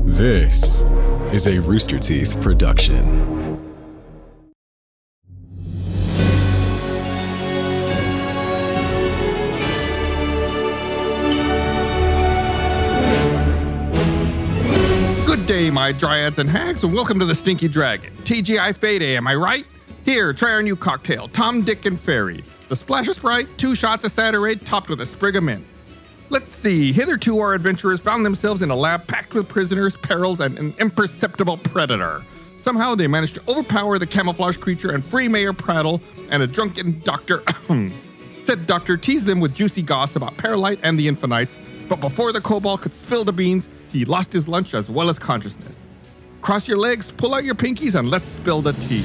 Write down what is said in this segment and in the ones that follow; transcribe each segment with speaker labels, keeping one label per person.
Speaker 1: This is a Rooster Teeth production.
Speaker 2: Good day, my dryads and hags, and welcome to the Stinky Dragon. TGI Fade, am I right? Here, try our new cocktail, Tom, Dick, and Fairy. It's a splash of Sprite, two shots of Saturade, topped with a sprig of mint. Let's see. Hitherto, our adventurers found themselves in a lab packed with prisoners, perils, and an imperceptible predator. Somehow, they managed to overpower the camouflage creature and free Mayor Prattle and a drunken doctor. said Doctor teased them with juicy goss about Paralyte and the Infinites, but before the Cobalt could spill the beans, he lost his lunch as well as consciousness. Cross your legs, pull out your pinkies, and let's spill the tea.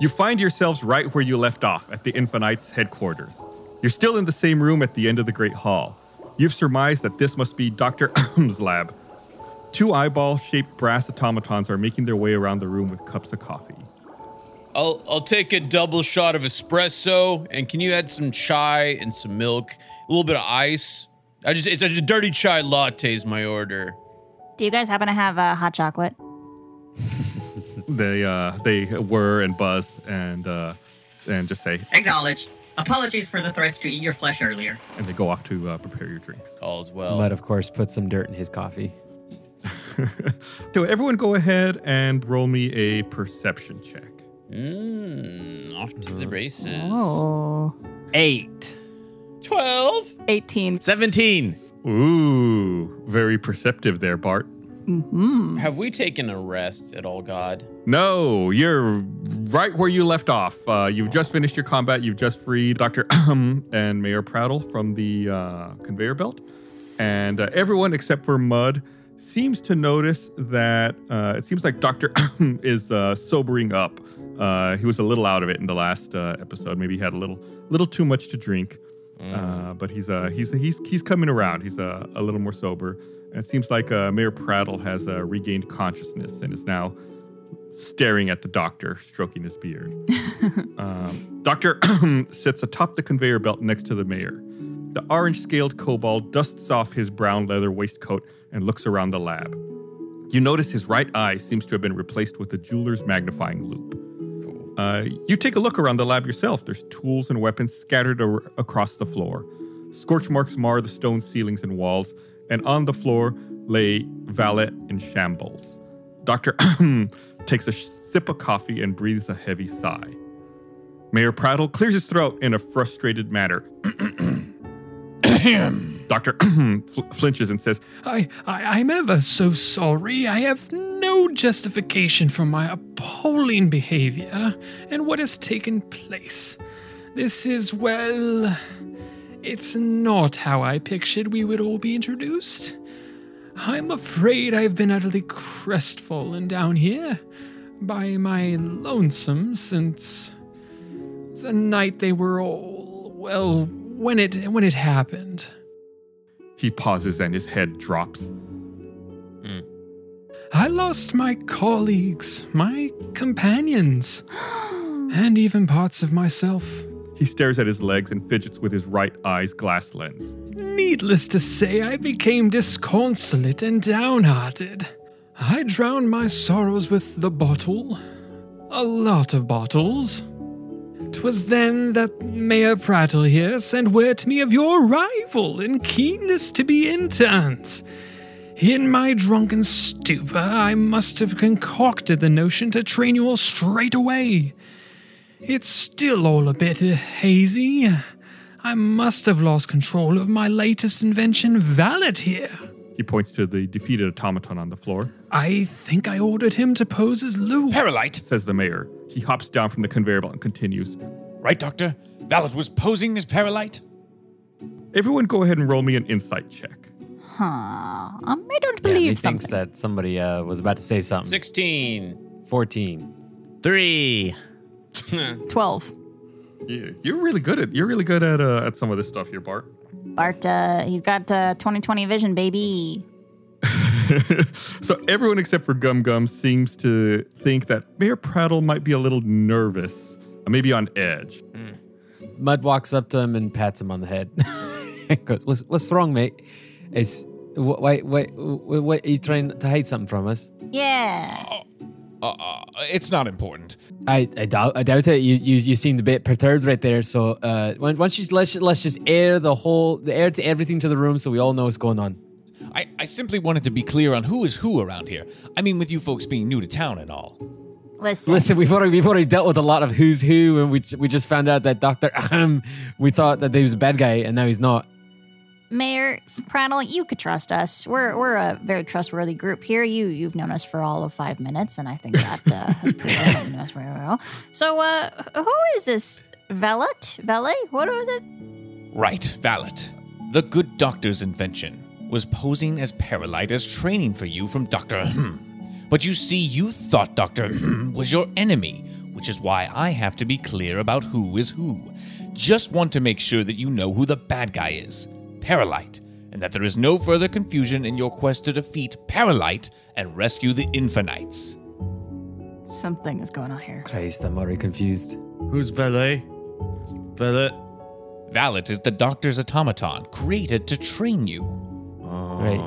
Speaker 3: You find yourselves right where you left off at the Infinites' headquarters. You're still in the same room at the end of the Great Hall. You've surmised that this must be Dr. Ahm's lab. Two eyeball shaped brass automatons are making their way around the room with cups of coffee.
Speaker 4: I'll I'll take a double shot of espresso, and can you add some chai and some milk, a little bit of ice? I just it's a dirty chai latte is my order.
Speaker 5: Do you guys happen to have uh, hot chocolate?
Speaker 3: They uh, they whir and buzz and uh, and just say,
Speaker 6: Acknowledged. Apologies for the threats to eat your flesh earlier.
Speaker 3: and they go off to uh, prepare your drinks.
Speaker 4: All's
Speaker 3: Oh.
Speaker 4: well.
Speaker 7: But of course, put some dirt in his coffee.
Speaker 3: So everyone, go ahead and roll me a perception check.
Speaker 4: Mm, off to the races.
Speaker 5: Oh.
Speaker 7: Eight.
Speaker 4: Twelve.
Speaker 5: 18.
Speaker 7: 17.
Speaker 3: Ooh, very perceptive there, Bart.
Speaker 5: Mm-hmm. Hmm.
Speaker 4: Have we taken a rest at all, God?
Speaker 3: No, you're right where you left off. Uh, you've just finished your combat. You've just freed Dr. and Mayor Prattle from the uh, conveyor belt. And uh, everyone except for Mud seems to notice that uh, it seems like Dr. is uh, sobering up. Uh, he was a little out of it in the last uh, episode. Maybe he had a little, little too much to drink.
Speaker 8: Mm.
Speaker 3: Uh, but he's uh, he's he's he's coming around. He's uh, a little more sober. And it seems like uh, Mayor Prattle has uh, regained consciousness and is now staring at the doctor, stroking his beard. um, doctor sits atop the conveyor belt next to the mayor. The orange scaled kobold dusts off his brown leather waistcoat and looks around the lab. You notice his right eye seems to have been replaced with a jeweler's magnifying loop. Uh, you take a look around the lab yourself. There's tools and weapons scattered ar- across the floor. Scorch marks mar the stone ceilings and walls, and on the floor lay valet in shambles. Dr. takes a sh- sip of coffee and breathes a heavy sigh. Mayor Prattle clears his throat in a frustrated manner. Dr. fl- flinches and says,
Speaker 9: I, I, I'm ever so sorry. I have no justification for my appalling behavior and what has taken place. This is, well, it's not how I pictured we would all be introduced. I'm afraid I've been utterly crestfallen down here by my lonesome since the night they were all, well, when it when it happened.
Speaker 3: He pauses and his head drops.
Speaker 9: I lost my colleagues, my companions, and even parts of myself.
Speaker 3: He stares at his legs and fidgets with his right eye's glass lens.
Speaker 9: Needless to say, I became disconsolate and downhearted. I drowned my sorrows with the bottle. A lot of bottles. 'Twas then that Mayor Prattle here sent word to me of your arrival and keenness to be interns. In my drunken stupor, I must have concocted the notion to train you all straight away. It's still all a bit uh, hazy. I must have lost control of my latest invention, Valet, here.
Speaker 3: He points to the defeated automaton on the floor,
Speaker 9: I think I ordered him to pose as Lou.
Speaker 4: Paralyte.
Speaker 3: says the mayor. He hops down from the conveyor belt and continues.
Speaker 10: Right, Doctor? Valet was posing as Paralyte?
Speaker 3: Everyone go ahead and roll me an insight check.
Speaker 5: Huh. Um, I don't
Speaker 7: Yeah,
Speaker 5: believe
Speaker 7: he
Speaker 5: something.
Speaker 7: thinks that somebody uh, was about to say something.
Speaker 4: Sixteen.
Speaker 7: 14.
Speaker 10: Three.
Speaker 5: 12.
Speaker 3: Yeah, You're really good at you're really good at uh, at some of this stuff here, Bart.
Speaker 5: Bart, uh, he's got uh, 2020 vision, baby.
Speaker 3: So everyone except for Gum Gum seems to think that Mayor Prattle might be a little nervous, uh, maybe on edge.
Speaker 7: Mud walks up to him and pats him on the head. goes, what's, what's wrong, mate? Is wh- why why wh- why are you trying to hide something from us?
Speaker 5: Yeah.
Speaker 10: Uh, It's not important.
Speaker 7: I, I doubt I doubt it. You, you you seemed a bit perturbed right there. So uh, why why don't you let's let's just air the whole the air to everything to the room so we all know what's going on.
Speaker 10: I, I simply wanted to be clear on who is who around here. I mean, with you folks being new to town and all.
Speaker 5: Listen.
Speaker 7: Listen, we've already we've already dealt with a lot of who's who, and we j- we just found out that Doctor Ahem, we thought that he was a bad guy, and now he's not.
Speaker 5: Mayor Prattle, you could trust us. We're we're a very trustworthy group here. You you've known us for all of five minutes, and I think that uh, has proven us very well. So, uh, who is this valet? Valet? What was it?
Speaker 10: Right, Valet. The good doctor's invention was posing as Paralyte as training for you from Dr. Hmm. But you see, you thought Dr. Hmm was your enemy, which is why I have to be clear about who is who. Just want to make sure that you know who the bad guy is, Paralyte, and that there is no further confusion in your quest to defeat Paralyte and rescue the Infinites.
Speaker 5: Something is going on here.
Speaker 7: Christ, I'm already confused.
Speaker 11: Who's valet? Valet.
Speaker 10: Valet is the doctor's automaton, created to train you.
Speaker 7: Right.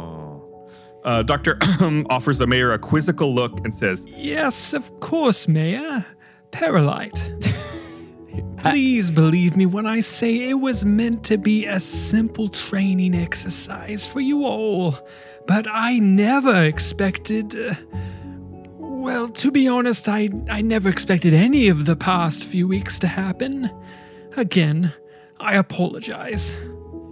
Speaker 3: Uh, Doctor offers the mayor a quizzical look and says,
Speaker 9: Yes, of course, Mayor. Paralyte. Please believe me when I say it was meant to be a simple training exercise for you all, but I never expected. Uh, well, to be honest, I, I never expected any of the past few weeks to happen. Again, I apologize.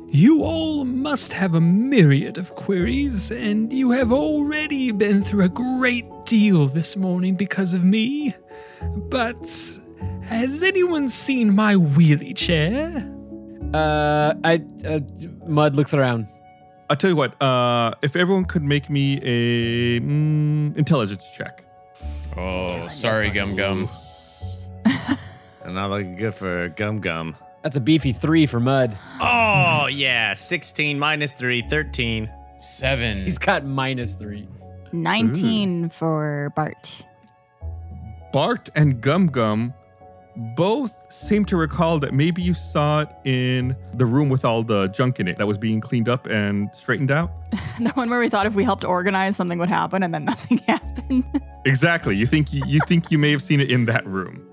Speaker 9: You all must have a myriad of queries, and you have already been through a great deal this morning because of me. But has anyone seen my wheelie chair?
Speaker 7: Uh, I uh, Mud looks around.
Speaker 3: "I'll tell you what. Uh, if everyone could make me a mm, intelligence check."
Speaker 4: Oh, sorry, Gum Gum.
Speaker 11: Another good for Gum Gum.
Speaker 7: That's a beefy three for Mud.
Speaker 11: Oh, yeah. 16 minus 3, 13.
Speaker 4: Seven.
Speaker 7: He's got minus three.
Speaker 5: 19 for Bart.
Speaker 3: Bart and Gum Gum both seem to recall that maybe you saw it in the room with all the junk in it that was being cleaned up and straightened out.
Speaker 5: The one where we thought if we helped organize, something would happen, and then nothing happened.
Speaker 3: Exactly. You think you, you think you may have seen it in that room.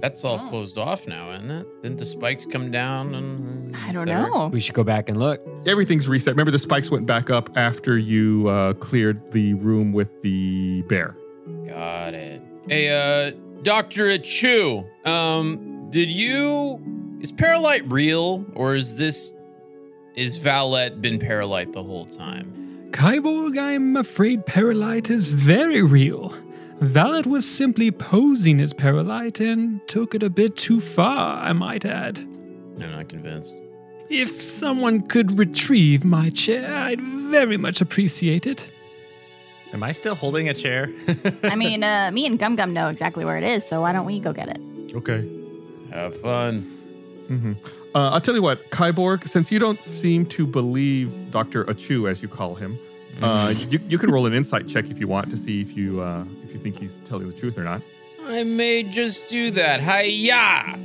Speaker 4: That's
Speaker 5: Oh.
Speaker 4: all closed off now, isn't it? Didn't the spikes come down? And uh,
Speaker 5: I don't
Speaker 4: et cetera?
Speaker 5: know.
Speaker 7: We should go back and look.
Speaker 3: Everything's reset. Remember, the spikes went back up after you uh, cleared the room with the bear.
Speaker 4: Got it. Hey, uh, Doctor Chu, um, did you is Paralyte real or is this is Valet been Paralyte the whole time?
Speaker 9: Kyborg, I'm afraid Paralyte is very real. Valet was simply posing as Paralyte and took it a bit too far, I might add.
Speaker 4: I'm not convinced.
Speaker 9: If someone could retrieve my chair, I'd very much appreciate it.
Speaker 11: Am I still holding a chair?
Speaker 5: I mean, uh, me and Gum Gum know exactly where it is, so why don't we go get it?
Speaker 11: okay.
Speaker 4: Have fun.
Speaker 3: Uh, I'll tell you what, Kyborg, since you don't seem to believe Dr. Achu, as you call him, uh,
Speaker 4: Mm-hmm.
Speaker 3: you, you can roll an insight check if you want to see if you uh, if you think he's telling the truth or not.
Speaker 4: I may just do that. Hiya.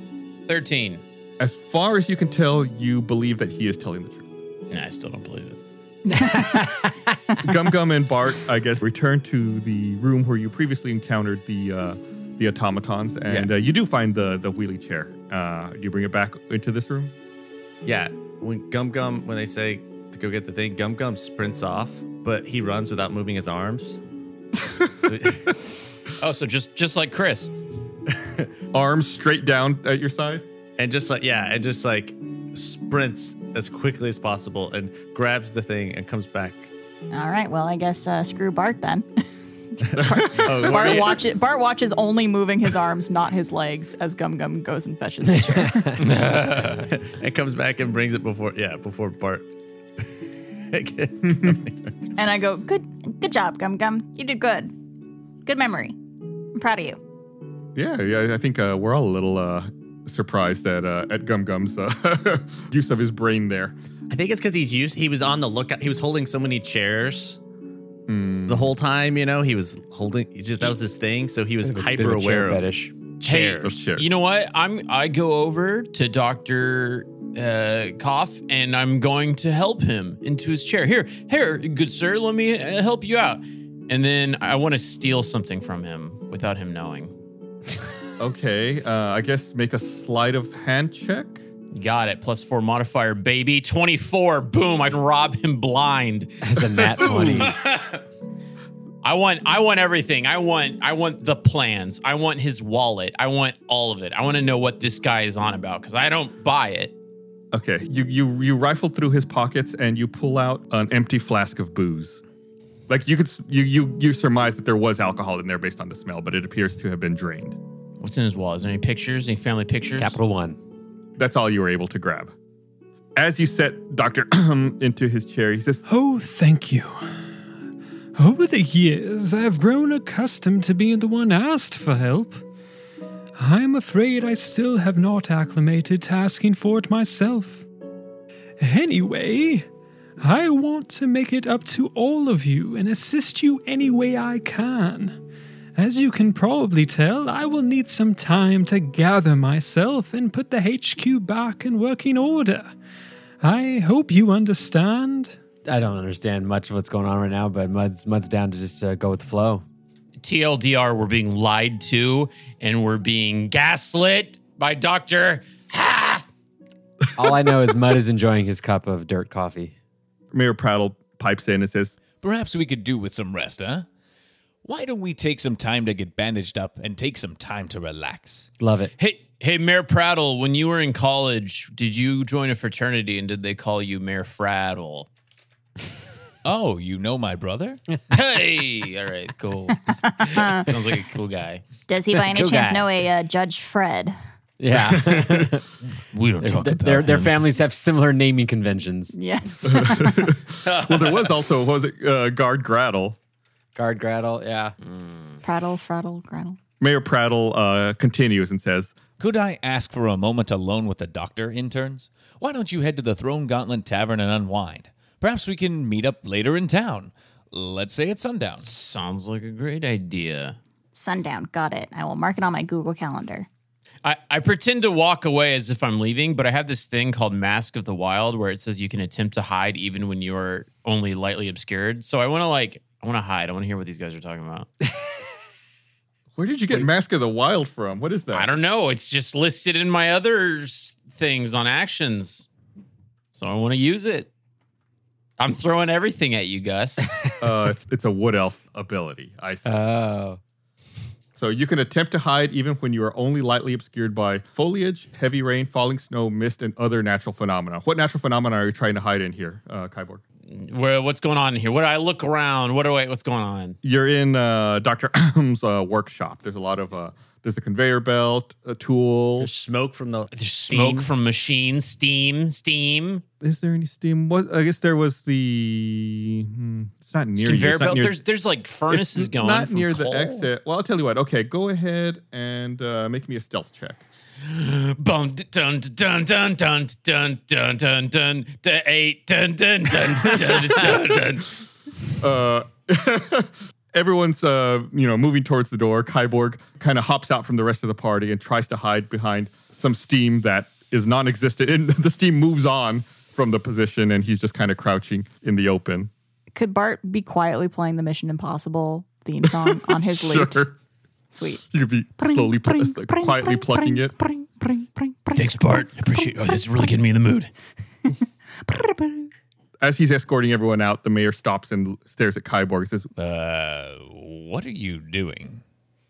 Speaker 4: Thirteen.
Speaker 3: As far as you can tell, you believe that he is telling the truth.
Speaker 4: Nah, I still don't believe it.
Speaker 3: Gum Gum and Bart, I guess, return to the room where you previously encountered the uh, the automatons, and uh, you do find the the wheelie chair. Uh, you bring it back into this room.
Speaker 11: Yeah. When Gum Gum, when they say to go get the thing, Gum Gum sprints off, but he runs without moving his arms. So-
Speaker 4: Oh, so just just like Chris.
Speaker 3: Arms straight down at your side.
Speaker 11: and just like, yeah, and just like sprints as quickly as possible and grabs the thing and comes back.
Speaker 5: All right, well, I guess uh, screw Bart then.
Speaker 11: Oh, where
Speaker 5: Bart
Speaker 11: he-
Speaker 5: watches. Bart watches only moving his arms, not his legs, as Gum Gum goes and fetches the chair.
Speaker 11: and comes back and brings it before, yeah, before Bart.
Speaker 5: and I go, "Good, good job, Gum Gum. You did good. Good memory. I'm proud of you."
Speaker 3: Yeah, yeah. I think uh, we're all a little uh, surprised at uh, at Gum Gum's uh, use of his brain there.
Speaker 11: I think it's because he's used. He was on the lookout. He was holding so many chairs the whole time. You know, he was holding. he just that was his thing. So he was
Speaker 7: Bit of a
Speaker 11: hyper aware of
Speaker 7: fetish.
Speaker 4: Hey,
Speaker 11: chairs.
Speaker 3: chairs.
Speaker 4: you know what? I'm I go over to Doctor uh, Koff and I'm going to help him into his chair. Here, here, good sir, let me uh, help you out. And then I want to steal something from him without him knowing.
Speaker 3: Okay, uh, I guess make a sleight of hand check.
Speaker 4: Got it. Plus four modifier, baby. Twenty four. Boom. I can rob him blind.
Speaker 7: As a nat twenty.
Speaker 4: I want I want everything. I want I want the plans. I want his wallet. I want all of it. I want to know what this guy is on about because I don't buy it.
Speaker 3: Okay, you you you rifle through his pockets and you pull out an empty flask of booze. Like you could s- you you you surmise that there was alcohol in there based on the smell, but it appears to have been drained.
Speaker 4: What's in his wallet? Is there any pictures? Any family pictures?
Speaker 7: Capital one.
Speaker 3: That's all you were able to grab. As you set Doctor into his chair, he says,
Speaker 9: Oh, thank you. Over the years, I have grown accustomed to being the one asked for help. I'm afraid I still have not acclimated to asking for it myself. Anyway, I want to make it up to all of you and assist you any way I can. As you can probably tell, I will need some time to gather myself and put the HQ back in working order. I hope you understand.
Speaker 7: I don't understand much of what's going on right now, but Mud's Mud's down to just uh, go with the flow.
Speaker 4: TLDR, we're being lied to and we're being gaslit by Doctor. Ha!
Speaker 7: All I know is Mud is enjoying his cup of dirt coffee.
Speaker 3: Mayor Prattle pipes in and says,
Speaker 10: Perhaps we could do with some rest, huh? Why don't we take some time to get bandaged up and take some time to relax?
Speaker 7: Love it.
Speaker 4: Hey, hey, Mayor Prattle. When you were in college, did you join a fraternity and did they call you Mayor Frattle?
Speaker 10: Oh, you know my brother?
Speaker 4: hey, all right, cool. Sounds like a cool guy.
Speaker 5: Does he by any
Speaker 7: Cool
Speaker 5: chance
Speaker 7: guy.
Speaker 5: know a uh, Judge Fred?
Speaker 7: Yeah,
Speaker 4: We don't talk about
Speaker 7: their their
Speaker 4: him.
Speaker 7: families have similar naming conventions.
Speaker 5: Yes.
Speaker 3: "Well, there was also what was it uh, guard Grattle."
Speaker 7: Guard Grattle, yeah.
Speaker 5: Prattle, Frattle, Grattle.
Speaker 3: Mayor Prattle uh, continues and says,
Speaker 10: Could I ask for a moment alone with the doctor, interns? Why don't you head to the Throne Gauntlet Tavern and unwind? Perhaps we can meet up later in town. Let's say at sundown.
Speaker 4: Sounds like a great idea.
Speaker 5: Sundown. Got it. I will mark it on my Google Calendar.
Speaker 4: I, I pretend to walk away as if I'm leaving, but I have this thing called Mask of the Wild where it says you can attempt to hide even when you are only lightly obscured. So I want to like I want to hide. I want to hear what these guys are talking about.
Speaker 3: "Where did you get Mask of the Wild from? What is that?"
Speaker 4: I don't know. It's just listed in my other s- things on actions. So I want to use it. I'm throwing everything at you, Gus.
Speaker 3: Uh, it's, it's a wood elf ability. I see.
Speaker 7: Oh,
Speaker 3: so you can attempt to hide even when you are only lightly obscured by foliage, heavy rain, falling snow, mist, and other natural phenomena. What natural phenomena are you trying to hide in here, uh, Kyborg?
Speaker 4: Where, what's going on here? What do I look around? What do I what's going on?
Speaker 3: You're in uh, Doctor Ahm's uh, workshop. There's a lot of uh, there's a conveyor belt, a tool.
Speaker 11: There's smoke from the
Speaker 4: There's smoke
Speaker 11: steam.
Speaker 4: from machines, steam, steam.
Speaker 3: Is there any steam? What I guess there was the. hmm, it's not near you.
Speaker 4: Conveyor
Speaker 3: It's not
Speaker 4: belt.
Speaker 3: near-
Speaker 4: There's there's like
Speaker 3: it's
Speaker 4: furnaces going.
Speaker 3: Not
Speaker 4: from
Speaker 3: near
Speaker 4: coal.
Speaker 3: the exit. Well, I'll tell you what. Okay, go ahead and uh, make me a stealth check.
Speaker 4: Bum dun dun dun dun dun dun dun dun dun eight dun dun dun dun dun dun.
Speaker 3: uh, everyone's uh, you know moving towards the door. Kyborg kind of hops out from the rest of the party and tries to hide behind some steam that is non-existent. And the steam moves on from the position, and he's just kind of crouching in the open.
Speaker 5: Could Bart be quietly playing the Mission Impossible theme song on his lute?
Speaker 3: Sure.
Speaker 5: Sweet.
Speaker 3: You could be slowly, pl- like, quietly plucking it.
Speaker 4: Thanks, Bart. I appreciate. Oh, this is really getting me in the mood.
Speaker 3: As he's escorting everyone out, the mayor stops and stares at Kyborg and says,
Speaker 10: Uh, what are you doing?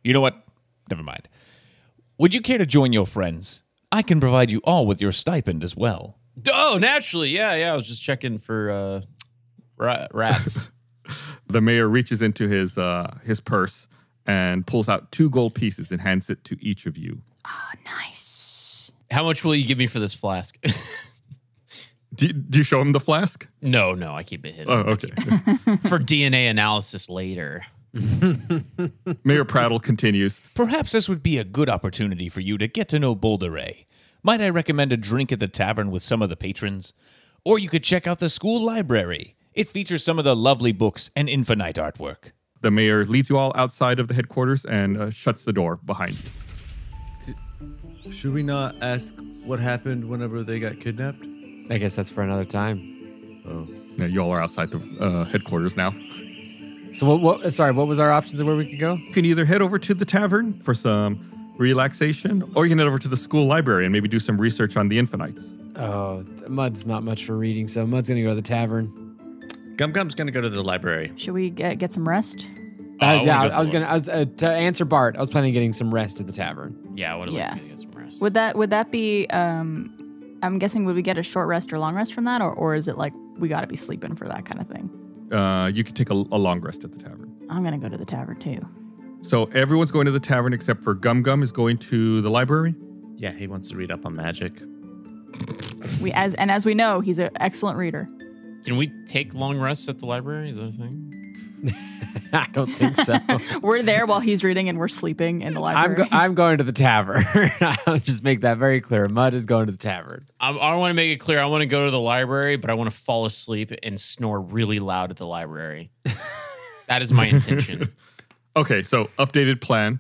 Speaker 10: You know what? Never mind. Would you care to join your friends? I can provide you all with your stipend as well.
Speaker 4: Oh, naturally, yeah, yeah. I was just checking for uh, ra- rats.
Speaker 3: The mayor reaches into his uh, his purse and pulls out two gold pieces and hands it to each of you.
Speaker 5: Ah, Nice.
Speaker 4: How much will you give me for this flask?
Speaker 3: Do, do you show him the flask?
Speaker 4: no, no, I keep it hidden
Speaker 3: Oh, okay.
Speaker 4: for DNA analysis later.
Speaker 3: Mayor Prattle continues.
Speaker 10: Perhaps this would be a good opportunity for you to get to know Boulder Might I recommend a drink at the tavern with some of the patrons? Or you could check out the school library. It features some of the lovely books and infinite artwork.
Speaker 3: The mayor leads you all outside of the headquarters and uh, shuts the door behind you.
Speaker 12: Should we not ask what happened whenever they got kidnapped?
Speaker 7: I guess that's for another time.
Speaker 12: Oh,
Speaker 3: Yeah, you all are outside the uh, headquarters now.
Speaker 7: So what, what? uh, Sorry, what was our options of where we could go?
Speaker 3: You can either head over to the tavern for some relaxation, or you can head over to the school library and maybe do some research on the infinites.
Speaker 7: Oh, th- Mud's not much for reading, so Mud's gonna go to the tavern.
Speaker 11: Gum Gum's gonna go to the library. Oh,
Speaker 5: Should we get, get some rest?
Speaker 7: Uh,
Speaker 11: I
Speaker 7: yeah,
Speaker 11: wanna go to
Speaker 7: I was
Speaker 11: the
Speaker 7: gonna. I was, uh, to answer Bart, I was planning on getting some rest at the tavern.
Speaker 4: Yeah, I would have
Speaker 5: Yeah.
Speaker 4: liked to get some rest.
Speaker 5: Would that would that be? Um, I'm guessing would we get a short rest or long rest from that, or or is it like we got to be sleeping for that kind of thing?
Speaker 3: Uh, you could take a, a long rest at the tavern.
Speaker 5: I'm gonna go to the tavern too.
Speaker 3: So everyone's going to the tavern except for Gum Gum is going to the library.
Speaker 11: Yeah, he wants to read up on magic.
Speaker 5: We as and as we know, he's an excellent reader.
Speaker 4: Can we take long rests at the library? Is that a thing?
Speaker 7: I don't think so.
Speaker 5: We're there while he's reading, and we're sleeping in the library.
Speaker 7: I'm go- I'm going to the tavern. I'll just make that very clear. Mud is going to the tavern.
Speaker 4: I, I want to make it clear. I want to go to the library, but I want to fall asleep and snore really loud at the library. that is my intention.
Speaker 3: Okay, so updated plan.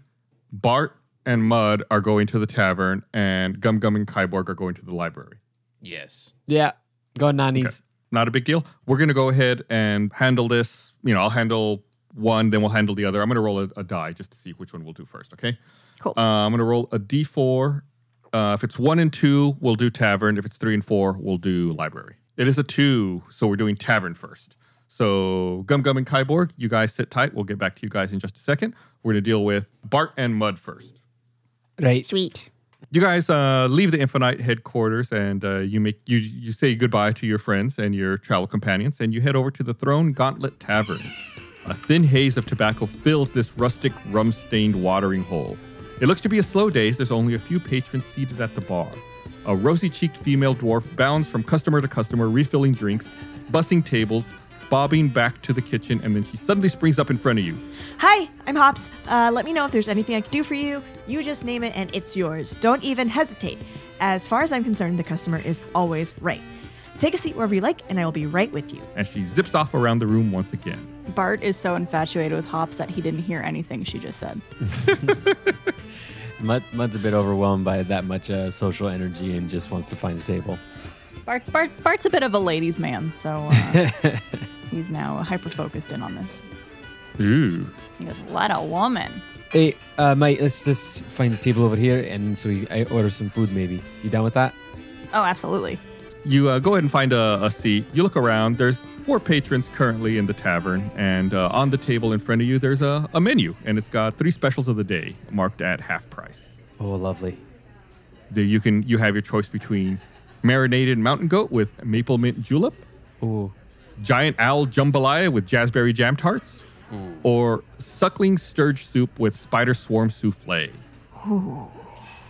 Speaker 3: Bart and Mud are going to the tavern, and Gum Gum and Kyborg are going to the library.
Speaker 4: yes.
Speaker 7: Yeah, go nannies.
Speaker 3: Not a big deal. We're going to go ahead and handle this. You know, I'll handle one, then we'll handle the other. I'm going to roll a, a die just to see which one we'll do first, okay?
Speaker 5: Cool.
Speaker 3: Uh, I'm going to roll a d4. Uh, if it's one and two, we'll do tavern. If it's three and four, we'll do library. It is a two, so we're doing tavern first. So, Gum Gum and Kyborg, you guys sit tight. We'll get back to you guys in just a second. We're going to deal with Bart and Mud first.
Speaker 7: Right.
Speaker 5: Sweet.
Speaker 3: You guys uh, leave the Infinite headquarters, and uh, you make you you say goodbye to your friends and your travel companions, and you head over to the Throne Gauntlet Tavern. A thin haze of tobacco fills this rustic, rum-stained watering hole. It looks to be a slow day, as there's only a few patrons seated at the bar. A rosy-cheeked female dwarf bounds from customer to customer, refilling drinks, bussing tables, bobbing back to the kitchen, and then she suddenly springs up in front of you.
Speaker 13: Hi, I'm Hops. Uh, let me know if there's anything I can do for you. You just name it and it's yours. Don't even hesitate. As far as I'm concerned, the customer is always right. Take a seat wherever you like, and I will be right with you.
Speaker 3: And she zips off around the room once again.
Speaker 5: Bart is so infatuated with hops that he didn't hear anything she just said.
Speaker 7: Mud, Mud's a bit overwhelmed by that much uh, social energy and just wants to find a table.
Speaker 5: Bart, Bart, Bart's a bit of a ladies' man, so uh, he's now hyper focused in on this.
Speaker 3: Ooh.
Speaker 5: He goes, "What a woman!"
Speaker 7: Hey, uh, mate, let's just find a table over here, and so we, I order some food. Maybe you down with that?
Speaker 5: Oh, absolutely.
Speaker 3: You uh, go ahead and find a, a seat. You look around. There's four patrons currently in the tavern, and uh, on the table in front of you, there's a, a menu, and it's got three specials of the day marked at half price.
Speaker 7: Oh, lovely.
Speaker 3: The, you can you have your choice between marinated mountain goat with maple mint julep,
Speaker 7: Oh,
Speaker 3: giant owl jambalaya with jazzberry jam tarts, or suckling sturge soup with spider swarm souffle.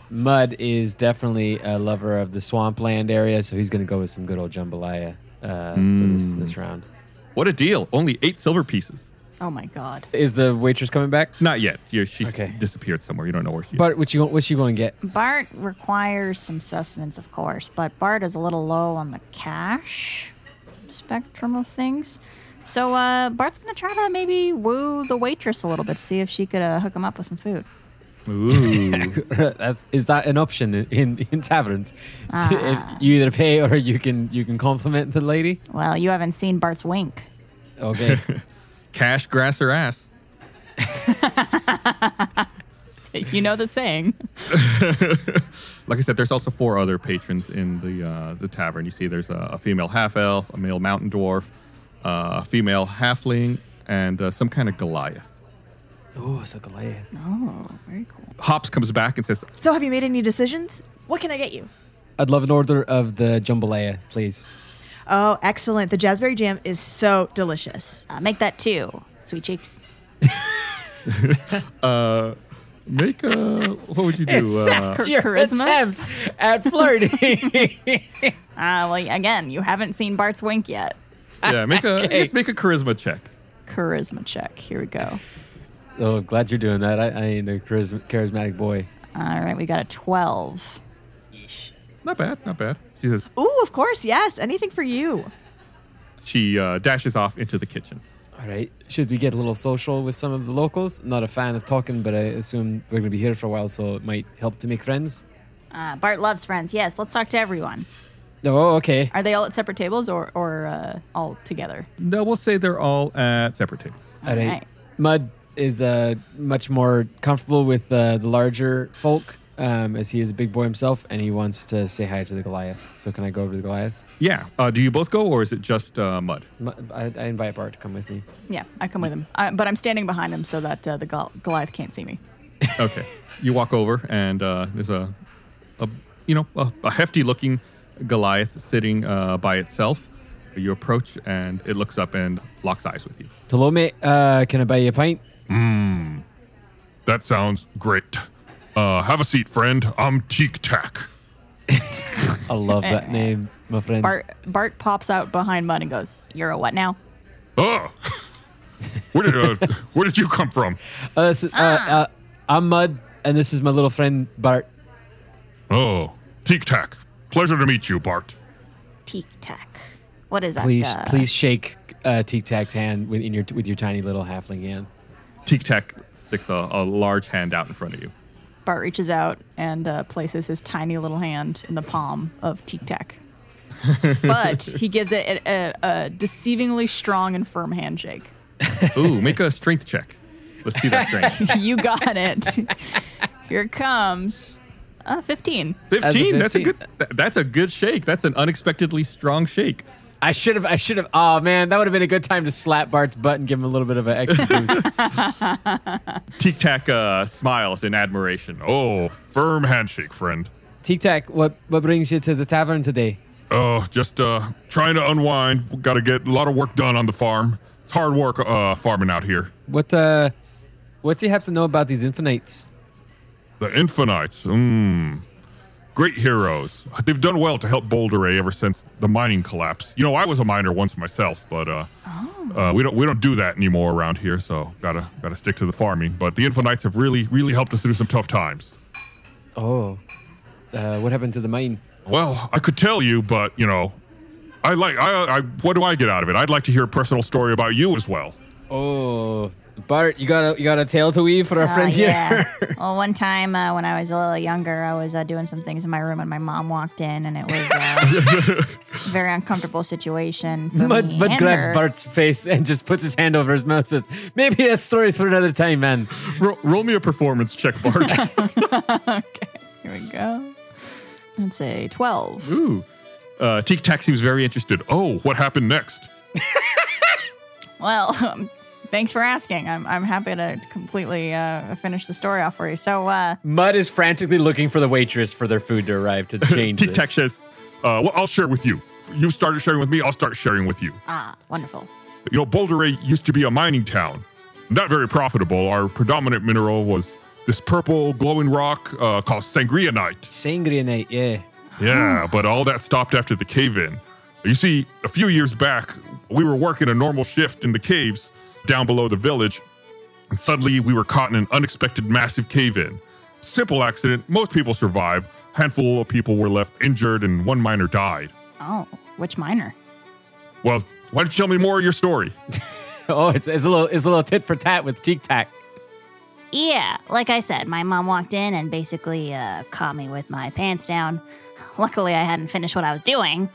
Speaker 7: Mud is definitely a lover of the swampland area, so he's gonna go with some good old jambalaya uh, for this this round.
Speaker 3: Mm. What a deal! Only eight silver pieces.
Speaker 5: Oh my god.
Speaker 7: Is the waitress coming back?
Speaker 3: Not yet. You- She's
Speaker 7: Okay.
Speaker 3: disappeared somewhere. You don't know where she is.
Speaker 7: Bart, what you what's you going to get?
Speaker 5: Bart requires some sustenance, of course, but Bart is a little low on the cash spectrum of things. So uh, Bart's gonna try to maybe woo the waitress a little bit, see if she could uh, hook him up with some food.
Speaker 3: Ooh.
Speaker 7: That's is that an option in in, in taverns? you either pay or you can you can compliment the lady.
Speaker 5: Well, you haven't seen Bart's wink.
Speaker 7: Okay.
Speaker 3: Cash, grass, or ass.
Speaker 5: You know the saying.
Speaker 3: Like I said, there's also four other patrons in the uh, the tavern. You see, there's a, a female half elf, a male mountain dwarf, uh, a female halfling, and uh, some kind of Goliath.
Speaker 7: oh, so Goliath.
Speaker 5: Oh, very cool.
Speaker 3: Hops comes back and says,
Speaker 13: So, have you made any decisions? What can I get you?
Speaker 7: I'd love an order of the jambalaya, please.
Speaker 13: Oh, excellent. The Jazzberry Jam is so delicious.
Speaker 5: Uh, make that two, sweet cheeks.
Speaker 3: "Uh, "Make a what would you do? Uh,
Speaker 5: Char- charisma.
Speaker 7: at flirting.
Speaker 5: Uh, well, again, you haven't seen Bart's wink yet.
Speaker 3: yeah, make a just make a charisma check.
Speaker 5: Charisma check. Here we go.
Speaker 7: oh, glad you're doing that. I, I ain't a charism- charismatic boy.
Speaker 5: All right, we got a 12.
Speaker 3: Not bad, not bad. She She says,
Speaker 13: Ooh, of course, yes. Anything for you.
Speaker 3: she uh, dashes off into the kitchen.
Speaker 7: All right. Should we get a little social with some of the locals? Not a fan of talking, but I assume we're going to be here for a while, so it might help to make friends.
Speaker 5: Uh, Bart loves friends. Yes, let's talk to everyone.
Speaker 7: Oh, okay.
Speaker 5: Are they all at separate tables or, or uh, all together?
Speaker 3: No, we'll say they're all at separate tables.
Speaker 7: All right.
Speaker 5: right.
Speaker 7: Mud is uh, much more comfortable with uh, the larger folk, um, as he is a big boy himself, and he wants to say hi to the Goliath. So can I go over to the Goliath?
Speaker 3: Yeah. Uh, do you both go, or is it just uh, Mud?
Speaker 7: Mu- I, I invite Bart to come with me.
Speaker 5: Yeah, I come with him. I, but I'm standing behind him so that uh, the Gol- Goliath can't see me.
Speaker 3: okay. You walk over, and uh, there's a, a you know, a, a hefty-looking Goliath sitting uh, by itself. You approach, and it looks up and locks eyes with you.
Speaker 7: Hello, mate. Uh, can I buy you a pint?
Speaker 8: Mmm. That sounds great. Uh, have a seat, friend. I'm Teak Tack.
Speaker 7: I love that name, my friend.
Speaker 5: Bart Bart pops out behind Mud and goes, "You're a what now?"
Speaker 8: Oh, where did uh, where did you come from?
Speaker 7: Uh, this is- uh, uh, I'm Mud, and this is my little friend Bart.
Speaker 8: Oh, Teak Tack. Pleasure to meet you, Bart.
Speaker 5: Tic Tac. What is that?
Speaker 7: Please,
Speaker 5: uh,
Speaker 7: please shake uh, Tic Tac's hand with in your with your tiny little halfling hand.
Speaker 3: Tic Tac sticks a, a large hand out in front of you.
Speaker 5: Bart reaches out and uh, places his tiny little hand in the palm of Tic Tac. but he gives it a, a, a deceivingly strong and firm handshake.
Speaker 3: Ooh, make a strength check. Let's see that strength.
Speaker 5: you got it. Here it comes. Uh, 15.
Speaker 3: 15, That's a good. tha- That's a good shake. That's an unexpectedly strong shake.
Speaker 7: I should have. I should have. Oh man, that would have been a good time to slap Bart's butt and give him a little bit of an extra boost.
Speaker 3: Tic Tac uh, smiles in admiration.
Speaker 8: Oh, firm handshake, friend.
Speaker 7: Tic Tac, what what brings you to the tavern today?
Speaker 8: Oh, just uh, trying to unwind. Got to get a lot of work done on the farm. It's hard work uh, farming out here.
Speaker 7: What uh, what do you have to know about these infinites?
Speaker 8: The Infinites, mmm. Great heroes. They've done well to help Boulderay ever since the mining collapse. You know, I was a miner once myself, but uh,
Speaker 9: Oh.
Speaker 8: uh, we don't we don't do that anymore around here. So gotta gotta stick to the farming. But the Infinites have really really helped us through some tough times.
Speaker 7: Oh, uh, what happened to the mine?
Speaker 8: Well, I could tell you, but you know, I like I, I what do I get out of it? I'd like to hear a personal story about you as well.
Speaker 7: Oh, Bart, you got a you got a tail to weave for our
Speaker 5: Oh,
Speaker 7: friend here.
Speaker 5: Yeah. well, one time uh, when I was a little younger, I was uh, doing some things in my room, and my mom walked in, and it was uh, a very uncomfortable situation. For me
Speaker 7: Mud, Mud
Speaker 5: and
Speaker 7: grabs
Speaker 5: her.
Speaker 7: Bart's face and just puts his hand over his mouth and says, Maybe that story's for another time, man.
Speaker 3: Roll, roll me a performance check, Bart.
Speaker 5: Here we go. Let's say 12.
Speaker 3: Ooh. Uh, Tic Tac seems very interested.
Speaker 8: Oh, what happened next?
Speaker 5: Well, um, thanks for asking. I'm, I'm happy to completely uh, finish the story off for you. So, uh,
Speaker 7: Mud is frantically looking for the waitress for their food to arrive to change.
Speaker 8: Tic Tac
Speaker 7: this.
Speaker 8: says, uh, "Well, I'll share with you. You started sharing with me. I'll start sharing with you."
Speaker 5: ah, wonderful.
Speaker 8: You know, Boulderay used to be a mining town, not very profitable. Our predominant mineral was this purple glowing rock uh, called sangrianite.
Speaker 7: Sangrianite, yeah.
Speaker 8: Yeah, but all that stopped after the cave in. You see, a few years back, we were working a normal shift in the caves down below the village, and suddenly we were caught in an unexpected massive cave in. Simple accident, most people survived. Handful of people were left injured, and one miner died.
Speaker 5: Oh, which minor?
Speaker 8: Well, why don't you tell me more of your story?
Speaker 7: oh, it's, it's a little it's a little tit for tat with Tic Tac.
Speaker 5: Yeah, like I said, my mom walked in and basically uh, caught me with my pants down. Luckily, I hadn't finished what I was doing.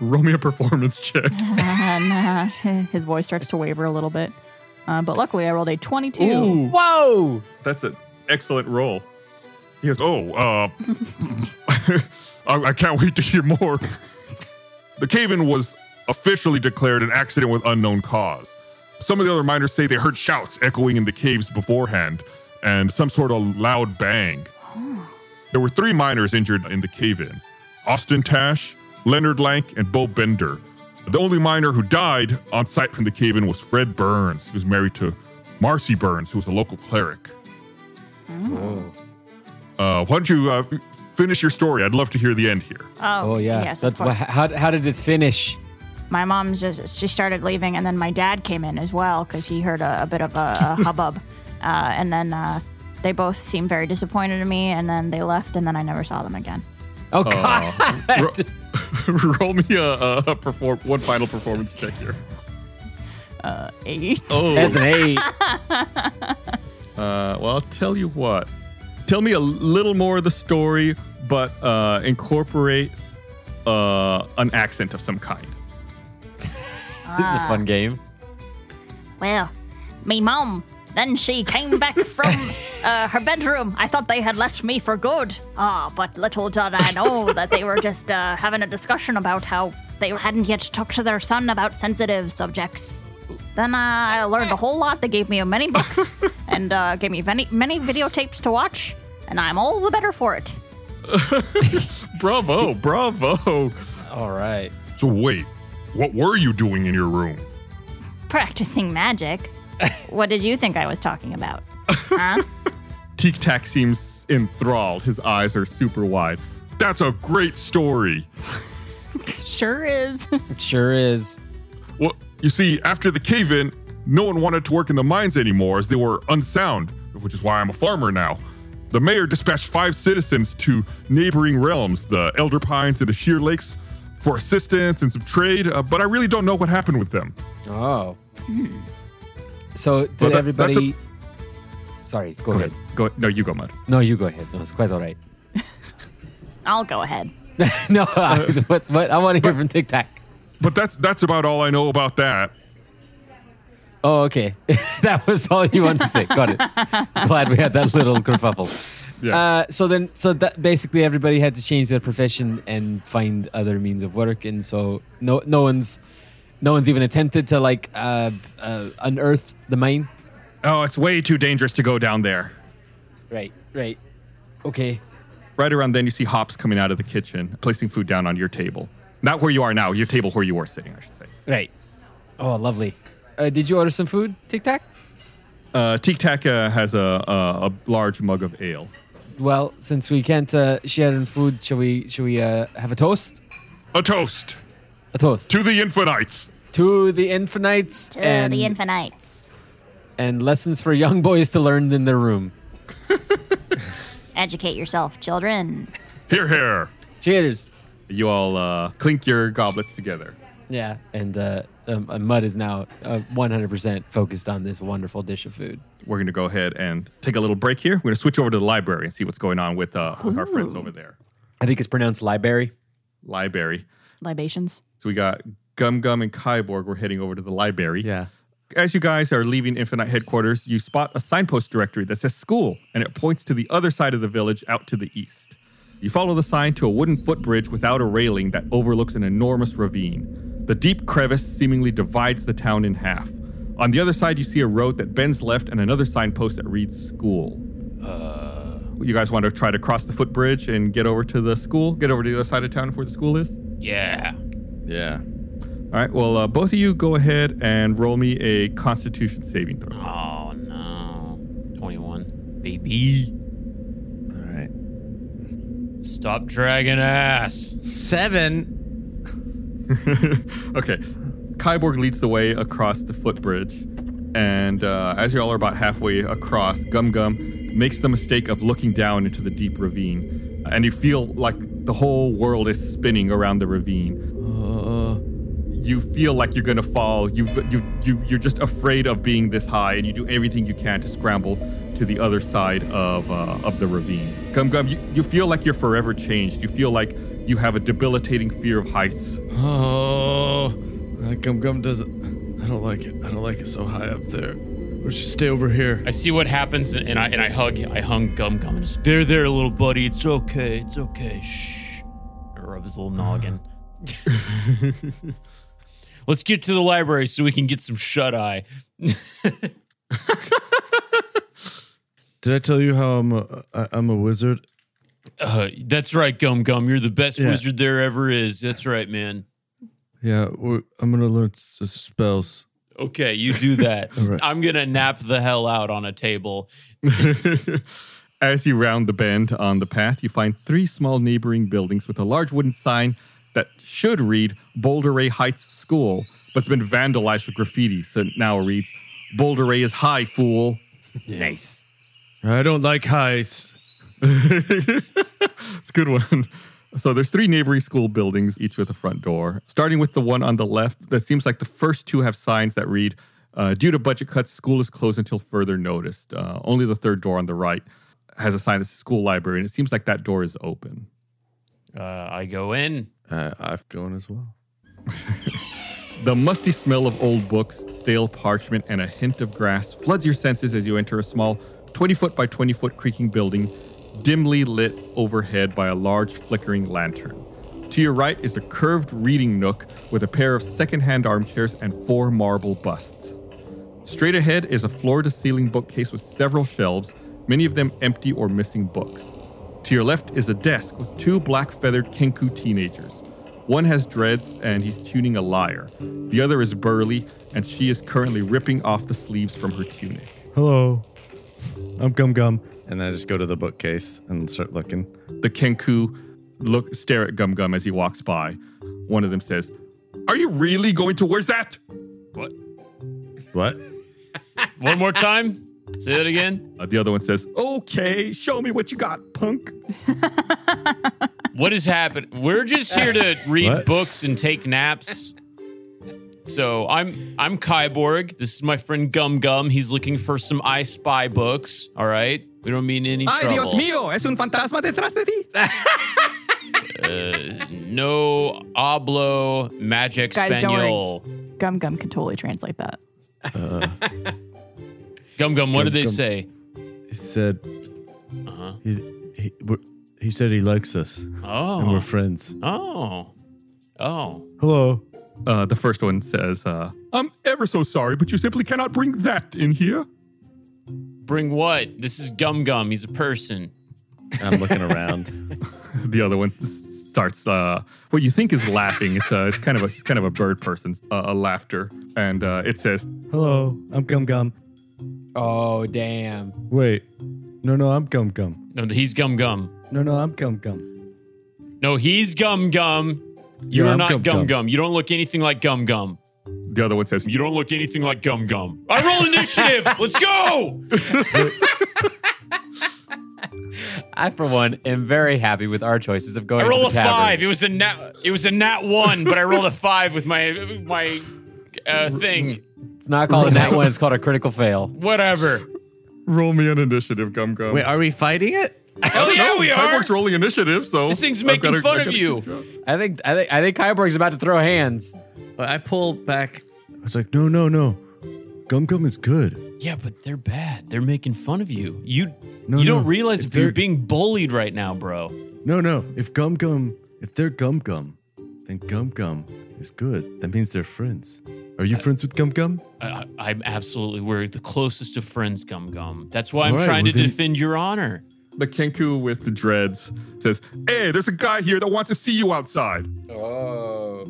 Speaker 3: roll me a performance check.
Speaker 5: and uh, his voice starts to waver a little bit. Uh, but luckily, I rolled a 22.
Speaker 3: Ooh.
Speaker 7: Whoa!
Speaker 3: That's an excellent roll.
Speaker 8: He goes, Oh, uh, I, I can't wait to hear more. The cave in was officially declared an accident with unknown cause. Some of the other miners say they heard shouts echoing in the caves beforehand and some sort of loud bang. There were three miners injured in the cave in Austin Tash, Leonard Lank, and Bo Bender. The only miner who died on site from the cave in was Fred Burns, who was married to Marcy Burns, who was a local cleric.
Speaker 5: Mm.
Speaker 3: Oh.
Speaker 8: Uh, why don't you uh, finish your story? I'd love to hear the end here.
Speaker 5: Oh, yes, of
Speaker 7: That's-
Speaker 5: course.
Speaker 7: wha- how, how did it finish?
Speaker 5: my mom's just she started leaving and then my dad came in as well because he heard a, a bit of a, a hubbub uh, and then uh, they both seemed very disappointed in me and then they left and then i never saw them again
Speaker 7: Oh,
Speaker 3: God. Uh, Roll me a, a, a perform one final performance check here.
Speaker 5: Uh, eight.
Speaker 3: Oh.
Speaker 7: That's an eight.
Speaker 3: Uh, well, I'll tell you what. Tell me a little more of the story, but uh, incorporate uh, an accent of some kind.
Speaker 7: This is a
Speaker 5: Ah.
Speaker 7: fun game.
Speaker 5: Well, me mom, then she came back from uh, her bedroom. I thought they had left me for good. Ah, but little did I know that they were just uh, having a discussion about how they hadn't yet talked to their son about sensitive subjects. Then I learned a whole lot. They gave me many books and uh, gave me many, many videotapes to watch, and I'm all the better for it.
Speaker 3: Bravo, bravo.
Speaker 7: All right.
Speaker 8: So wait, what were you doing in your room?
Speaker 5: Practicing magic. what did you think I was talking about? Huh?
Speaker 3: Tic Tac seems enthralled. His eyes are super wide.
Speaker 8: That's a great story.
Speaker 5: sure is.
Speaker 7: Sure is.
Speaker 8: Well, you see, after the cave in, no one wanted to work in the mines anymore as they were unsound, which is why I'm a farmer now. The mayor dispatched five citizens to neighboring realms, the Elder Pines and the Sheer Lakes, for assistance and some trade, uh, but I really don't know what happened with them.
Speaker 7: Oh. So did
Speaker 8: Well, that- that's
Speaker 7: everybody? Sorry, go, ahead.
Speaker 3: Go no, you go, Mud.
Speaker 7: No, you go ahead. No, it's quite all right.
Speaker 5: I'll go ahead.
Speaker 7: no, I, what, what, I want to hear from Tic Tac.
Speaker 8: But that's that's about all I know about that.
Speaker 7: Oh, okay. that was all you wanted to say. Got it. Glad we had that little kerfuffle.
Speaker 8: Yeah.
Speaker 7: Uh, so then, so that basically everybody had to change their profession and find other means of work, and so no, no one's, no one's even attempted to like uh, uh, unearth the mine.
Speaker 3: Oh, it's way too dangerous to go down there.
Speaker 7: Right. Right. Okay.
Speaker 3: Right around then, you see Hops coming out of the kitchen, placing food down on your table. Not where you are now, your table where you were sitting, I should say.
Speaker 7: Right. Oh, lovely. Uh, did you order some food, Tic Tac?
Speaker 3: Uh, Tic Tac uh, has a, a, a large mug of ale.
Speaker 7: Well, since we can't uh, share in food, shall we? Shall we uh, have a toast?
Speaker 8: A toast
Speaker 7: A toast
Speaker 8: to the infinites.
Speaker 7: to the infinites
Speaker 5: To
Speaker 7: and
Speaker 5: the infinites.
Speaker 7: and lessons for young boys to learn in their room.
Speaker 5: Educate yourself, children.
Speaker 8: Here, here.
Speaker 7: Cheers.
Speaker 3: You all uh, clink your goblets together.
Speaker 7: Yeah, and uh, um, uh, Mud is now uh, 100% focused on this wonderful dish of food.
Speaker 3: We're going to go ahead and take a little break here. We're going to switch over to the library and see what's going on with, uh, with our friends over there.
Speaker 7: I think it's pronounced library.
Speaker 3: Library.
Speaker 13: Libations.
Speaker 3: So we got Gum Gum and Kyborg. We're heading over to the library.
Speaker 7: Yeah.
Speaker 3: As you guys are leaving Infinite headquarters, you spot a signpost directory that says school, and it points to the other side of the village out to the east. You follow the sign to a wooden footbridge without a railing that overlooks an enormous ravine. The deep crevice seemingly divides the town in half. On the other side, you see a road that bends left and another signpost that reads school. Uh, you guys want to try to cross the footbridge and get over to the school? Get over to the other side of town where the school is?
Speaker 10: Yeah.
Speaker 11: Yeah.
Speaker 3: All right. Well, uh, both of you go ahead and roll me a Constitution saving throw.
Speaker 10: Oh no. 21. Baby.
Speaker 11: All right.
Speaker 4: Stop dragging ass.
Speaker 11: Seven.
Speaker 3: okay. Kyborg leads the way across the footbridge, and uh, as y'all are about halfway across, Gum Gum makes the mistake of looking down into the deep ravine, and you feel like the whole world is spinning around the ravine.
Speaker 11: Uh,
Speaker 3: You feel like you're gonna fall. You've, you you you're just afraid of being this high, and you do everything you can to scramble to the other side of uh, of the ravine. Gum Gum, you, you feel like you're forever changed. You feel like you have a debilitating fear of heights.
Speaker 11: oh. Uh, Gum Gum doesn't. I don't like it. I don't like it so high up there. Let's just stay over here.
Speaker 4: I see what happens, and I and I hug, I hung Gum Gum, and just there, there, little buddy, it's okay, it's okay. Shh. I rub his little noggin. Let's get to the library so we can get some shut eye.
Speaker 12: Did I tell you how I'm a, I- I'm a wizard?
Speaker 4: Uh, that's right, Gum Gum. You're the best
Speaker 12: Yeah.
Speaker 4: wizard there ever is. That's right, man.
Speaker 12: Yeah, we're, I'm gonna learn s- s- spells.
Speaker 4: Okay, you do that.
Speaker 12: All right.
Speaker 4: I'm gonna nap the hell out on a table.
Speaker 3: As you round the bend on the path, you find three small neighboring buildings with a large wooden sign that should read Boulder Ray Heights School, but it's been vandalized with graffiti. So it now reads Boulder Ray is high, fool.
Speaker 7: Nice.
Speaker 11: I don't like highs.
Speaker 3: It's a good one. So there's three neighboring school buildings, each with a front door. Starting with the one on the left, that seems like the first two have signs that read, uh, "Due to budget cuts, school is closed until further notice." Uh, only the third door on the right has a sign that says "School Library," and it seems like that door is open.
Speaker 4: Uh, I go in.
Speaker 11: Uh, I've gone as well.
Speaker 3: The musty smell of old books, stale parchment, and a hint of grass floods your senses as you enter a small 20 foot by 20 foot creaking building, dimly lit overhead by a large flickering lantern. To your right is a curved reading nook with a pair of second-hand armchairs and four marble busts. Straight ahead is a floor to ceiling bookcase with several shelves, many of them empty or missing books. To your left is a desk with two black feathered Kenku teenagers. One has dreads and he's tuning a lyre. The other is burly and she is currently ripping off the sleeves from her tunic.
Speaker 12: Hello. I'm Gum Gum.
Speaker 11: And then I just go to the bookcase and start looking.
Speaker 3: The Kenku look stare at Gum Gum as he walks by. One of them says, "Are you really going to wear that?"
Speaker 4: What?
Speaker 11: What?
Speaker 4: One more time. Say that again.
Speaker 3: Uh, the other one says, "Okay, show me what you got, punk."
Speaker 4: What is happening? We're just here to read books and take naps. So I'm I'm Kyborg. This is my friend Gum Gum. He's looking for some I Spy books. All right, we don't mean any
Speaker 2: Ay,
Speaker 4: trouble.
Speaker 2: Dios mío, es un fantasma detrás de ti.
Speaker 4: Uh, no hablo magic
Speaker 13: Guys, don't
Speaker 4: Spaniel.
Speaker 13: worry. Gum Gum can totally translate that.
Speaker 4: Gum Gum, what
Speaker 12: Uh.
Speaker 4: did
Speaker 12: Gum
Speaker 4: they
Speaker 12: Gum.
Speaker 4: say?
Speaker 12: He said.
Speaker 4: Uh-huh.
Speaker 12: He, he, we're, he said he likes us. And
Speaker 4: Oh.
Speaker 12: we're friends.
Speaker 4: Oh. Oh.
Speaker 12: Hello.
Speaker 3: Uh, the first one says, uh, "I'm ever so sorry, but you simply cannot bring that in here."
Speaker 4: Bring what? This is Gum Gum. He's a person.
Speaker 11: I'm looking around.
Speaker 3: The other one s- starts uh, what you think is laughing. It's, uh, it's kind of a it's kind of a bird person's uh, a laughter, and uh, it says,
Speaker 12: Hello. I'm Gum Gum.
Speaker 7: Oh damn!
Speaker 12: Wait. No, no, I'm Gum Gum.
Speaker 4: No, he's Gum Gum.
Speaker 12: No, no, I'm Gum Gum.
Speaker 4: No, he's Gum Gum. You're
Speaker 12: Yeah, I'm
Speaker 4: not
Speaker 12: Gum
Speaker 4: Gum Gum.
Speaker 12: Gum.
Speaker 4: You don't look anything like Gum Gum.
Speaker 3: The other one says,
Speaker 4: You don't look anything like Gum Gum. I roll initiative. Let's go.
Speaker 7: I for one am very happy with our choices of going
Speaker 4: I
Speaker 7: to
Speaker 4: roll
Speaker 7: the
Speaker 4: a
Speaker 7: tavern.
Speaker 4: five. It was a nat. It was a nat one, but I rolled a five with my my uh,
Speaker 12: Mm-hmm.
Speaker 4: thing.
Speaker 7: It's not called a nat one. It's called a critical fail.
Speaker 4: Whatever.
Speaker 3: "Roll me an initiative, Gum Gum."
Speaker 11: Wait, are we fighting it?
Speaker 3: Oh,
Speaker 4: Hell yeah, we are.
Speaker 3: Kyborg's rolling initiative, so
Speaker 4: This thing's
Speaker 3: I've
Speaker 4: making
Speaker 3: gotta-
Speaker 4: fun
Speaker 3: I
Speaker 4: of
Speaker 3: gotta
Speaker 4: you.
Speaker 3: keep track.
Speaker 7: I think I think I think Kyborg's about to throw hands.
Speaker 11: But I pull back.
Speaker 12: I was like, no, no, no. Gum Gum is good.
Speaker 4: Yeah, but they're bad. They're making fun of you. You
Speaker 12: No,
Speaker 4: you
Speaker 12: no.
Speaker 4: don't realize
Speaker 12: If
Speaker 4: if you're
Speaker 12: they're-
Speaker 4: being bullied right now, bro.
Speaker 12: No, no. If Gum Gum, if they're Gum Gum, then Gum Gum is good. That means they're friends. Are you friends with Gum Gum?
Speaker 4: I, I'm absolutely worried. The closest of friends, Gum Gum. That's why I'm
Speaker 12: All right,
Speaker 4: trying to
Speaker 12: well then-
Speaker 4: defend your honor.
Speaker 3: The Kenku with the dreads says, "Hey, there's a guy here that wants to see you outside."
Speaker 7: Oh.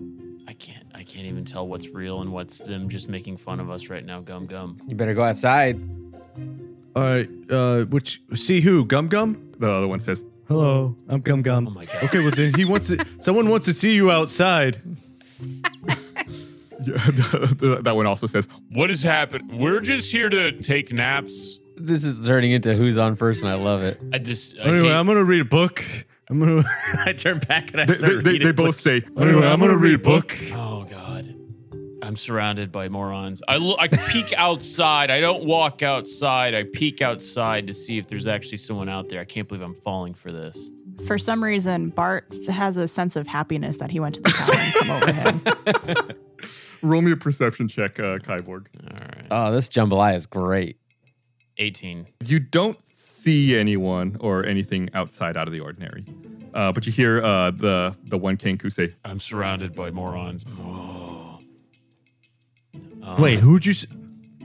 Speaker 4: I can't. I can't even tell what's real and what's them just making fun of us right now, Gum Gum.
Speaker 7: You better go outside.
Speaker 12: All right. Uh, which see who? Gum Gum.
Speaker 3: The other one says,
Speaker 12: Hello, I'm Gum Gum. Oh
Speaker 4: my God.
Speaker 12: Okay, well then he wants to. Someone wants to see you outside.
Speaker 3: yeah, "That one also says,
Speaker 4: What has happened? We're just here to take naps.
Speaker 7: This is turning into who's on first, and I love it.
Speaker 4: I just. I
Speaker 12: Anyway,
Speaker 4: hate-
Speaker 12: I'm gonna read a book. I'm gonna.
Speaker 11: I turn back and I
Speaker 3: They,
Speaker 11: start
Speaker 3: they, they,
Speaker 11: reading
Speaker 3: they both say,
Speaker 12: Anyway, I'm gonna read a book.
Speaker 4: Oh God, I'm surrounded by morons. I look. I peek outside. I don't walk outside. I peek outside to see if there's actually someone out there. I can't believe I'm falling for this.
Speaker 13: For some reason, Bart has a sense of happiness that he went to the tavern from over him.
Speaker 3: roll me a perception check, uh, Kyborg.
Speaker 7: Oh, this jambalaya is great.
Speaker 4: 18.
Speaker 3: You don't see anyone or anything outside out of the ordinary, uh, but you hear uh, the the one Kenku say,
Speaker 4: I'm surrounded by morons.
Speaker 12: Uh, Wait, who'd you? S-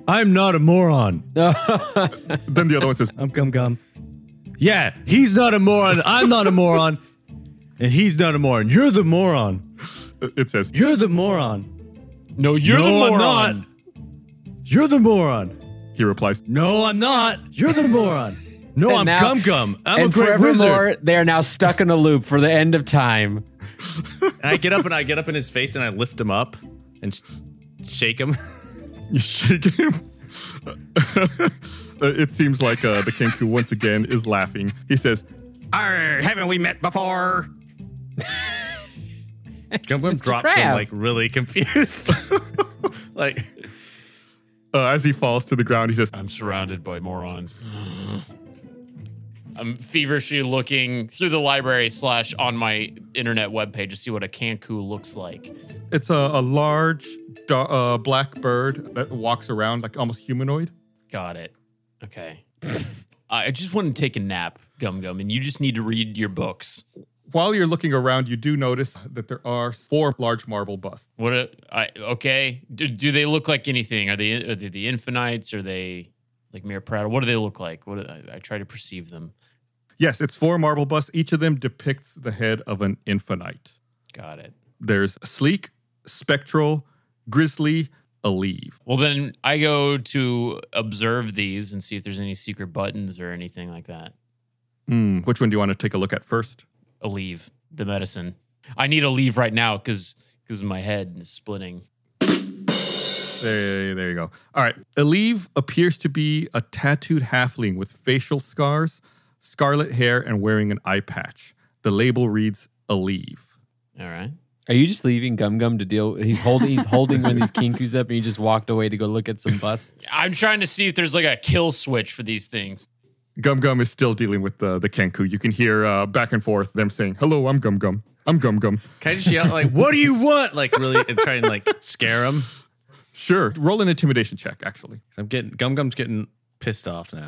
Speaker 12: I'm not a moron.
Speaker 3: then the other one says,
Speaker 12: I'm Gum Gum. Yeah, he's not a moron. I'm not a moron, and he's not a moron. You're the moron.
Speaker 3: it says,
Speaker 12: You're the moron.
Speaker 4: No, you're
Speaker 12: no,
Speaker 4: the moron.
Speaker 12: I'm not. You're the moron.
Speaker 3: he replies,
Speaker 12: No, I'm not. You're the moron. No,
Speaker 7: And
Speaker 12: I'm
Speaker 7: now-
Speaker 12: Gum Gum. I'm a
Speaker 7: and
Speaker 12: great
Speaker 7: forevermore,
Speaker 12: wizard.
Speaker 7: they are now stuck in a loop for the end of time.
Speaker 11: And I get up and I get up in his face and I lift him up and sh- shake him.
Speaker 3: You shake him. Uh, it seems like uh, the Kenku once again is laughing. He says,
Speaker 2: Arr, haven't we met before?
Speaker 11: Gum Gum drops him
Speaker 3: Crab.
Speaker 11: like really confused. like,
Speaker 3: Uh, as he falls to the ground, he says,
Speaker 4: I'm surrounded by morons. I'm feverishly looking through the library slash on my internet webpage to see what a Kanku looks like.
Speaker 3: It's a, a large do- uh, black bird that walks around like almost humanoid.
Speaker 4: Got it. Okay. I just want to take a nap, Gum Gum, and you just need to read your books.
Speaker 3: While you're looking around, you do notice that there are four large marble busts.
Speaker 4: What? A, I, okay. Do, do they look like anything? Are they are they the Infinites? Are they like Mir Prada? What do they look like? What do- I, I try to perceive them.
Speaker 3: Yes, it's four marble busts. Each of them depicts the head of an infinite.
Speaker 4: Got it.
Speaker 3: There's sleek, spectral, grizzly, a leave.
Speaker 4: Well, then I go to observe these and see if there's any secret buttons or anything like that.
Speaker 3: Hmm, which one do you want to take a look at first?
Speaker 4: A leave the medicine. I need a leave right now because because my head is splitting.
Speaker 3: There, there you go. All right. Aleve appears to be a tattooed halfling with facial scars, scarlet hair, and wearing an eye patch. The label reads Aleve.
Speaker 4: All right.
Speaker 7: Are you just leaving Gum Gum to deal? He's holding. He's holding one of these kinkus up, and he just walked away to go look at some busts.
Speaker 4: I'm trying to see if there's like a kill switch for these things.
Speaker 3: Gum Gum is still dealing with the, the Kenku. You can hear uh, back and forth them saying, Hello, I'm Gum Gum. I'm Gum Gum.
Speaker 11: can I just yell like, "What do you want?" Like, really, and try and like scare him.
Speaker 3: Sure. Roll an intimidation check, actually.
Speaker 11: I'm getting Gum Gum's getting pissed off now.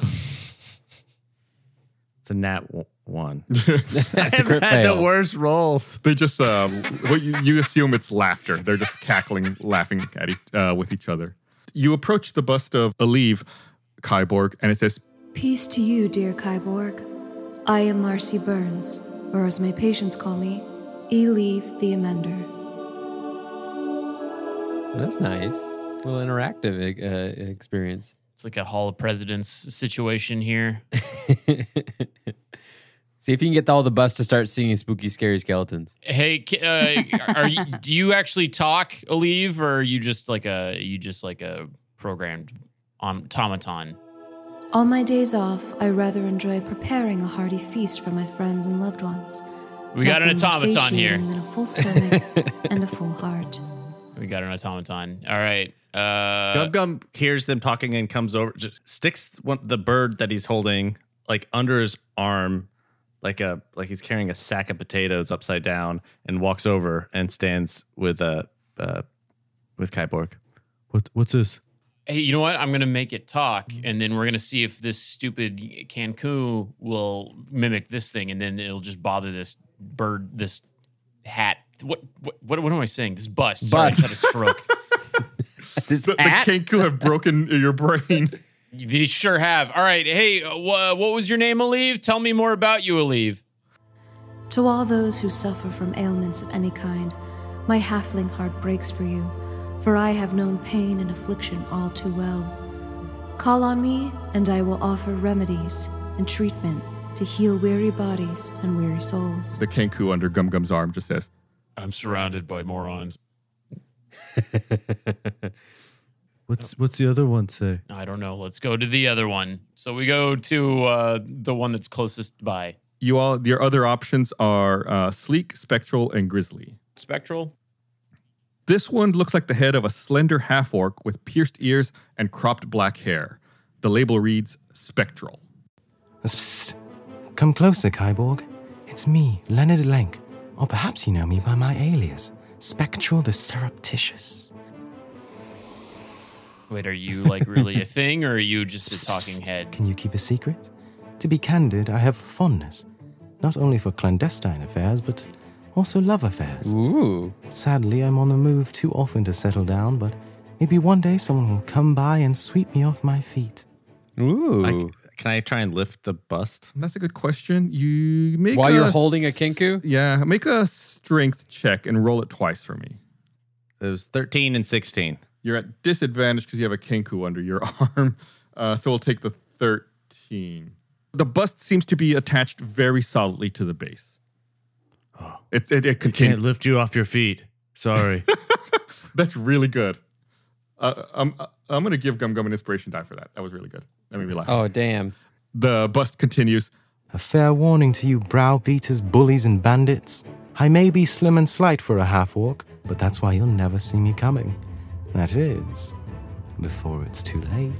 Speaker 11: It's a nat w- one.
Speaker 3: That's
Speaker 11: a crit I've had the fail.
Speaker 3: worst rolls. They just, uh, what you, you assume it's laughter. They're just cackling, laughing at each, uh, with each other. You approach the bust of Aleve, Kyborg, and it says,
Speaker 14: Peace to you, dear Kyborg. I am Marcy Burns, or as my patients call me, Eleve the Amender.
Speaker 7: That's nice. little interactive uh, experience.
Speaker 4: It's like a Hall of Presidents situation here.
Speaker 7: See if you can get all the busts to start singing spooky, scary skeletons.
Speaker 4: Hey, ki- uh, are you, do you actually talk, Aleve, or are you just like a you just like a programmed automaton?
Speaker 14: On my days off, I rather enjoy preparing a hearty feast for my friends and loved ones.
Speaker 4: We got an
Speaker 14: Nothing more
Speaker 4: automaton here.
Speaker 14: satiating Than a full stomach and a full heart.
Speaker 4: We got an automaton. All right. Uh,
Speaker 11: Gum Gum hears them talking and comes over, just sticks one, the bird that he's holding like under his arm, like a like he's carrying a sack of potatoes upside down, and walks over and stands with uh, uh with Kyborg.
Speaker 12: What what's this?
Speaker 4: Hey, you know what? I'm gonna make it talk,
Speaker 3: Mm-hmm.
Speaker 4: and then we're gonna see if this stupid Cancun will mimic this thing, and then it'll just bother this bird, this hat. What what what, what am I saying? This bust. Sorry, I just
Speaker 3: Bust.
Speaker 4: had a stroke.
Speaker 7: this
Speaker 3: the, the Kenku have broken your brain.
Speaker 4: They sure have. All right. Hey, uh, wha- what was your name, Aleve? Tell me more about you, Aleve.
Speaker 14: To all those who suffer from ailments of any kind, my halfling heart breaks for you, for I have known pain and affliction all too well. Call on me, and I will offer remedies and treatment to heal weary bodies and weary souls.
Speaker 3: The Kenku under Gum Gum's arm just says,
Speaker 4: I'm surrounded by morons.
Speaker 12: What's what's the other one say?
Speaker 4: I don't know. Let's go to the other one. So we go to uh, the one that's closest by.
Speaker 3: You all, your other options are uh, sleek, spectral, and grizzly.
Speaker 4: Spectral.
Speaker 3: This one looks like the head of a slender half orc with pierced ears and cropped black hair. The label reads spectral.
Speaker 15: Psst. Come closer, Kyborg. It's me, Leonard Lank. Or perhaps you know me by my alias, Spectral the Surreptitious.
Speaker 4: Wait, are you like really a thing, or are you just a talking head?
Speaker 15: Can you keep a secret? To be candid, I have a fondness, not only for clandestine affairs, but also love affairs.
Speaker 7: Ooh.
Speaker 15: Sadly, I'm on the move too often to settle down, but maybe one day someone will come by and sweep me off my feet.
Speaker 7: Ooh.
Speaker 11: can I try and lift the bust?
Speaker 3: That's a good question. You make
Speaker 7: While
Speaker 3: a
Speaker 7: you're holding a Kenku?
Speaker 3: Yeah, make a strength check and roll it twice for me.
Speaker 11: It was 13 and 16.
Speaker 3: You're at disadvantage because you have a Kenku under your arm. Uh, so we'll take the 13. The bust seems to be attached very solidly to the base. It, it, it continues.
Speaker 11: Oh. Can't lift you off your feet. Sorry.
Speaker 3: That's really good. Uh, I'm, I'm going to give Gum Gum an inspiration die for that. That was really good. That made me laugh.
Speaker 7: Oh, damn.
Speaker 3: The bust continues.
Speaker 15: A fair warning to you browbeaters, bullies, and bandits. I may be slim and slight for a half orc, but that's why you'll never see me coming. That is, before it's too late.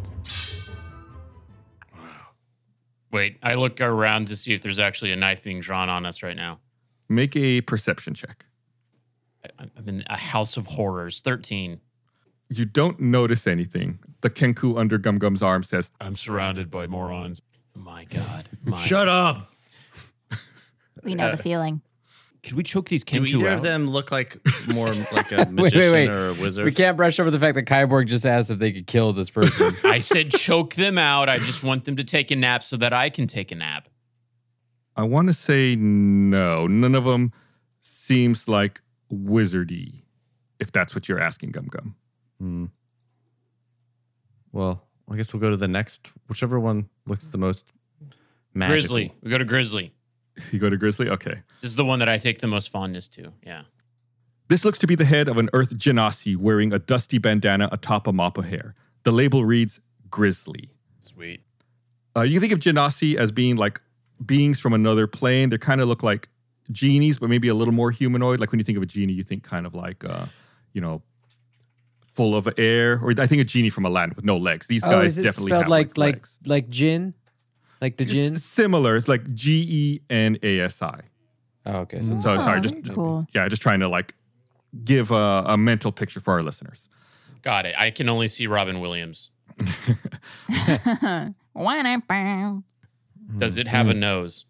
Speaker 4: Wait, I look around to see if there's actually a knife being drawn on us right now.
Speaker 3: Make a perception check.
Speaker 4: I- I'm in a house of horrors. 13.
Speaker 3: You don't notice anything. The Kenku under Gum Gum's arm says,
Speaker 4: I'm surrounded by morons. My God. My.
Speaker 11: Shut up.
Speaker 5: We know
Speaker 11: Uh,
Speaker 5: the feeling.
Speaker 4: Could we choke these
Speaker 11: Do
Speaker 4: Kenku
Speaker 11: either
Speaker 4: out?
Speaker 11: of them look like more like a magician
Speaker 7: Wait, wait, wait.
Speaker 11: or a wizard?
Speaker 7: We can't brush over the fact that Kyborg just asked if they could kill this person.
Speaker 11: Hmm.
Speaker 4: I said choke them out. I just want them to take a nap so that I can take a nap.
Speaker 3: I want to say no. None of them seems like wizardy, if that's what you're asking, Gum Gum.
Speaker 12: Hmm. Well, I guess we'll go to the next, whichever one looks the most magical.
Speaker 4: Grizzly. We go to Grizzly.
Speaker 3: You go to Grizzly? Okay.
Speaker 4: This is the one that I take the most fondness to. Yeah.
Speaker 3: This looks to be the head of an Earth Genasi wearing a dusty bandana atop a mop of hair. The label reads Grizzly.
Speaker 4: Sweet.
Speaker 3: Uh, you can think of Genasi as being like beings from another plane. They kind of look like genies, but maybe a little more humanoid. Like when you think of a genie, you think kind of like, uh, you know, full of air. Or I think a genie from Aladdin with no legs. These
Speaker 7: oh,
Speaker 3: guys
Speaker 7: is it
Speaker 3: definitely
Speaker 7: spelled
Speaker 3: have
Speaker 7: like
Speaker 3: legs.
Speaker 7: like like gin, like the gin?
Speaker 3: It's similar. It's like G E N A S I.
Speaker 7: Oh, okay.
Speaker 3: So,
Speaker 7: So-
Speaker 3: so
Speaker 7: Oh,
Speaker 3: sorry. Just
Speaker 7: very cool.
Speaker 3: yeah, just trying to like give a, a mental picture for our listeners.
Speaker 4: Got it. I can only see Robin Williams.
Speaker 5: Wah-na-bow.
Speaker 4: Does it have a nose?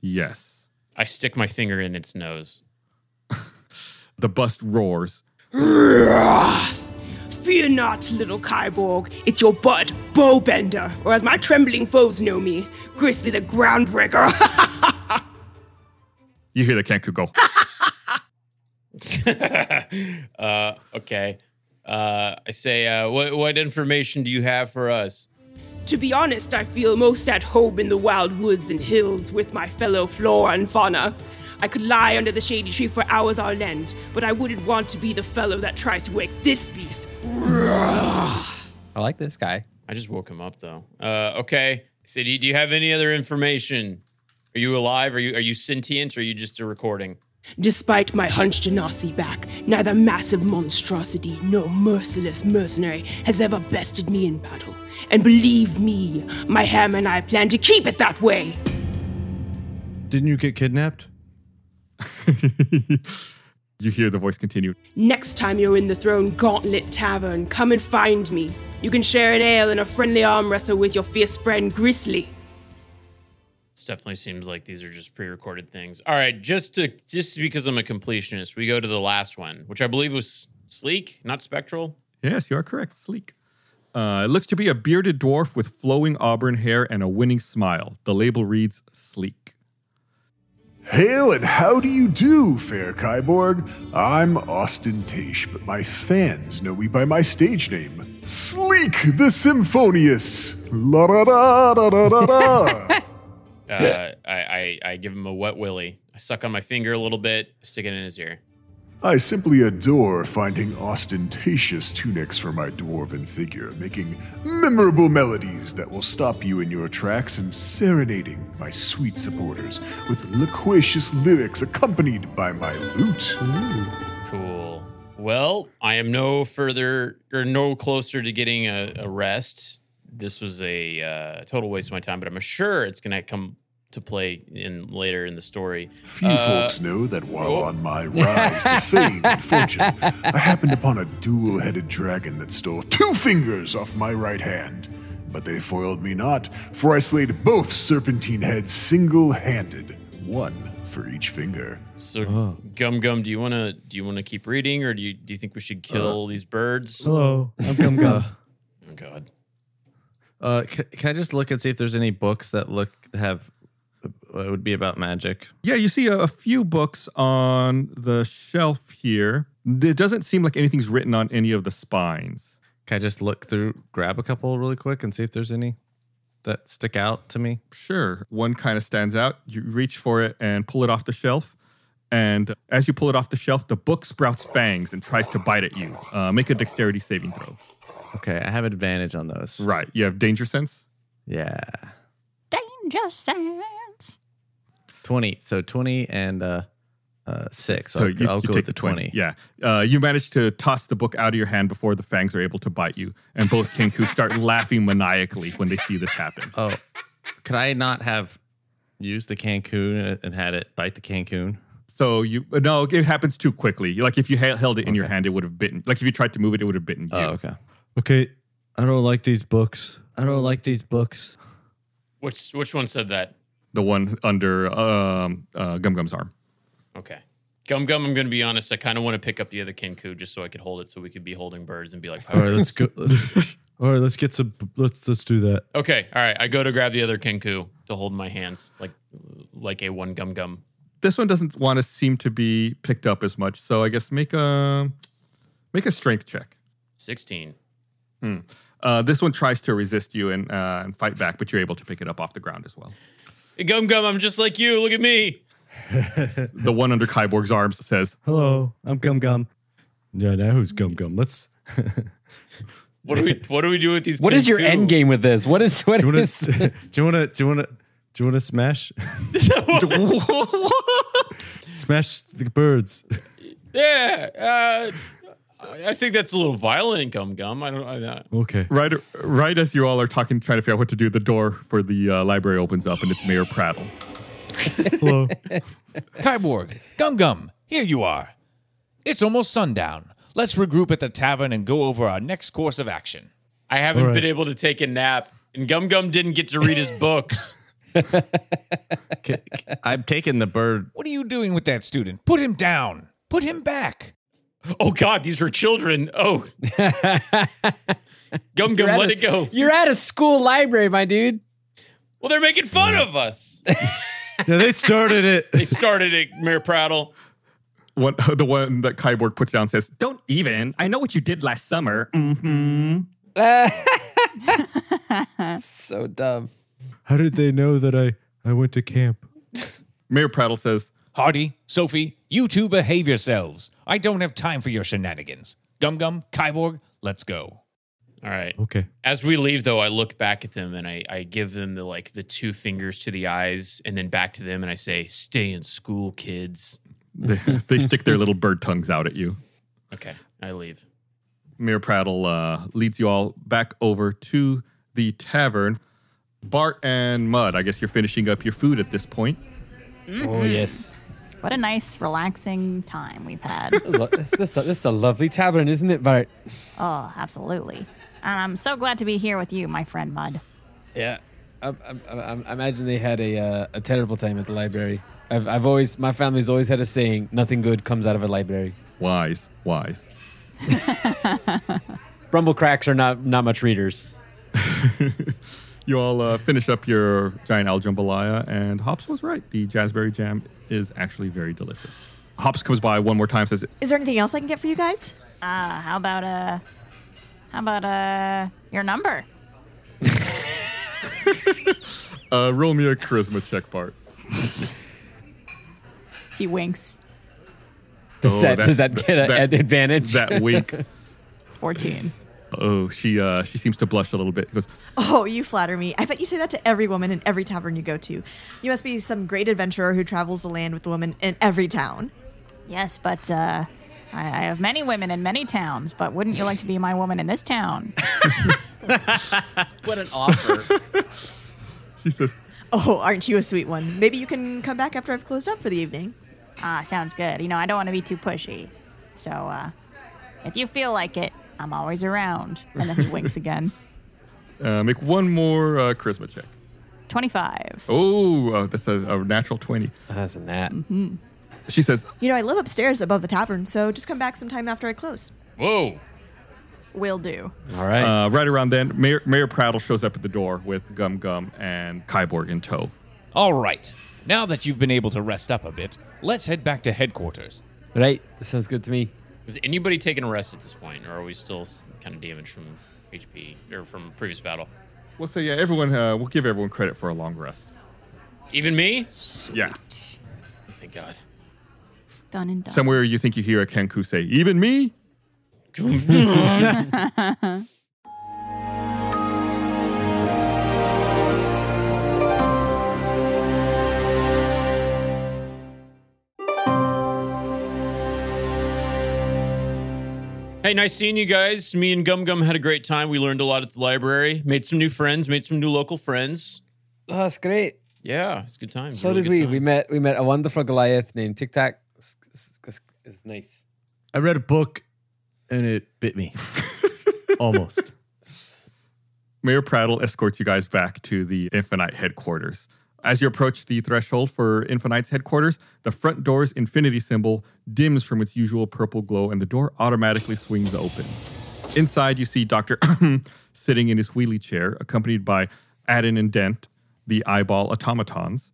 Speaker 3: Yes.
Speaker 4: I stick my finger in its nose.
Speaker 3: The bust roars.
Speaker 16: Fear not, little Kyborg. It's your bud, Bowbender, or as my trembling foes know me, Grizzly the Groundbreaker.
Speaker 3: You hear the Kenku go.
Speaker 4: uh, okay. Uh, I say, uh, what, what information do you have for us?
Speaker 16: to be honest, I feel most at home in the wild woods and hills with my fellow flora and fauna. I could lie under the shady tree for hours on end, but I wouldn't want to be the fellow that tries to wake this beast.
Speaker 7: I like this guy.
Speaker 4: I just woke him up though. Uh, okay. So do you, do you have any other information? Are you alive? Are you are you sentient? Or are you just a recording?
Speaker 16: Despite my hunched Genasi back, neither massive monstrosity nor merciless mercenary has ever bested me in battle. And believe me, my ham and I plan to keep it that way.
Speaker 12: Didn't you get kidnapped?
Speaker 3: you hear the voice continue.
Speaker 16: Next time you're in the Throne Gauntlet Tavern, come and find me. You can share an ale and a friendly arm wrestle with your fierce friend Grizzly.
Speaker 4: This definitely seems like these are just pre-recorded things. All right, just to just because I'm a completionist, we go to the last one, which I believe was sleek, not spectral.
Speaker 3: Yes, you are correct. Sleek. Uh, it looks to be a bearded dwarf with flowing auburn hair and a winning smile. The label reads Sleek.
Speaker 17: Hail and how do you do, fair Kyborg? I'm Austin Taish, but my fans know me by my stage name, Sleek the Symphonious. La da da da da da da.
Speaker 4: Uh, I, I I give him a wet willy. I suck on my finger a little bit, stick it in his ear.
Speaker 17: I simply adore finding ostentatious tunics for my dwarven figure, making memorable melodies that will stop you in your tracks and serenading my sweet supporters with loquacious lyrics accompanied by my lute.
Speaker 4: Cool. Well, I am no further or no closer to getting a, a rest. This was a uh, total waste of my time, but I'm sure it's going to come to play in later in the story.
Speaker 17: Few
Speaker 4: Uh, Oh.
Speaker 17: folks know that while on my rise to fame and fortune, I happened upon a dual headed dragon that stole two fingers off my right hand. But they foiled me not, for I slayed both serpentine heads single handed, one for each finger.
Speaker 4: So,
Speaker 12: Uh-huh.
Speaker 4: Gum Gum, do you want to do you want to keep reading, or do you do you think we should
Speaker 12: Uh,
Speaker 4: kill these birds?
Speaker 12: I'm Gum Gum.
Speaker 4: Oh God.
Speaker 11: Uh, can, can I just look and see if there's any books that look that have uh, would be about magic?
Speaker 3: Yeah, you see a, a few books on the shelf here. It doesn't seem like anything's written on any of the spines.
Speaker 11: Can I just look through, grab a couple really quick, and see if there's any that stick out to me?
Speaker 3: Sure. One kind of stands out. You reach for it and pull it off the shelf. And as you pull it off the shelf, the book sprouts fangs and tries to bite at you. Uh, make a dexterity saving throw.
Speaker 11: Okay, I have advantage on those.
Speaker 3: Right. You have danger sense?
Speaker 11: Yeah.
Speaker 5: Danger sense.
Speaker 11: 20. So 20 and uh Uh, six.
Speaker 3: So
Speaker 11: I'll,
Speaker 3: you,
Speaker 11: I'll
Speaker 3: you
Speaker 11: go with
Speaker 3: take
Speaker 11: the 20.
Speaker 3: Yeah. Uh, you manage to toss the book out of your hand before the fangs are able to bite you. And both Kenku start laughing maniacally when they see this happen.
Speaker 11: Oh, could I not have used the Cancun and had it bite the Cancun?
Speaker 3: So you, uh, no, it happens too quickly. Like if you ha- held it in your hand, it would have bitten. Like if you tried to move it, it would have bitten you. Oh,
Speaker 11: okay.
Speaker 12: Okay, I don't like these books. I don't like these books.
Speaker 4: Which which one said that?
Speaker 3: The one under um, uh, Gum Gum's arm.
Speaker 4: Okay. Gum Gum, I'm going to be honest. I kind of want to pick up the other Kinku just so I could hold it so we could be holding birds and be like
Speaker 12: All right, let's
Speaker 4: pirates.
Speaker 12: go. Let's, all right, let's get some. Let's let's do that.
Speaker 4: Okay. All right. I go to grab the other Kinku to hold in my hands like like a one Gum Gum.
Speaker 3: This one doesn't want to seem to be picked up as much. So I guess make a make a strength check.
Speaker 4: 16.
Speaker 3: Hmm. Uh, this one tries to resist you and uh, and fight back, but you're able to pick it up off the ground as well.
Speaker 4: Hey, Gum Gum, I'm just like you. Look at me.
Speaker 3: the one under Kyborg's arms says,
Speaker 12: Hello, I'm Gum Gum. Yeah, now who's Gum Gum? Let's.
Speaker 4: What do we what do we do with these
Speaker 7: What is your
Speaker 4: Kinku?
Speaker 7: end game with this? What is what
Speaker 12: do you wanna,
Speaker 7: is-
Speaker 12: do you want to? Do you want to? Do you want to smash? smash the birds.
Speaker 4: Yeah. Uh, I I think that's a little violent, Gum Gum. I don't I, I-
Speaker 12: Okay.
Speaker 3: Right, right as you all are talking, trying to figure out what to do, the door for the uh, library opens up, and it's Mayor Prattle.
Speaker 12: Hello.
Speaker 10: Kyborg, Gum Gum, here you are. It's almost sundown. Let's regroup at the tavern and go over our next course of action.
Speaker 4: I haven't
Speaker 10: All right.
Speaker 4: been able to take a nap, and Gum Gum didn't get to read his books.
Speaker 11: I've taken the bird.
Speaker 10: What are you doing with that student? Put him down. Put him back.
Speaker 4: Oh God, these were children. Oh, Gum Gum,
Speaker 7: You're at
Speaker 4: let
Speaker 7: a-
Speaker 4: it go.
Speaker 7: You're at a school library, my dude.
Speaker 4: Well, they're making fun of us.
Speaker 12: Yeah, they started it.
Speaker 4: They started it, Mayor Prattle.
Speaker 3: What the one that Kyborg puts down says, "Don't even. I know what you did last summer." Mm-hmm.
Speaker 7: so dumb.
Speaker 12: How did they know that I I went to camp?
Speaker 3: Mayor Prattle says,
Speaker 10: Hardy, Sophie, you two behave yourselves. I don't have time for your shenanigans. Gum Gum, Kyborg, let's go.
Speaker 4: All right.
Speaker 12: Okay.
Speaker 4: As we leave, though, I look back at them and I, I give them the like the two fingers to the eyes, and then back to them, and I say, "Stay in school, kids."
Speaker 3: They, they stick their little bird tongues out at you.
Speaker 4: Okay, I leave.
Speaker 3: Mayor Prattle uh, leads you all back over to the tavern. Bart and Mud, I guess you're finishing up your food at this point.
Speaker 7: Oh yes.
Speaker 5: Mm-hmm. What a nice, relaxing time we've had.
Speaker 7: this, this, this is a lovely tavern, isn't it, Bart?
Speaker 5: oh, absolutely. I'm so glad to be here with you, my friend Mud.
Speaker 7: Yeah, I, I, I, I imagine they had a uh, a terrible time at the library. I've I've always my family's always had a saying: nothing good comes out of a library.
Speaker 3: Wise, wise.
Speaker 7: Rumble cracks are not not much readers.
Speaker 3: You all uh, finish up your giant owl jambalaya, and Hops was right. The jazzberry jam is actually very delicious. Hops comes by one more time, says,
Speaker 13: Is there anything else I can get for you guys?
Speaker 5: Uh, how about uh, how about uh, your number?
Speaker 3: uh, "Roll me a charisma check, Bart."
Speaker 5: He winks.
Speaker 7: Does that- does that get a- an advantage?
Speaker 3: Oh, That wink.
Speaker 5: Fourteen.
Speaker 3: Oh, she uh, she seems to blush a little bit. Goes,
Speaker 13: Oh, you flatter me. I bet you say that to every woman in every tavern you go to. You must be some great adventurer who travels the land with women in every town.
Speaker 5: Yes, but uh, I, I have many women in many towns. But wouldn't you like to be my woman in this town?
Speaker 7: what an offer!
Speaker 3: she says,
Speaker 13: Oh, aren't you a sweet one? Maybe you can come back after I've closed up for the evening.
Speaker 5: Ah, sounds good. You know, I don't want to be too pushy. So, uh, if you feel like it, I'm always around. And then he winks again.
Speaker 3: uh, "Make one more uh, charisma check."
Speaker 5: 25.
Speaker 3: Oh, uh, that's a, a natural twenty. Mm-hmm.
Speaker 7: That's a nat.
Speaker 13: Mhm.
Speaker 3: She says,
Speaker 13: You know, I live upstairs above the tavern, so just come back sometime after I close.
Speaker 4: "Whoa."
Speaker 13: Will do.
Speaker 7: All right.
Speaker 3: Uh, right around then, Mayor, Mayor Prattle shows up at the door with Gum Gum and Kyborg in tow.
Speaker 4: Oh.
Speaker 10: All right. Now that you've been able to rest up a bit, let's head back to headquarters.
Speaker 7: Right. That sounds good to me.
Speaker 4: Is anybody taking a rest at this point, or are we still kind of damaged from HP or from previous battle?
Speaker 3: We'll say, yeah, everyone. Uh, we'll give everyone credit for a long rest.
Speaker 4: Even me?
Speaker 3: Yeah.
Speaker 4: Thank God.
Speaker 5: Done and done.
Speaker 3: Somewhere you think you hear a Kenku say, even me?
Speaker 4: right, nice seeing you guys. Me and Gum Gum had a great time. We learned a lot at the library, made some new friends, made some new local friends.
Speaker 7: Oh, that's great.
Speaker 4: Yeah, it's a good time.
Speaker 7: So
Speaker 4: Really
Speaker 7: did
Speaker 4: good
Speaker 7: we.
Speaker 4: time.
Speaker 7: We met we met a wonderful Goliath named Tic Tac. It's, it's- it's- it's nice.
Speaker 18: I read a book and it bit me. Almost.
Speaker 3: Mayor Prattle escorts you guys back to the Infinite headquarters. As you approach the threshold for Infinite's headquarters, the front door's infinity symbol dims from its usual purple glow and the door automatically swings open. Inside, you see Dr. sitting in his wheelie chair, accompanied by Adin and Dent, the eyeball automatons.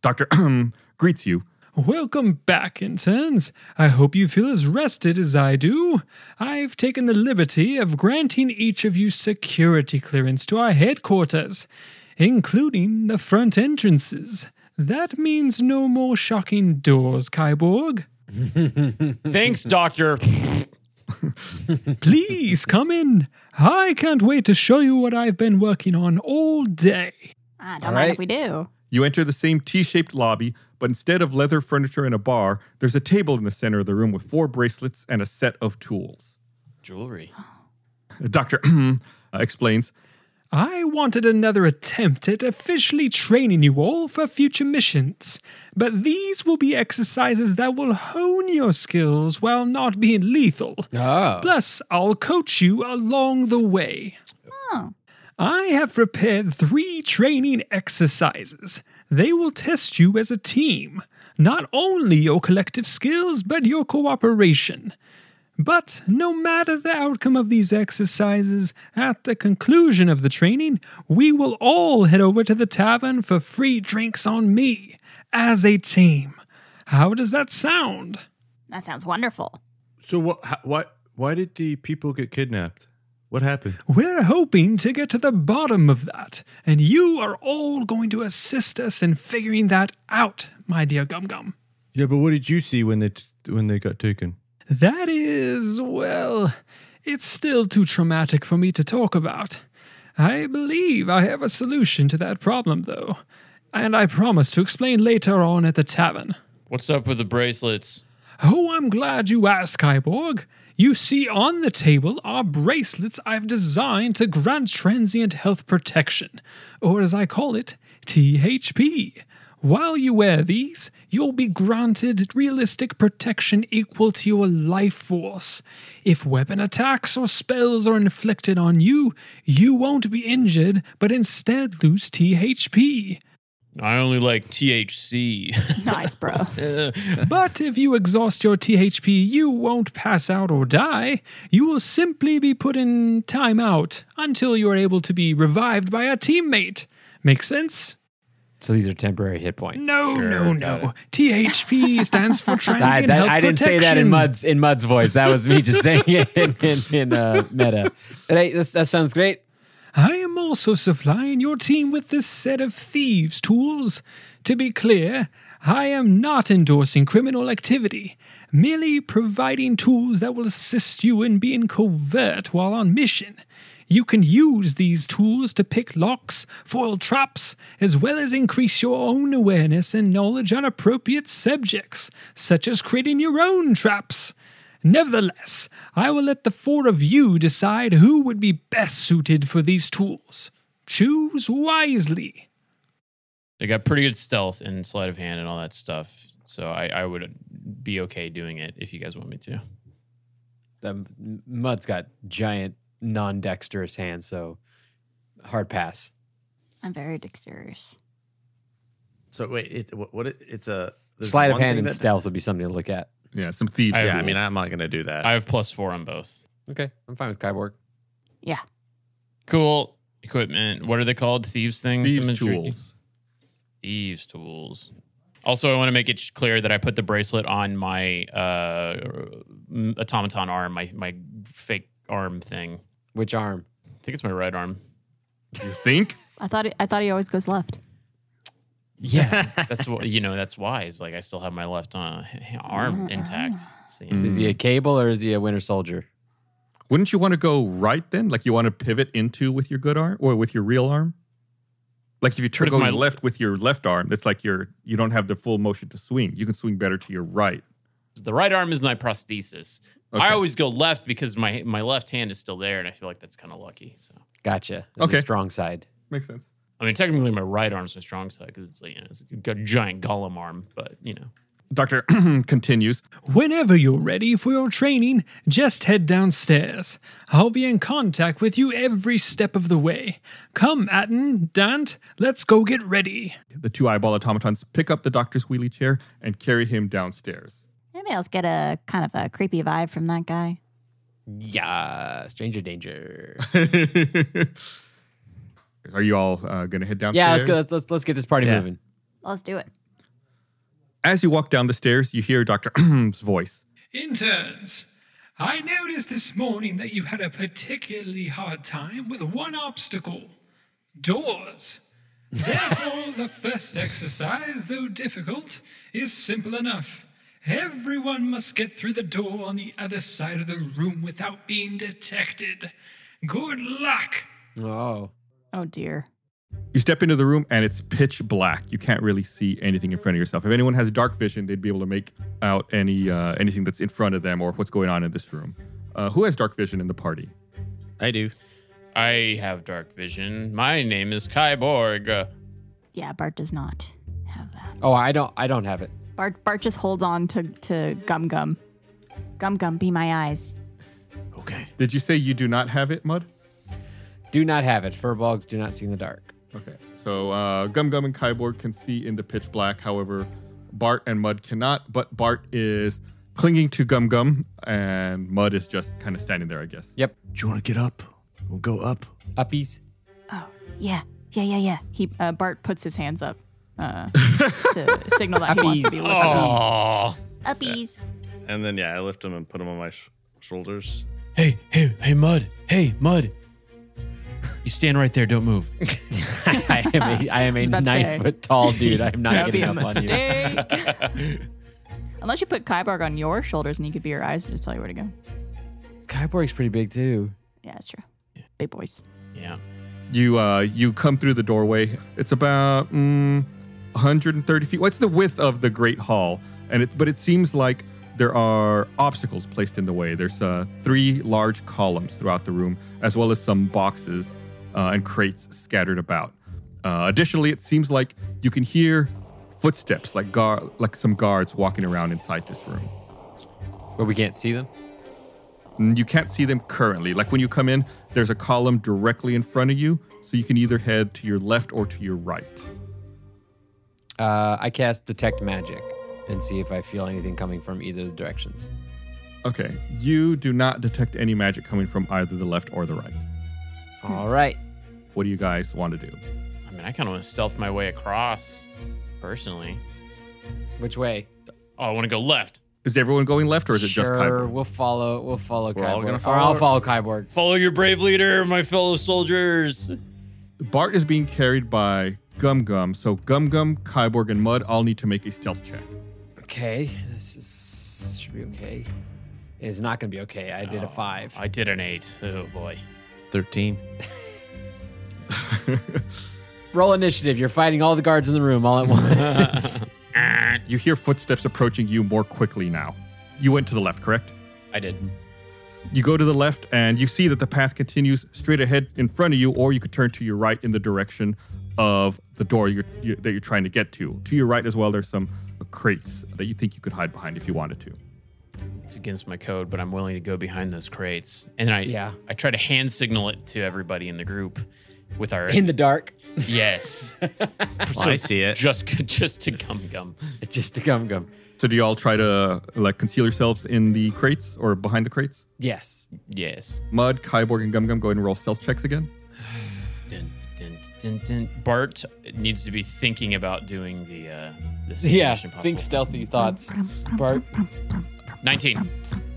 Speaker 3: Dr. greets you.
Speaker 9: Welcome back, interns. I hope you feel as rested as I do. I've taken the liberty of granting each of you security clearance to our headquarters, including the front entrances. That means no more shocking doors, Kyborg.
Speaker 4: Thanks, Doctor.
Speaker 9: Please come in. I can't wait to show you what I've been working on all day.
Speaker 5: I don't mind
Speaker 3: All right.
Speaker 5: if we do.
Speaker 3: You enter the same T shaped lobby, but instead of leather furniture and a bar, there's a table in the center of the room with four bracelets and a set of tools. Uh,
Speaker 4: Jewelry.
Speaker 3: Doctor explains
Speaker 9: I wanted another attempt at officially training you all for future missions, but these will be exercises that will hone your skills while not being lethal.
Speaker 7: Ah.
Speaker 9: Plus, I'll coach you along the way.
Speaker 5: Oh.
Speaker 9: I have prepared three training exercises. They will test you as a team, not only your collective skills, but your cooperation. But no matter the outcome of these exercises, at the conclusion of the training, we will all head over to the tavern for free drinks on me as a team. How does that sound?
Speaker 5: That sounds wonderful.
Speaker 12: So what? ho- Why? Why did the people get kidnapped? What happened?
Speaker 9: We're hoping to get to the bottom of that, and you are all going to assist us in figuring that out, my dear Gum Gum.
Speaker 18: Yeah, but what did you see when they t- when they got taken?
Speaker 9: That is, well, it's still too traumatic for me to talk about. I believe I have a solution to that problem, though, and I promise to explain later on at the tavern.
Speaker 4: What's up with the bracelets?
Speaker 9: Oh, I'm glad you asked, Kyborg. You see, on the table are bracelets I've designed to grant transient health protection, or as I call it, THP. While you wear these, you'll be granted realistic protection equal to your life force. If weapon attacks or spells are inflicted on you, you won't be injured, but instead lose THP.
Speaker 4: I only like THC.
Speaker 5: Nice, bro.
Speaker 9: but if you exhaust your THP, you won't pass out or die. You will simply be put in timeout until you are able to be revived by a teammate. Make sense?
Speaker 7: So these are temporary hit points.
Speaker 9: No, no, no. THP stands for transient
Speaker 7: I, that-
Speaker 9: health
Speaker 7: I didn't say
Speaker 9: protection.
Speaker 7: that in Mud's in Mud's voice. That was me just saying it in, in, in uh, meta. But hey, this, that sounds great.
Speaker 9: I am also supplying your team with this set of thieves' tools. To be clear, I am not endorsing criminal activity, merely providing tools that will assist you in being covert while on mission. You can use these tools to pick locks, foil traps, as well as increase your own awareness and knowledge on appropriate subjects, such as creating your own traps. Nevertheless, I will let the four of you decide who would be best suited for these tools. Choose wisely.
Speaker 4: They got pretty good stealth and sleight of hand and all that stuff. So I, I would be okay doing it if you guys want me to.
Speaker 7: Um, Mud's got giant, non-dexterous hands, so hard pass.
Speaker 5: I'm very dexterous.
Speaker 11: So wait, it, what, what? It, it's a there's
Speaker 7: Sleight of
Speaker 11: one
Speaker 7: hand
Speaker 11: thing
Speaker 7: and
Speaker 11: that-
Speaker 7: stealth would be something to look at.
Speaker 3: Yeah, some thieves.
Speaker 11: I, I mean, I'm not gonna do that.
Speaker 4: I have plus four on both.
Speaker 7: Okay, I'm fine with Kyborg.
Speaker 5: Yeah.
Speaker 4: Cool equipment. What are they called? Thieves things.
Speaker 3: Thieves
Speaker 4: Something tricky?
Speaker 3: tools.
Speaker 4: Thieves tools. Also, I want to make it sh- clear that I put the bracelet on my uh, m- automaton arm, my my fake arm thing.
Speaker 7: Which arm?
Speaker 4: I think it's my right arm.
Speaker 3: You think?
Speaker 5: I thought I thought he always goes left.
Speaker 4: Yeah, that's what you know. That's wise. Like I still have my left uh, h- arm intact. So,
Speaker 3: Mm.
Speaker 4: you know.
Speaker 7: Mm. Is he a cable or is he a Winter Soldier?
Speaker 3: Wouldn't you want to go right then? Like you want to pivot into with your good arm or with your real arm? Like if you turn
Speaker 4: if
Speaker 3: go
Speaker 4: my-
Speaker 3: left with your left arm, that's like your you don't have the full motion to swing. You can swing better to your right.
Speaker 4: The right arm is my prosthesis. I always go left because my my left hand is still there, and I feel like that's kind of lucky. So
Speaker 7: Gotcha. This is
Speaker 4: Okay.
Speaker 7: strong side.
Speaker 3: Makes sense.
Speaker 4: I mean, technically, my right arm's my strong side because it's like you know, it's got a giant golem arm, but you know.
Speaker 3: Doctor continues.
Speaker 9: Whenever you're ready for your training, just head downstairs. I'll be in contact with you every step of the way. Come, Atten, Dant, let's go get ready.
Speaker 3: The two eyeball automatons pick up the doctor's wheelie chair and carry him downstairs.
Speaker 5: Anybody else get a kind of a creepy vibe from that guy?
Speaker 7: Yeah, stranger danger.
Speaker 3: Are you all uh, going to head downstairs?
Speaker 7: yeah, let's go. Let's, let's let's get this party
Speaker 3: Yeah.
Speaker 7: moving.
Speaker 5: Let's do it.
Speaker 3: As you walk down the stairs, you hear Doctor's voice.
Speaker 19: Interns, I noticed this morning that you had a particularly hard time with one obstacle doors. Therefore, the first exercise, though difficult, is simple enough. Everyone must get through the door on the other side of the room without being detected. Good luck!
Speaker 7: Oh.
Speaker 5: Oh dear.
Speaker 3: You step into the room and it's pitch black. You can't really see anything in front of yourself. If anyone has dark vision, they'd be able to make out any uh, anything that's in front of them or what's going on in this room. Uh, who has dark vision in the party?
Speaker 11: I do.
Speaker 4: I have dark vision. My name is Kai Borg. Uh,
Speaker 5: Yeah, Bart does not.
Speaker 7: Oh, I don't. I don't have it.
Speaker 5: Bart Bart just holds on to to Gum Gum. Gum Gum, be my eyes.
Speaker 3: Did you say you do not have it, Mud?
Speaker 7: Do not have it. Furbogs do not see in the dark.
Speaker 3: Okay. So uh, Gum Gum and Kyborg can see in the pitch black. However, Bart and Mud cannot. But Bart is clinging to Gum Gum, and Mud is just kind of standing there, I guess.
Speaker 7: Yep.
Speaker 3: Do you want to get up? We'll go up.
Speaker 7: Uppies.
Speaker 5: Yeah, yeah, yeah, yeah. Oh, He uh, Bart puts his hands up uh, to signal that he wants to be with
Speaker 11: Aw.
Speaker 5: Uppies.
Speaker 11: And then yeah, I lift him and put him on my sh- shoulders.
Speaker 4: Hey, hey, hey, Mud. Hey, Mud. You stand right there. Don't move.
Speaker 7: I am a, I am
Speaker 5: I was
Speaker 7: a
Speaker 5: about to say.
Speaker 7: nine foot tall dude. I'm not
Speaker 5: That'd be
Speaker 7: getting
Speaker 5: a
Speaker 7: up on you.
Speaker 5: Unless you put Kyborg on your shoulders and he could be your eyes and just tell you where to go.
Speaker 7: Kyborg's pretty big too.
Speaker 5: Yeah, that's true. Big boys.
Speaker 4: Yeah.
Speaker 3: You uh, you come through the doorway. It's about mm, 130 feet. What's the width of the Great Hall? And it, but it seems like there are obstacles placed in the way. There's uh, three large columns throughout the room, as well as some boxes uh, and crates scattered about. Uh, additionally, it seems like you can hear footsteps, like gar- like some guards walking around inside this room.
Speaker 7: But we can't see them.
Speaker 3: You can't see them currently. Like when you come in, there's a column directly in front of you, so you can either head to your left or to your right.
Speaker 7: Uh, I cast detect magic and see if I feel anything coming from either of the directions.
Speaker 3: Okay, you do not detect any magic coming from either the left or the right.
Speaker 7: Hmm. All right.
Speaker 3: What do you guys want to do?
Speaker 4: I mean, I kind of want to stealth my way across, personally.
Speaker 7: Which way?
Speaker 4: Oh, I want to go left.
Speaker 3: Is everyone going left or is it just
Speaker 7: sure,
Speaker 3: Kyber?
Speaker 7: we'll follow. We'll follow
Speaker 4: We're
Speaker 7: Kyborg.
Speaker 4: all gonna
Speaker 7: Or I'll
Speaker 4: follow-
Speaker 7: follow Kyborg.
Speaker 4: Follow your brave leader, my fellow soldiers.
Speaker 3: Bart is being carried by Gum Gum, so Gum Gum, Kyborg, and Mud all need to make a stealth check.
Speaker 7: Okay, this is, should be okay. It's not gonna be okay. I did a five.
Speaker 4: I did an eight. Oh boy.
Speaker 11: 13.
Speaker 7: Roll initiative. You're fighting all the guards in the room all at once.
Speaker 3: you hear footsteps approaching you more quickly now. You went to the left, correct?
Speaker 4: I did.
Speaker 3: You go to the left and you see that the path continues straight ahead in front of you, or you could turn to your right in the direction of the door you're, you, that you're trying to get to. To your right as well, there's some crates that you think you could hide behind if you wanted to.
Speaker 4: It's against my code, but I'm willing to go behind those crates. And then I,
Speaker 7: Yeah.
Speaker 4: I try to hand signal it to everybody in the group with our
Speaker 7: in the dark.
Speaker 4: Yes.
Speaker 11: Well, I see it.
Speaker 4: Just, just to gum gum.
Speaker 7: Just to gum gum.
Speaker 3: So do you all try to like conceal yourselves in the crates or behind the crates?
Speaker 7: Yes.
Speaker 4: Yes.
Speaker 3: Mud, Kyborg, and Gum Gum go ahead and roll stealth checks again.
Speaker 4: Dun, dun, dun, dun. Bart needs to be thinking about doing the uh, this
Speaker 7: Yeah.
Speaker 4: Mission Impossible.
Speaker 7: Think stealthy thoughts. Bart.
Speaker 4: 19.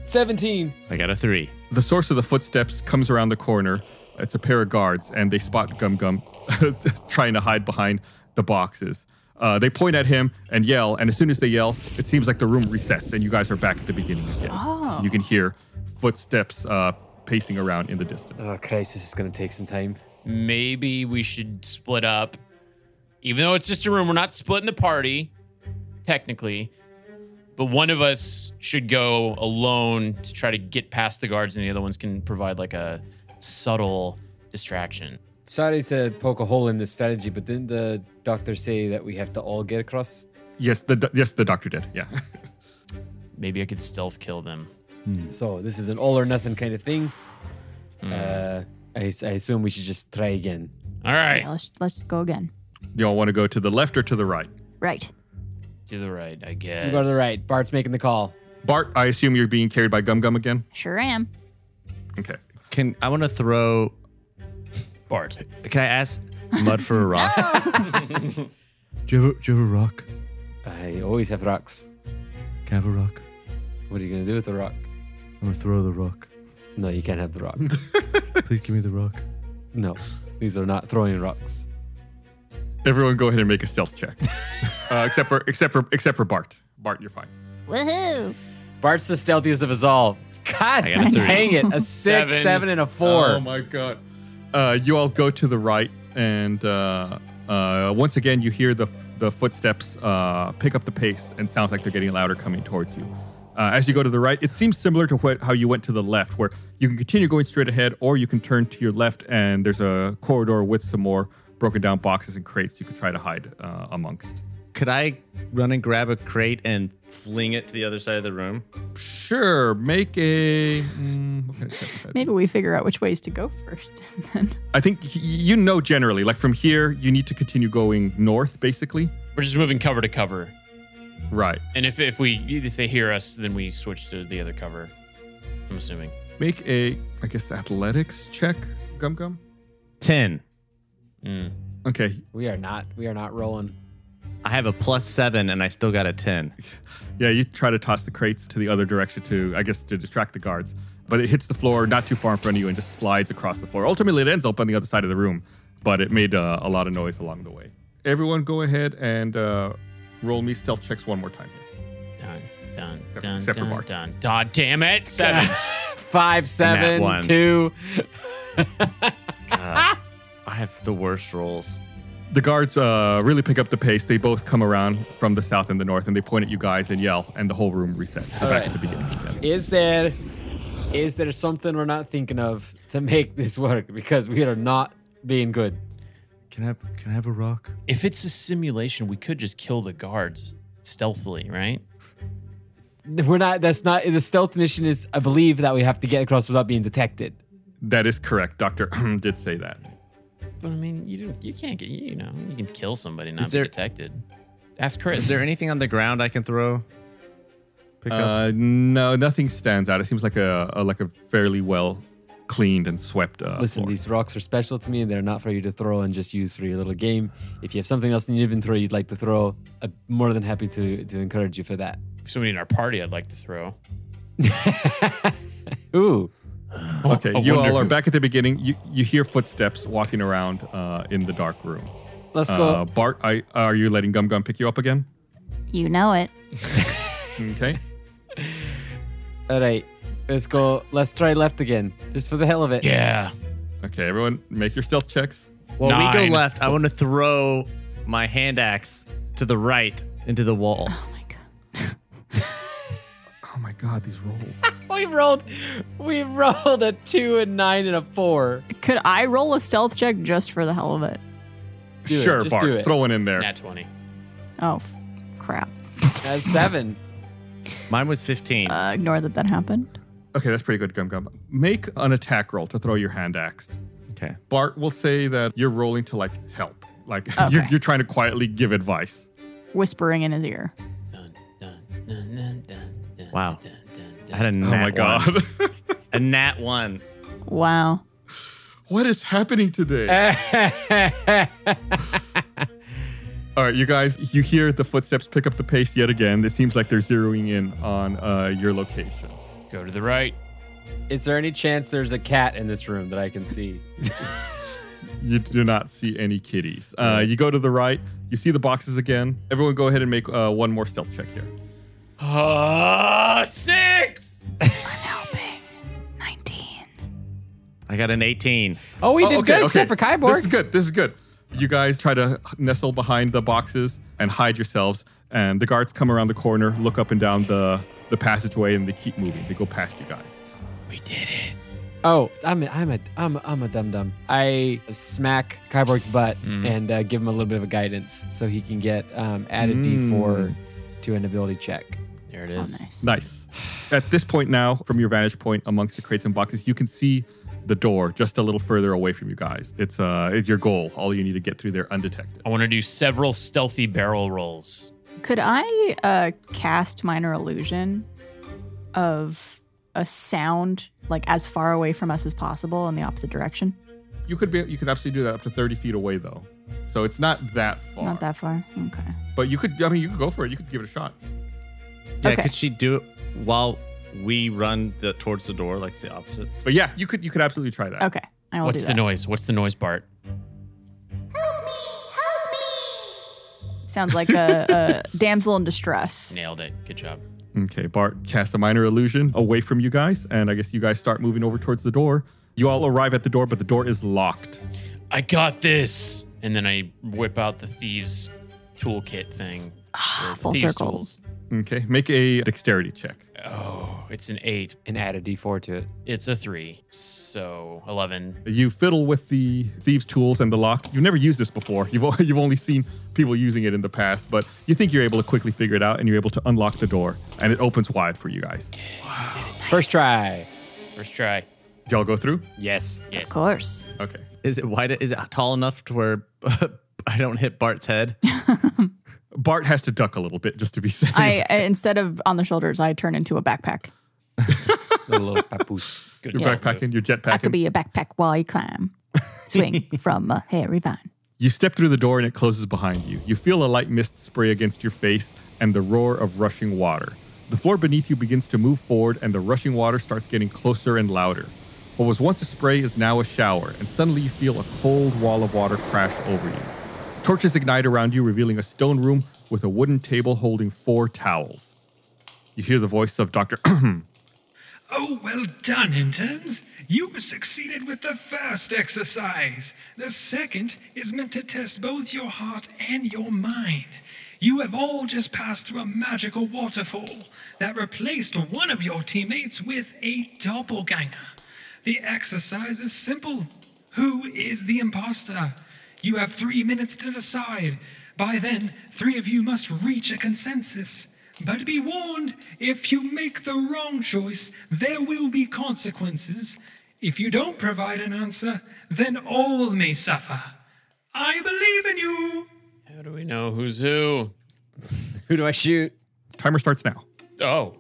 Speaker 7: Seventeen.
Speaker 11: I got a three.
Speaker 3: The source of the footsteps comes around the corner. It's a pair of guards, and they spot Gum Gum trying to hide behind the boxes. Uh, they point at him and yell, and as soon as they yell, it seems like the room resets, and you guys are back at the beginning again.
Speaker 5: Oh.
Speaker 3: You can hear footsteps uh, pacing around in the distance.
Speaker 7: Oh Christ, this is gonna take some time.
Speaker 4: Maybe we should split up. Even though it's just a room, we're not splitting the party, technically. But one of us should go alone to try to get past the guards, and the other ones can provide like a subtle distraction.
Speaker 7: Sorry to poke a hole in this strategy, but didn't the doctor say that we have to all get across?
Speaker 3: Yes, the do- yes the doctor did. Yeah.
Speaker 4: Maybe I could stealth kill them.
Speaker 18: Hmm.
Speaker 7: So this is an all or nothing kind of thing.
Speaker 4: Hmm.
Speaker 7: Uh, I, s- I assume we should just try again.
Speaker 4: All right.
Speaker 5: Yeah, let's let's go again.
Speaker 3: Y'all want to go to the left or to the right?
Speaker 5: Right.
Speaker 4: To the right, I guess.
Speaker 7: You go to the right. Bart's making the call.
Speaker 3: Bart, I assume you're being carried by Gum Gum again.
Speaker 5: Sure am.
Speaker 3: Okay.
Speaker 11: Can I want to throw
Speaker 4: Bart?
Speaker 11: Can I ask Mud for a rock?
Speaker 18: Do you, have a, do you have a rock?
Speaker 7: I always have rocks.
Speaker 18: Can I have a rock?
Speaker 7: What are you gonna do with the rock?
Speaker 18: I'm gonna throw the rock.
Speaker 7: No, you can't have the rock.
Speaker 18: Please give me the rock.
Speaker 7: No, these are not throwing rocks.
Speaker 3: Everyone, go ahead and make a stealth check. uh, except for except for except for Bart. Bart, you're fine.
Speaker 5: Woohoo!
Speaker 7: Bart's the stealthiest of us all. God
Speaker 3: I got a three.
Speaker 7: dang it! A six, seven, and a four.
Speaker 3: Oh my god! Uh, you all go to the right, and uh, uh, once again you hear the the footsteps uh, pick up the pace, and sounds like they're getting louder coming towards you. Uh, as you go to the right, it seems similar to what, how you went to the left, where you can continue going straight ahead, or you can turn to your left, and there's a corridor with some more broken down boxes and crates you could try to hide uh, amongst.
Speaker 11: Could I run and grab a crate and fling it to the other side of the room?
Speaker 3: Sure, make a. mm, what kind of check would that be?
Speaker 20: Maybe we figure out which ways to go first. And then
Speaker 3: I think y- you know generally, like from here, you need to continue going north, basically.
Speaker 4: We're just moving cover to cover.
Speaker 3: Right.
Speaker 4: And if, if we if they hear us, then we switch to the other cover. I'm assuming.
Speaker 3: Make a, I guess, athletics check, Gum Gum. Mm.
Speaker 11: 10.
Speaker 3: Okay.
Speaker 7: We are not. We are not rolling.
Speaker 11: I have a plus seven and I still got a 10.
Speaker 3: Yeah, you try to toss the crates to the other direction to, I guess, to distract the guards, but it hits the floor not too far in front of you and just slides across the floor. Ultimately, it ends up on the other side of the room, but it made uh, a lot of noise along the way. Everyone, go ahead and uh, roll me stealth checks one more time.
Speaker 4: Dun, dun,
Speaker 3: Except-
Speaker 4: dun,
Speaker 3: except for
Speaker 4: dun,
Speaker 3: Bart.
Speaker 4: dun. Dun, damn it. Seven.
Speaker 7: Five,
Speaker 11: And that
Speaker 7: seven,
Speaker 11: one.
Speaker 7: two.
Speaker 11: God, I have the worst rolls.
Speaker 3: The guards uh, really pick up the pace. They both come around from the south and the north, and they point at you guys and yell, and the whole room resets. We're
Speaker 7: All
Speaker 3: back
Speaker 7: right.
Speaker 3: at the beginning.
Speaker 7: Is there is there something we're not thinking of to make this work? Because we are not being good.
Speaker 18: Can I have, can I have a rock?
Speaker 4: If it's a simulation, we could just kill the guards stealthily, right?
Speaker 7: We're not. That's not. The stealth mission is, I believe, that we have to get across without being detected.
Speaker 3: That is correct. Doctor did say that. uh,
Speaker 4: But I mean, you don't, you can't get you know you can kill somebody and not
Speaker 11: Is there-
Speaker 4: be detected. Ask Chris.
Speaker 11: Is there anything on the ground I can throw? Pick up?
Speaker 3: Uh, no, nothing stands out. It seems like a, a like a fairly well cleaned and swept. Uh,
Speaker 7: Listen, these rocks are special to me, and they're not for you to throw and just use for your little game. If you have something else in your inventory you'd like to throw, I'm more than happy to to encourage you for that.
Speaker 4: Somebody in our party, I'd like to throw.
Speaker 7: Ooh.
Speaker 3: Okay,
Speaker 7: I
Speaker 3: you
Speaker 7: wonder
Speaker 3: all are
Speaker 7: who-
Speaker 3: back at the beginning. You you hear footsteps walking around uh, in the dark room.
Speaker 7: Let's go.
Speaker 3: Uh, Bart, I, are you letting Gum Gum pick you up again?
Speaker 5: You know it.
Speaker 3: Okay.
Speaker 7: All right, let's go. Let's try left again, just for the hell of it.
Speaker 3: Okay, everyone, make your stealth checks.
Speaker 11: Well, we go left. I want to throw my hand axe to the right into the wall.
Speaker 3: Oh my god, these rolls.
Speaker 7: We rolled, we rolled a two and nine and a four.
Speaker 20: Could I roll a stealth check just for the hell of it?
Speaker 7: Do it,
Speaker 3: sure,
Speaker 7: just
Speaker 3: Bart,
Speaker 7: do it.
Speaker 3: throw one in there.
Speaker 4: Nat twenty.
Speaker 20: Oh, f- crap.
Speaker 7: That's seven.
Speaker 11: Mine was 15.
Speaker 20: Uh, ignore that that happened.
Speaker 3: Okay, that's pretty good, Gum Gum. Make an attack roll to throw your hand axe.
Speaker 11: Okay.
Speaker 3: Bart will say that you're rolling to like help. Like you're,
Speaker 20: Okay.
Speaker 3: you're trying to quietly give advice.
Speaker 20: Whispering in his ear.
Speaker 11: Wow. I had a nat
Speaker 3: Oh my God.
Speaker 11: one. a nat one.
Speaker 20: Wow.
Speaker 3: What is happening today? All right, you guys, you hear the footsteps pick up the pace yet again. It seems like they're zeroing in on uh, your location.
Speaker 4: Go to the right.
Speaker 7: Is there any chance there's a cat in this room that I can see?
Speaker 3: You do not see any kitties. Uh, you go to the right, you see the boxes again. Everyone, go ahead and make uh, one more stealth check here.
Speaker 4: Uh, six.
Speaker 11: I got an 18.
Speaker 7: Oh, we
Speaker 3: okay, okay. This is good. This is good. You guys try to nestle behind the boxes, and hide yourselves. And the guards come around the corner, look up and down the, the passageway, and they keep moving. They go past you guys.
Speaker 7: Oh, I'm a, I'm a I'm a, I'm a dum dum. I smack Kyborg's butt
Speaker 4: Mm-hmm.
Speaker 7: and uh, give him a little bit of a guidance so he can get um, added
Speaker 4: Mm.
Speaker 7: D4
Speaker 3: Hmm.
Speaker 7: to an ability check.
Speaker 21: There it
Speaker 5: Oh,
Speaker 21: is.
Speaker 3: Nice. At this point now, from your vantage point amongst the crates and boxes, you can see the door just a little further away from you guys. It's uh, it's your goal. All you need to get through there undetected.
Speaker 4: I want to do several stealthy barrel rolls.
Speaker 5: Could I uh, cast minor illusion of a sound like as far away from us as possible in the opposite direction?
Speaker 3: You could be you could absolutely do that up to thirty feet away though, so it's not that far.
Speaker 5: Not that far. Okay.
Speaker 3: But you could. I mean, you could go for it. You could give it a shot.
Speaker 11: Yeah,
Speaker 5: Okay.
Speaker 11: could she do it while we run the, towards the door, like the opposite?
Speaker 3: But yeah, you could you could absolutely try that.
Speaker 5: Okay, I will
Speaker 11: What's
Speaker 5: do
Speaker 11: the
Speaker 5: that.
Speaker 4: Noise. What's the noise, Bart?
Speaker 5: Sounds like a, a damsel in distress.
Speaker 4: Nailed it. Good job.
Speaker 3: Okay, Bart casts a minor illusion away from you guys, and I guess you guys start moving over towards the door. You all arrive at the door, but the door is locked.
Speaker 4: I got this. And then I whip out the thieves toolkit thing. or the thieves tools.
Speaker 3: Okay, make a dexterity check.
Speaker 4: Oh, it's an eight.
Speaker 7: And add a d4 to it.
Speaker 4: It's a three. So 11.
Speaker 3: You fiddle with the thieves' tools and the lock. You've never used this before. You've o- you've only seen people using it in the past, but you think you're able to quickly figure it out, and you're able to unlock the door, and it opens wide for you guys.
Speaker 7: First try.
Speaker 4: First try.
Speaker 3: Y'all go through.
Speaker 7: Yes.
Speaker 4: Yes.
Speaker 5: course.
Speaker 3: Okay.
Speaker 11: Is it wide? Is it tall enough to where I don't hit Bart's head?
Speaker 3: Bart has to duck a little bit just to be safe.
Speaker 5: I I- instead of on the shoulders, I turn into a backpack.
Speaker 7: little papoose.
Speaker 3: You're
Speaker 5: Yeah.
Speaker 3: backpacking. You're
Speaker 5: I could
Speaker 3: jetpacking.
Speaker 5: be a backpack while you climb, swing from a hairy vine.
Speaker 3: You step through the door and it closes behind you. You feel a light mist spray against your face and the roar of rushing water. The floor beneath you begins to move forward and the rushing water starts getting closer and louder. What was once a spray is now a shower, and suddenly you feel a cold wall of water crash over you. Torches ignite around you, revealing a stone room with a wooden table holding four towels. You hear the voice of Dr.
Speaker 9: Oh, well done, interns! You succeeded with the first exercise. The second is meant to test both your heart and your mind. You have all just passed through a magical waterfall that replaced one of your teammates with a doppelganger. The exercise is simple Who is the imposter? You have three minutes to decide. By then, three of you must reach a consensus. But be warned if you make the wrong choice, there will be consequences. If you don't provide an answer, then all may suffer. I believe in you!
Speaker 4: How do we know who's who?
Speaker 7: who do I shoot?
Speaker 3: Timer starts now.
Speaker 4: Oh.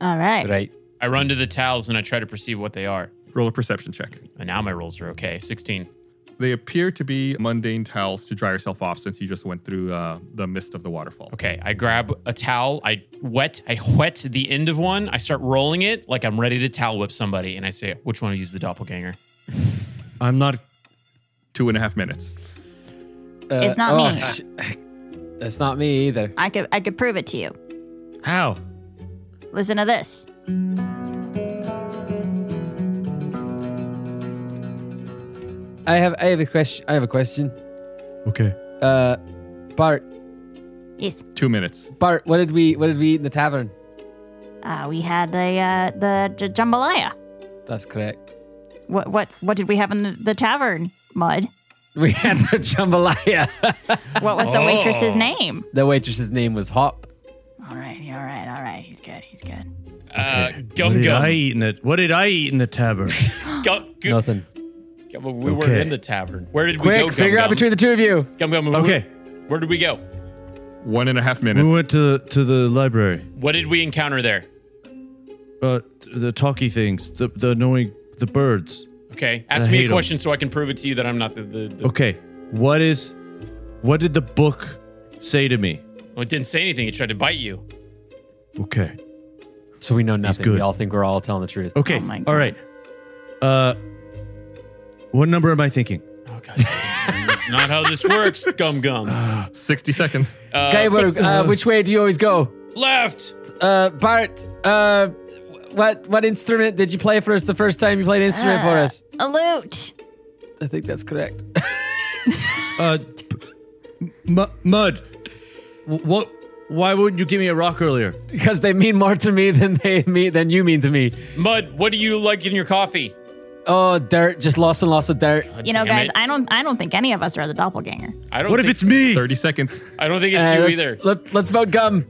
Speaker 5: All right.
Speaker 7: Right.
Speaker 4: I run to the towels and I try to perceive what they are.
Speaker 3: Roll a perception check.
Speaker 4: And now my rolls are okay. 16.
Speaker 3: They appear to be mundane towels to dry yourself off since you just went through uh, the mist of the waterfall.
Speaker 4: Okay, I grab a towel, I wet, I wet the end of one, I start rolling it like I'm ready to towel whip somebody, and I say, which one use the doppelganger?
Speaker 3: I'm not. Two and a half minutes.
Speaker 7: Uh,
Speaker 22: It's not me.
Speaker 7: That's not me either.
Speaker 22: I could I could prove it to you.
Speaker 7: How?
Speaker 22: Listen to this.
Speaker 7: I have I have a question. I have a question.
Speaker 23: Okay.
Speaker 7: Uh, Bart,
Speaker 22: Yes.
Speaker 3: Two minutes.
Speaker 7: Bart, what did we what did we eat in the tavern?
Speaker 22: Uh, we had the uh, the j- jambalaya.
Speaker 7: That's correct.
Speaker 22: What what what did we have in the, the tavern? Mud.
Speaker 7: We had the jambalaya.
Speaker 22: What was
Speaker 4: Oh.
Speaker 7: Oh.
Speaker 22: the waitress's name?
Speaker 7: The waitress's name was Hop.
Speaker 22: All right, all right, all right. He's good. He's good.
Speaker 4: Uh,
Speaker 12: what
Speaker 11: gum
Speaker 12: did I
Speaker 11: gum.
Speaker 12: eat in it? What did I eat in the tavern?
Speaker 4: Gum, gum.
Speaker 7: Nothing.
Speaker 4: Yeah, but we weren't
Speaker 12: Okay.
Speaker 4: in the tavern. Where did we
Speaker 7: Quick,
Speaker 4: go? Gum
Speaker 7: figure out
Speaker 4: Gum?
Speaker 7: between the two of you.
Speaker 4: Gum Gum.
Speaker 12: Okay.
Speaker 4: Where, where did we go?
Speaker 3: One and a half minutes.
Speaker 12: We went to to the library.
Speaker 4: What did we encounter there?
Speaker 12: Uh, t- the talky things, the the annoying, the birds.
Speaker 4: Okay,
Speaker 12: I
Speaker 4: ask me
Speaker 12: hate
Speaker 4: a
Speaker 12: 'em.
Speaker 4: question so I can prove it to you that I'm not the. the, the
Speaker 12: Okay, what is, what did the book say to me?
Speaker 4: Well, it didn't say anything. It tried to bite you.
Speaker 12: Okay.
Speaker 7: So we know nothing. We all think we're all telling the truth.
Speaker 12: Okay.
Speaker 5: Oh
Speaker 12: all right. Uh, what number am I thinking?
Speaker 4: It's not how this works. Gum Gum.
Speaker 3: Sixty seconds.
Speaker 4: Uh,
Speaker 7: Gaiborg, uh, which way do you always go?
Speaker 4: Left.
Speaker 7: Uh, Bart, uh, what what instrument did you play for us the first time you played an instrument for
Speaker 22: Uh,
Speaker 7: us?
Speaker 22: A lute.
Speaker 7: I think that's correct.
Speaker 12: Uh, p- mu- mud. Wh- What? Why wouldn't you give me a rock earlier?
Speaker 7: Because they mean more to me than they mean than you mean to me.
Speaker 4: Mud, what do you like in your coffee?
Speaker 7: Oh, dirt! Just lots and lots of dirt.
Speaker 24: You know, guys, I don't I don't think any of us are the doppelganger.
Speaker 4: I
Speaker 7: don't What if think- it's me?
Speaker 3: Thirty seconds.
Speaker 4: I don't think
Speaker 7: Uh, let's- Let, let's vote gum.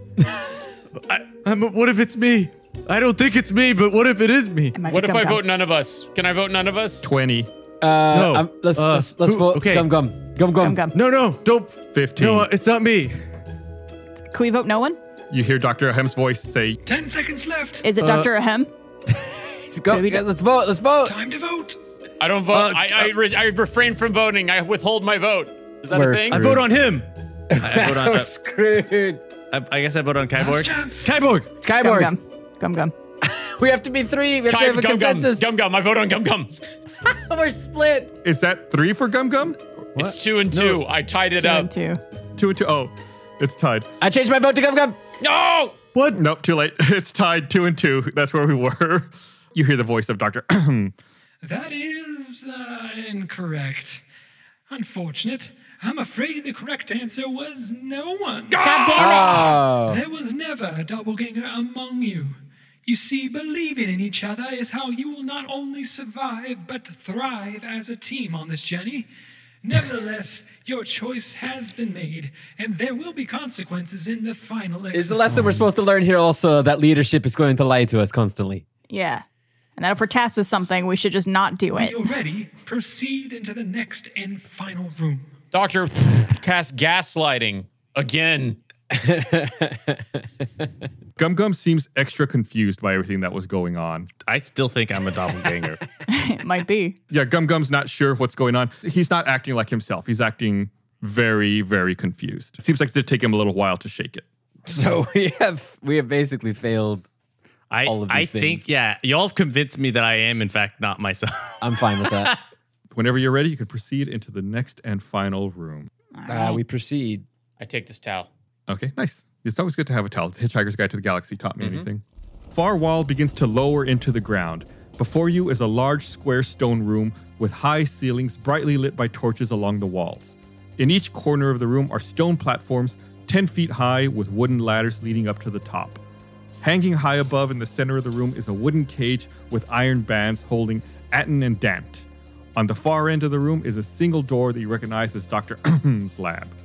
Speaker 12: I'm, what if it's me? I don't think it's me, but what if it is me?
Speaker 4: What if I vote none of us? Can I vote none of us?
Speaker 3: Twenty.
Speaker 7: Uh, um, let's,
Speaker 12: uh,
Speaker 7: let's let's
Speaker 12: who-
Speaker 7: vote
Speaker 12: okay.
Speaker 7: gum gum gum gum.
Speaker 12: No, no, don't.
Speaker 3: Fifteen.
Speaker 12: No, it's not me.
Speaker 5: Can we vote no one?
Speaker 3: You hear Dr. Ahem's voice say,
Speaker 9: Ten seconds left.
Speaker 7: Uh,
Speaker 5: Is it Dr. Ahem?
Speaker 7: Go, let's vote. Let's vote.
Speaker 9: Time to vote.
Speaker 4: I don't vote.
Speaker 12: Uh,
Speaker 4: I, I, re- I refrain from voting. I withhold my vote. Is that
Speaker 12: We're
Speaker 4: a thing?
Speaker 12: I vote on him.
Speaker 11: I, I vote on. uh,
Speaker 12: We're
Speaker 7: screwed.
Speaker 11: I, I guess I vote on Kyborg.
Speaker 12: Kyborg.
Speaker 7: Kyborg.
Speaker 5: Gum gum. Gum gum.
Speaker 7: We have to be three. We have to have a
Speaker 4: gum,
Speaker 7: consensus.
Speaker 4: Gum, gum gum. I vote on gum gum.
Speaker 7: We're split.
Speaker 3: Is that three for Gum Gum?
Speaker 4: It's two and two. I tied it up.
Speaker 5: two.
Speaker 3: Two and two. Oh, it's tied.
Speaker 7: I changed my vote to Gum Gum.
Speaker 4: No.
Speaker 3: What? Nope. Too late. It's tied. Two and two. That's where we were. You hear the voice of Doctor.
Speaker 9: That is uh, incorrect. Unfortunate. I'm afraid the correct answer was no one.
Speaker 24: God damn
Speaker 3: it. Oh.
Speaker 9: There was never a doppelganger among you. You see, believing in each other is how you will not only survive but thrive as a team on this journey. Nevertheless, your choice has been made, and there will be consequences in the final
Speaker 7: Is the
Speaker 9: exercise.
Speaker 7: lesson we're supposed to learn here also that leadership is going to lie to us constantly?
Speaker 5: Yeah. And that if we're tasked with something, we should just not do
Speaker 9: When
Speaker 5: it.
Speaker 9: you're ready, proceed into the next and final room.
Speaker 4: Doctor cast gaslighting again.
Speaker 3: Gum Gum seems extra confused by everything that was going on.
Speaker 11: I still think I'm a doppelganger.
Speaker 5: it might be.
Speaker 3: yeah, Gum Gum's not sure what's going on. He's not acting like himself. He's acting very, very confused. It seems like it'd take him a little while to shake it.
Speaker 7: So we have we have basically failed
Speaker 11: I,
Speaker 7: all of these
Speaker 11: I
Speaker 7: things.
Speaker 11: think, yeah, y'all have convinced me that I am, in fact, not myself.
Speaker 7: I'm fine with that.
Speaker 3: Whenever you're ready, you can proceed into the next and final room.
Speaker 7: Uh, we proceed.
Speaker 4: I take this towel.
Speaker 3: Okay, nice. It's always good to have a towel. The Hitchhiker's Guide to the Galaxy taught me anything. Far wall begins to lower into the ground. Before you is a large square stone room with high ceilings brightly lit by torches along the walls. In each corner of the room are stone platforms 10 feet high with wooden ladders leading up to the top. Hanging high above in the center of the room is a wooden cage with iron bands holding Atten and Dant. On the far end of the room is a single door that you recognize as Dr.'s lab.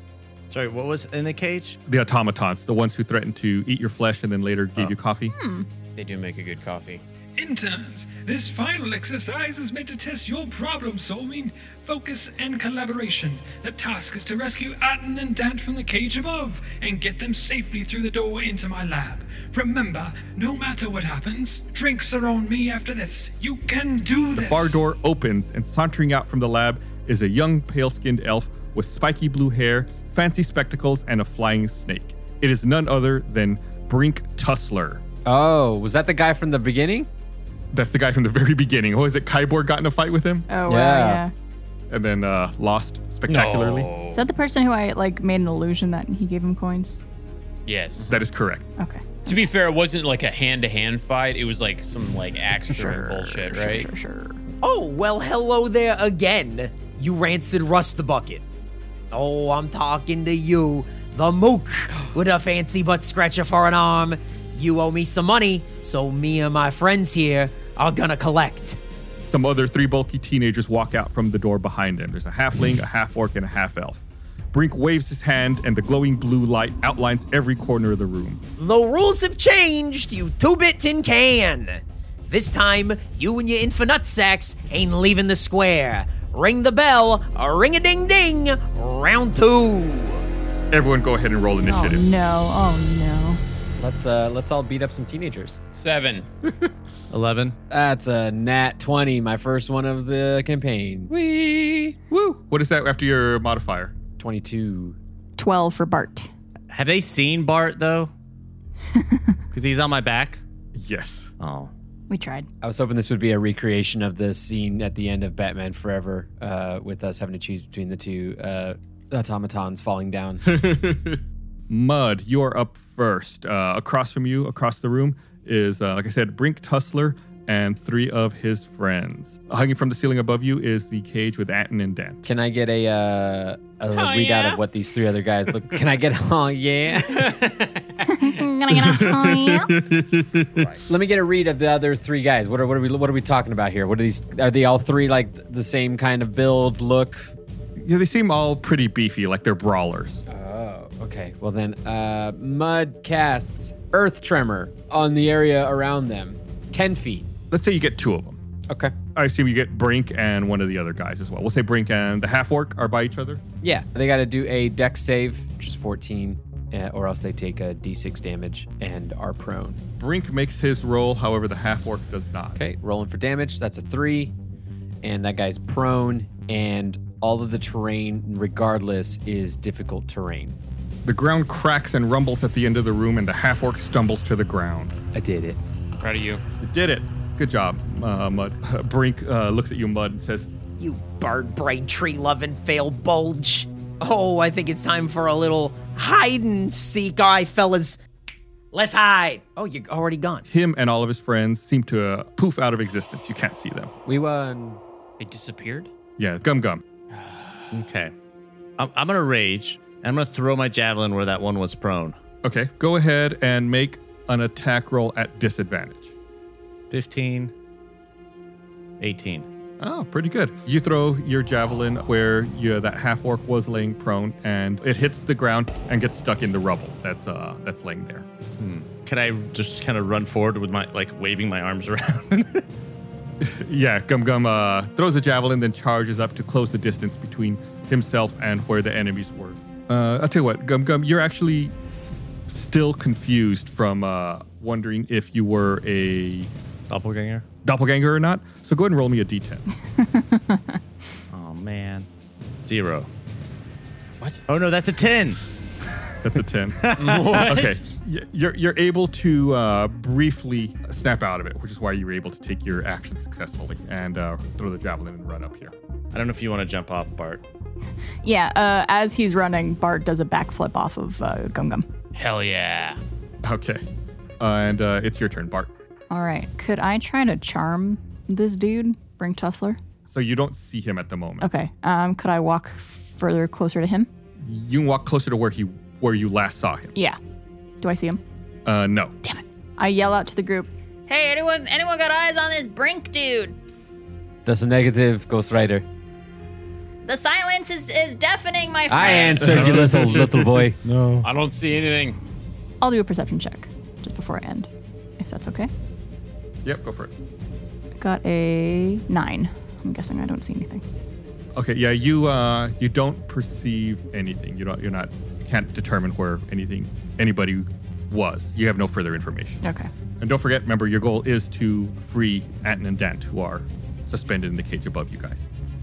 Speaker 11: Sorry, what was in the cage?
Speaker 3: The automatons, the ones who threatened to eat your flesh and then later
Speaker 11: Oh.
Speaker 3: gave you coffee.
Speaker 11: Hmm.
Speaker 4: They do make a good coffee.
Speaker 9: Interns, this final exercise is meant to test your problem solving, focus, and collaboration. The task is to rescue Atten and Dant from the cage above and get them safely through the door into my lab. Remember, no matter what happens, drinks are on me after this. You can do
Speaker 3: The
Speaker 9: this.
Speaker 3: far door opens, and sauntering out from the lab is a young, pale skinned elf with spiky blue hair, fancy spectacles, and a flying snake. It is none other than Brink Tussler.
Speaker 7: Oh, was that the guy from the beginning?
Speaker 3: That's the guy from the very beginning. Oh, is it Kyborg got in a fight with him?
Speaker 5: Oh, wow, Yeah.
Speaker 3: And then uh, lost spectacularly.
Speaker 5: Is that the person who I like made an illusion that he gave him coins?
Speaker 4: Yes.
Speaker 3: That is correct.
Speaker 5: Okay.
Speaker 4: To be fair, it wasn't like a hand to hand fight. It was like some like axe throwing bullshit, right? Sure,
Speaker 5: sure.
Speaker 1: Oh, well, hello there again, you rancid rust bucket. Oh, I'm talking to you, the mook with a fancy butt scratcher for an arm. You owe me some money, so me and my friends here are gonna collect.
Speaker 3: Some other three bulky teenagers walk out from the door behind them. There's a halfling, a half orc, and a half elf. Brink waves his hand, and the glowing blue light outlines every corner of the room.
Speaker 1: The rules have changed, you two bit tin can. This time, you and your infant nutsacks ain't leaving the square. Ring the bell, ring a ding ding, round two.
Speaker 3: Everyone, go ahead and roll initiative.
Speaker 5: no! Oh no!
Speaker 7: Let's uh let's all beat up some teenagers.
Speaker 4: Seven.
Speaker 7: Eleven. That's a nat twenty, my first one of the campaign.
Speaker 4: Wee.
Speaker 7: Oh.
Speaker 3: Woo. What is that after your modifier?
Speaker 7: 22.
Speaker 5: 12 for Bart.
Speaker 11: Have they seen Bart, though? Because he's on my back?
Speaker 3: Yes.
Speaker 11: Oh.
Speaker 5: We tried.
Speaker 7: I was hoping this would be a recreation of the scene at the end of Batman Forever, uh, with us having to choose between the two uh, automatons falling down.
Speaker 3: Mud, you're up first. Uh, across from you, across the room, is, uh, like I said, Brink Tussler and three of his friends. Hanging from the ceiling above you is the cage with Anton and Dan.
Speaker 7: Can I get a uh, a little
Speaker 3: Oh,
Speaker 7: readout
Speaker 3: yeah?
Speaker 7: of what these three other guys look? Can I get? Oh yeah.
Speaker 25: Gonna get a
Speaker 7: Let me get a read of the other three guys. What are what are we what are we talking about here? What are these? Are they all three like the same kind of build, look?
Speaker 3: Yeah, they seem all pretty beefy, like they're brawlers.
Speaker 7: Oh, okay. Well then, uh, mud casts earth tremor on the area around them, ten feet.
Speaker 3: Let's say you get two of them.
Speaker 7: Okay.
Speaker 3: I assume you get Brink and one of the other guys as well. We'll say Brink and the half orc are by each other.
Speaker 7: Yeah, they got to do a deck save, which is fourteen, uh, or else they take a d6 damage and are prone.
Speaker 3: Brink makes his roll, however, the half orc does not.
Speaker 7: Okay, rolling for damage. That's a three. And that guy's prone, and all of the terrain, regardless, is difficult terrain.
Speaker 3: The ground cracks and rumbles at the end of the room, and the half orc stumbles to the ground.
Speaker 7: I did it.
Speaker 3: Proud of you. You did it. Good job, uh, Mud. Brink uh, looks at you, Mud, and says,
Speaker 1: You bird brain tree loving fail bulge. Oh, I think it's time for a little hide and seek. All right, fellas, let's hide. Oh, you're already gone.
Speaker 3: Him and all of his friends seem to uh, poof out of existence. You can't see them.
Speaker 7: We won.
Speaker 4: They disappeared?
Speaker 3: Yeah, gum gum.
Speaker 11: Okay. I'm, I'm going to rage and I'm going to throw my javelin where that one was prone.
Speaker 3: Okay, go ahead and make an attack roll at disadvantage.
Speaker 11: 15, 18.
Speaker 3: Oh, pretty good. You throw your javelin where you, that half orc was laying prone, and it hits the ground and gets stuck in the rubble that's uh, that's laying there.
Speaker 11: Hmm. Can I just kind of run forward with my, like, waving my arms around?
Speaker 3: Yeah, Gum Gum uh, throws a javelin, then charges up to close the distance between himself and where the enemies were. Uh, I'll tell you what, Gum Gum, you're actually still confused from uh, wondering if you were a
Speaker 11: doppelganger,
Speaker 3: doppelganger or not. So go ahead and roll me a d10.
Speaker 11: oh, man. Zero.
Speaker 4: What?
Speaker 11: Oh, no, that's a 10.
Speaker 3: That's a 10.
Speaker 11: What?
Speaker 3: Okay. Y- You're, you're able to uh, briefly snap out of it, which is why you were able to take your action successfully and uh, throw the javelin and run up here.
Speaker 11: I don't know if you want to jump off, Bart.
Speaker 5: Yeah, uh, as he's running, Bart does a backflip off of uh, Gum Gum.
Speaker 4: Hell yeah.
Speaker 3: Okay. Uh, and uh, it's your turn, Bart.
Speaker 5: All right, could I try to charm this dude, Bring Tussler?
Speaker 3: So you don't see him at the moment.
Speaker 5: Okay, um, could I walk further closer to him?
Speaker 3: You can walk closer to where he where you last saw him.
Speaker 5: Yeah. Do I see him?
Speaker 3: Uh, no.
Speaker 5: I yell out to the group.
Speaker 25: Hey, anyone, anyone got eyes on this Brink dude?
Speaker 7: That's a negative, Ghost Rider.
Speaker 25: The silence is, is deafening, my friend.
Speaker 7: I answered you, little little boy.
Speaker 26: No.
Speaker 4: I don't see anything.
Speaker 5: I'll do a perception check just before I end, if that's okay.
Speaker 3: Yep, go for it.
Speaker 5: Got a nine. I'm guessing I don't see anything.
Speaker 3: Okay, yeah, you uh, you don't perceive anything. You don't. You're not. You can't determine where anything anybody was. You have no further information.
Speaker 5: Okay.
Speaker 3: And don't forget, remember, your goal is to free Anton and Dent, who are suspended in the cage above you guys.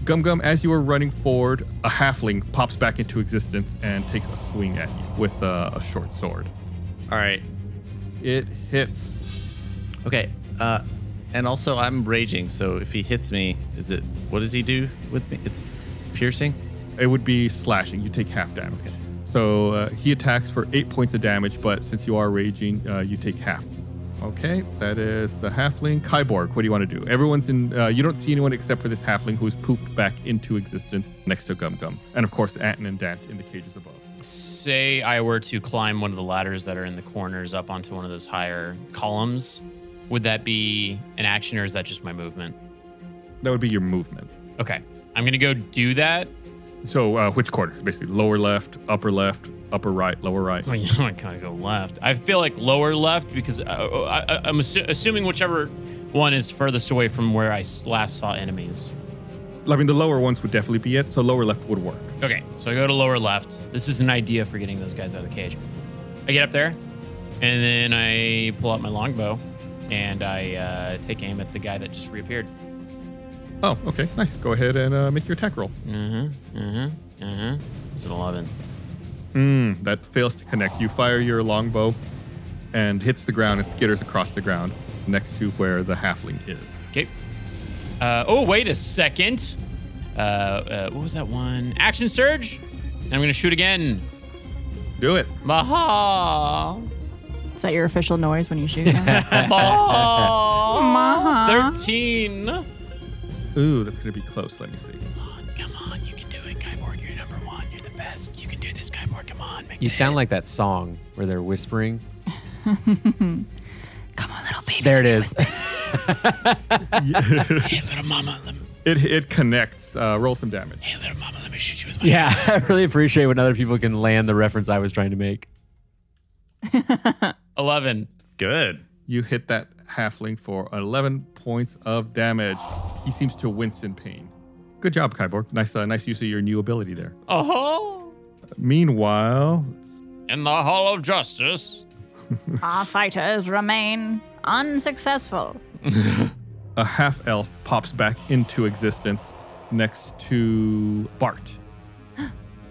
Speaker 3: Gum Gum, as you are running forward, a halfling pops back into existence and takes a swing at you with uh, a short sword.
Speaker 11: All right.
Speaker 3: It hits.
Speaker 11: Okay. Uh, and also, I'm raging, so if he hits me, is it. What does he do with me? It's piercing?
Speaker 3: It would be slashing. You take half damage. So uh, he attacks for eight points of damage, but since you are raging, uh, you take half. Okay, that is the halfling. Kyborg, what do you want to do? Everyone's in, uh, you don't see anyone except for this halfling who's poofed back into existence next to Gum Gum. And of course, Anton and Dant in the cages above.
Speaker 4: Say I were to climb one of the ladders that are in the corners up onto one of those higher columns, would that be an action or is that just my movement?
Speaker 3: That would be your movement.
Speaker 4: Okay. I'm going to go do that.
Speaker 3: So, uh, which corner? Basically, lower left, upper left, upper right, lower right.
Speaker 4: Oh, yeah, I kind of go left. I feel like lower left because I, I, I'm assu- assuming whichever one is furthest away from where I s- last saw enemies.
Speaker 3: I mean, the lower ones would definitely be it, so lower left would work.
Speaker 4: Okay, so I go to lower left. This is an idea for getting those guys out of the cage. I get up there, and then I pull out my longbow, and I uh, take aim at the guy that just reappeared.
Speaker 3: Oh, okay, nice. Go ahead and uh, make your attack roll.
Speaker 4: Mm-hmm. Mm-hmm. Mm-hmm. It's an eleven.
Speaker 3: Mm, that fails to connect. You fire your longbow and hits the ground and skitters across the ground next to where the halfling is.
Speaker 4: Okay. Uh, oh, wait a second. Uh, uh, what was that one? Action surge. And I'm gonna shoot again.
Speaker 3: Do it.
Speaker 4: Maha.
Speaker 20: Is that your official noise when you shoot?
Speaker 4: Oh,
Speaker 20: Uh-huh.
Speaker 4: 13.
Speaker 3: Ooh, that's gonna be close. Let me see.
Speaker 27: You're the best. You can do this, Kyborg. Come on,
Speaker 7: You sound like that song where they're whispering.
Speaker 20: them?
Speaker 7: there it is.
Speaker 3: It it connects. Uh, roll some damage.
Speaker 27: Let me shoot you with
Speaker 7: yeah, I really appreciate when other people can land the reference I was trying to make.
Speaker 3: 11. Good. You hit that halfling for 11 points of damage. He seems to wince in pain. Good job, Kyborg. Nice, uh, nice use of your new ability there.
Speaker 27: Oh.
Speaker 3: Meanwhile,
Speaker 27: In the Hall of Justice.
Speaker 5: Our fighters remain unsuccessful.
Speaker 3: a half elf pops back into existence next to Bart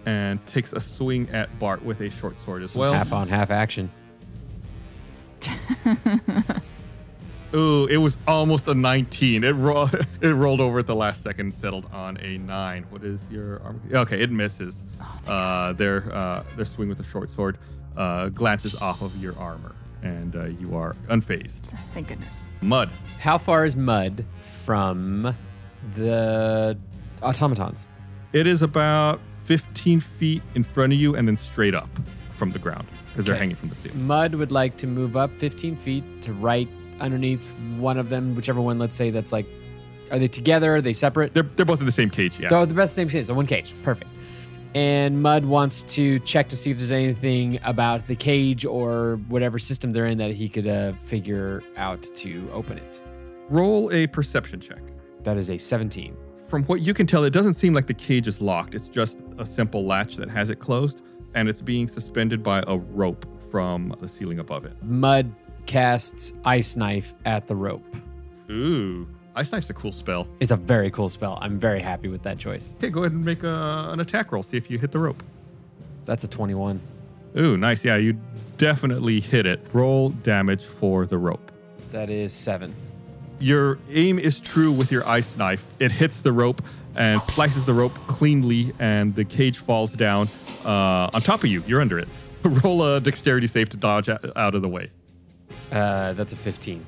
Speaker 3: and takes a swing at Bart with a short sword as well.
Speaker 7: half on half action.
Speaker 3: Ooh, it was almost a 19. It ro- it rolled over at the last second, settled on a nine. What is your armor? Okay, it misses.
Speaker 20: Oh,
Speaker 3: uh, their uh, their swing with the short sword uh, glances off of your armor, and uh, you are unfazed.
Speaker 20: Thank goodness.
Speaker 3: Mud.
Speaker 7: How far is mud from the automatons?
Speaker 3: It is about 15 feet in front of you, and then straight up from the ground because they're
Speaker 7: Okay.
Speaker 3: hanging from the ceiling.
Speaker 7: Mud would like to move up 15 feet to right underneath one of them, whichever one, let's say, that's like, are they together? Are they separate?
Speaker 3: They're, they're both in the same cage, yeah.
Speaker 7: They're the best same cage, so one cage. Perfect. And Mud wants to check to see if there's anything about the cage or whatever system they're in that he could uh, figure out to open it.
Speaker 3: Roll a perception check.
Speaker 7: That is a 17.
Speaker 3: From what you can tell, it doesn't seem like the cage is locked. It's just a simple latch that has it closed, and it's being suspended by a rope from the ceiling above it.
Speaker 7: Mud casts Ice Knife at the rope.
Speaker 3: Ooh, Ice Knife's a cool spell.
Speaker 7: It's a very cool spell. I'm very happy with that choice.
Speaker 3: Okay, go ahead and make a, an attack roll. See if you hit the rope.
Speaker 7: That's a 21.
Speaker 3: Ooh, nice. Yeah, you definitely hit it. Roll damage for the rope.
Speaker 7: That is seven.
Speaker 3: Your aim is true with your ice knife. It hits the rope and slices the rope cleanly, and the cage falls down uh, on top of you. You're under it. Roll a dexterity save to dodge o- out of the way.
Speaker 7: Uh, that's a 15.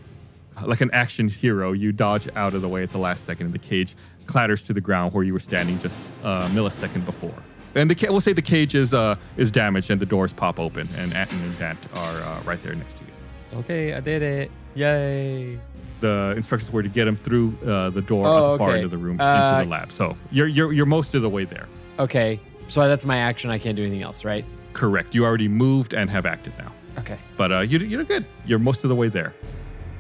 Speaker 3: Like an action hero, you dodge out of the way at the last second, and the cage clatters to the ground where you were standing just a millisecond before. And the ca- we'll say the cage is uh, is damaged, and the doors pop open, and Anton and Dant are uh, right there next to you.
Speaker 7: Okay, I did it. Yay.
Speaker 3: the instructions were to get him through uh, the door at the
Speaker 7: Oh,
Speaker 3: far
Speaker 7: okay.
Speaker 3: end of the room
Speaker 7: Uh,
Speaker 3: into the lab. So you're, you're you're most of the way there.
Speaker 7: Okay, so that's my action. I can't do anything else, right?
Speaker 3: Correct. You already moved and have acted now.
Speaker 7: Okay.
Speaker 3: But uh, you you're good. You're most of the way there.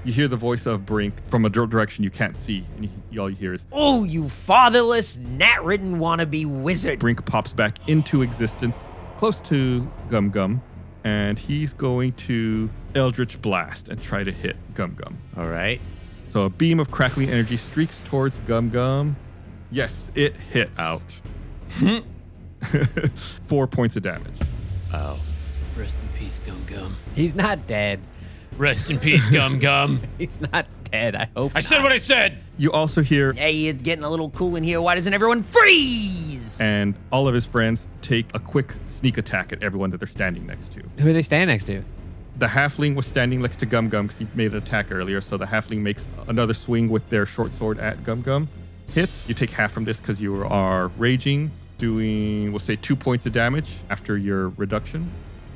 Speaker 3: You hear the voice of Brink from a dir- direction you can't see, and you, all you hear is
Speaker 1: Oh, you fatherless, gnat ridden wannabe wizard.
Speaker 3: Brink pops back into existence, close to Gum Gum, and he's going to Eldritch Blast and try to hit Gum Gum.
Speaker 11: All right.
Speaker 3: So a beam of crackling energy streaks towards Gum Gum. Yes, it hits. Ouch. Four points of damage.
Speaker 7: Oh.
Speaker 27: Rest in peace, Gum Gum.
Speaker 7: He's not dead.
Speaker 27: Rest in peace, Gum Gum.
Speaker 7: He's not dead. I hope.
Speaker 27: I said what I said.
Speaker 3: You also hear,
Speaker 1: Hey, it's getting a little cool in here. Why doesn't everyone freeze?
Speaker 3: and all of his friends take a quick sneak attack at everyone that they're standing next to.
Speaker 7: Who are they standing next to?
Speaker 3: The halfling was standing next to Gum Gum because he made an attack earlier, so the halfling makes another swing with their short sword at Gum Gum. Hits. You take half from this because you are raging, doing, we'll say, two points of damage after your reduction.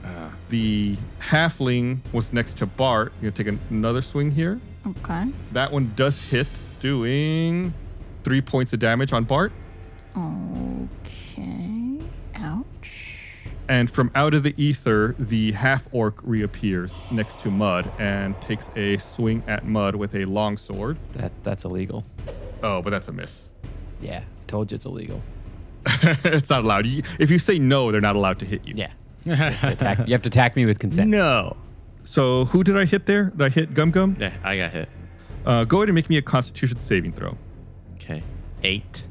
Speaker 7: Uh.
Speaker 3: The halfling was next to Bart. You're going to take another swing here.
Speaker 20: Okay.
Speaker 3: That one does hit, doing three points of damage on Bart.
Speaker 20: Okay. Ouch.
Speaker 3: And from out of the ether, the half orc reappears next to Mud and takes a swing at Mud with a long sword.
Speaker 7: That that's illegal.
Speaker 3: Oh, but that's a miss.
Speaker 7: Yeah, I told you it's illegal.
Speaker 3: it's not allowed. You- If you say no, they're not allowed to hit you.
Speaker 7: Yeah. Attack, you have to attack me with consent.
Speaker 3: No. So who did I hit there? Did I hit Gum Gum?
Speaker 11: Yeah, I got hit.
Speaker 3: Uh, go ahead and make me a Constitution saving throw.
Speaker 11: Okay. Eight.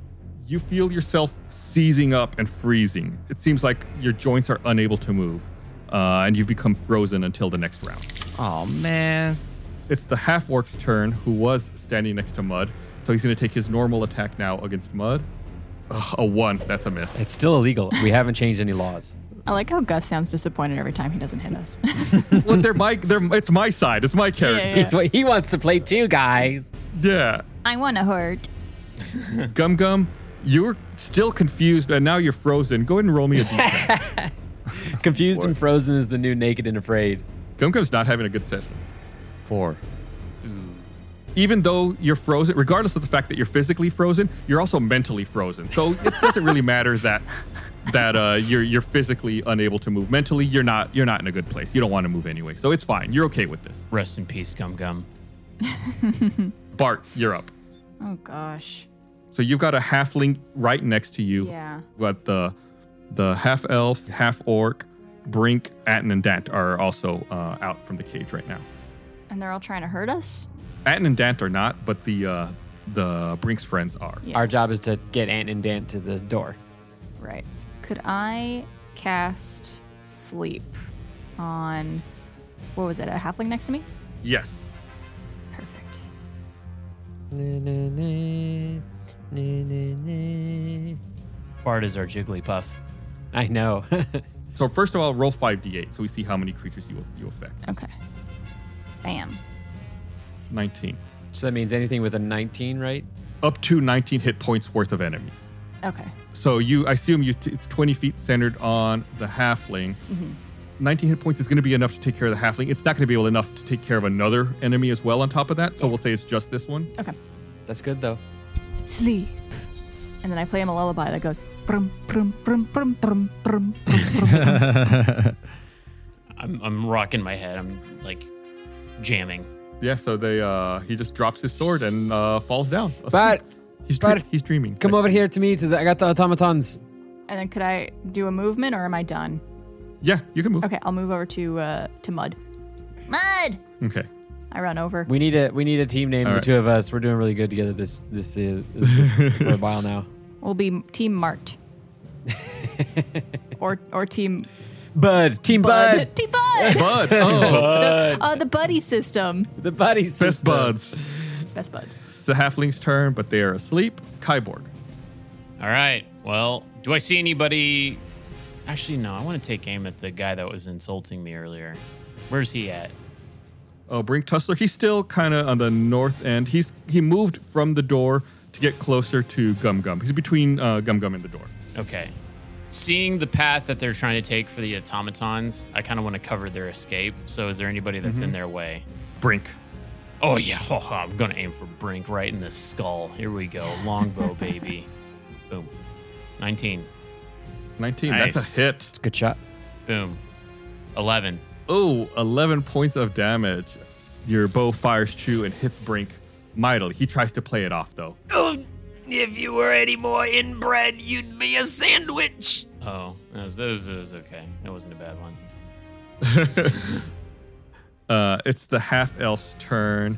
Speaker 3: You feel yourself seizing up and freezing. It seems like your joints are unable to move, uh, and you've become frozen until the next round.
Speaker 11: Oh man.
Speaker 3: It's the half orc's turn, who was standing next to Mud, so he's going to take his normal attack now against Mud. Ugh, a one, that's a miss.
Speaker 7: It's still illegal. We haven't changed any laws.
Speaker 20: I like how Gus sounds disappointed every time he doesn't hit us.
Speaker 3: Well, they're my, they're, it's my side. It's my character.
Speaker 20: yeah. It's
Speaker 3: what he wants to play too, guys. Yeah.
Speaker 5: I want to hurt.
Speaker 3: Gum Gum, you're still confused and now you're frozen. Go ahead and roll me a d10.
Speaker 7: Confused and frozen is the new naked and afraid.
Speaker 3: Gum Gum's not having a good session.
Speaker 7: Four.
Speaker 3: Even though you're frozen, regardless of the fact that you're physically frozen, you're also mentally frozen. So it doesn't really matter that that uh, you're you're physically unable to move. Mentally, you're not you're not in a good place. You don't want to move anyway, so it's fine. You're okay with this.
Speaker 4: Rest in peace, Gum Gum.
Speaker 3: Bart, you're up.
Speaker 20: oh gosh.
Speaker 3: So you've got a halfling right next to you.
Speaker 20: Yeah.
Speaker 3: You've got the the half elf, half orc, Brink, Atten, and Dant are also uh, out from the cage right now.
Speaker 20: And they're all trying to hurt us?
Speaker 3: Atten and Dant are not, but the uh, the Brink's friends are.
Speaker 7: Our job is to get Ant and Dant to the door.
Speaker 20: Right. Could I cast sleep on what was it? A halfling next to me?
Speaker 3: Yes.
Speaker 20: Perfect.
Speaker 4: Bart is our Jigglypuff.
Speaker 7: I know.
Speaker 3: so first of all, roll five d8 so we see how many creatures you you affect.
Speaker 20: Okay. Bam.
Speaker 3: 19.
Speaker 7: So that means anything with a 19, right?
Speaker 3: Up to 19 hit points worth of enemies.
Speaker 20: Okay.
Speaker 3: So you, I assume you, t- it's 20 feet centered on the halfling.
Speaker 20: Mhm.
Speaker 3: 19 hit points is going to be enough to take care of the halfling. It's not going to be able- enough to take care of another enemy as well on top of that. So we'll say it's just this one.
Speaker 20: Okay.
Speaker 7: That's good though.
Speaker 20: Sleep. And then I play him a lullaby that goes brum brum brum brum brum brum.
Speaker 4: I'm, I'm rocking my head. I'm like jamming.
Speaker 3: Yeah. So they, uh, he just drops his sword and uh, falls down. asleep.
Speaker 7: But
Speaker 3: he's,
Speaker 7: but-
Speaker 3: he's dreaming.
Speaker 7: Come over here to me. To the, I got the automatons.
Speaker 20: And then could I do a movement or am I done?
Speaker 3: Yeah, you can move.
Speaker 20: Okay, I'll move over to uh to mud. Mud.
Speaker 3: Okay.
Speaker 20: I run over.
Speaker 7: We need a we need a team name.
Speaker 3: All
Speaker 7: The
Speaker 3: right.
Speaker 7: two of us. We're doing really good together. This this, uh, this for a while now.
Speaker 20: We'll be Team Mart. or or Team
Speaker 7: Bud. Team Bud.
Speaker 20: Team Bud.
Speaker 7: Bud. Oh.
Speaker 20: The-
Speaker 7: Bud.
Speaker 20: uh, the buddy system.
Speaker 7: The buddy
Speaker 3: Best buds.
Speaker 20: Best buds.
Speaker 3: It's the halfling's turn, but they are asleep. Kyborg.
Speaker 4: All right. Well, do I see anybody? Actually, no. I want to take aim at the guy that was insulting me earlier. Where's he at?
Speaker 3: Oh, Brink Tussler. He's still kind of on the north end. He's he moved from the door to get closer to Gum Gum. He's between uh, Gum Gum and the door.
Speaker 4: Okay. Seeing the path that they're trying to take for the automatons, I kind of want to cover their escape. So, is there anybody that's in
Speaker 3: Mhm.
Speaker 4: their way?
Speaker 3: Brink.
Speaker 4: Oh yeah, Oh, I'm gonna aim for Brink right in the skull. Here we go, longbow baby. Boom, nineteen.
Speaker 3: 19. That's
Speaker 4: Nice.
Speaker 3: a hit. It's
Speaker 7: a good shot.
Speaker 4: Boom, eleven.
Speaker 3: Oh, 11 points of damage. Your bow fires true and hits Brink mightily. He tries to play it off though.
Speaker 1: Oh, if you were any more inbred, you'd be a sandwich.
Speaker 4: Oh, that was, that was, that was okay. That wasn't a bad one.
Speaker 3: Uh, it's the half elf's turn.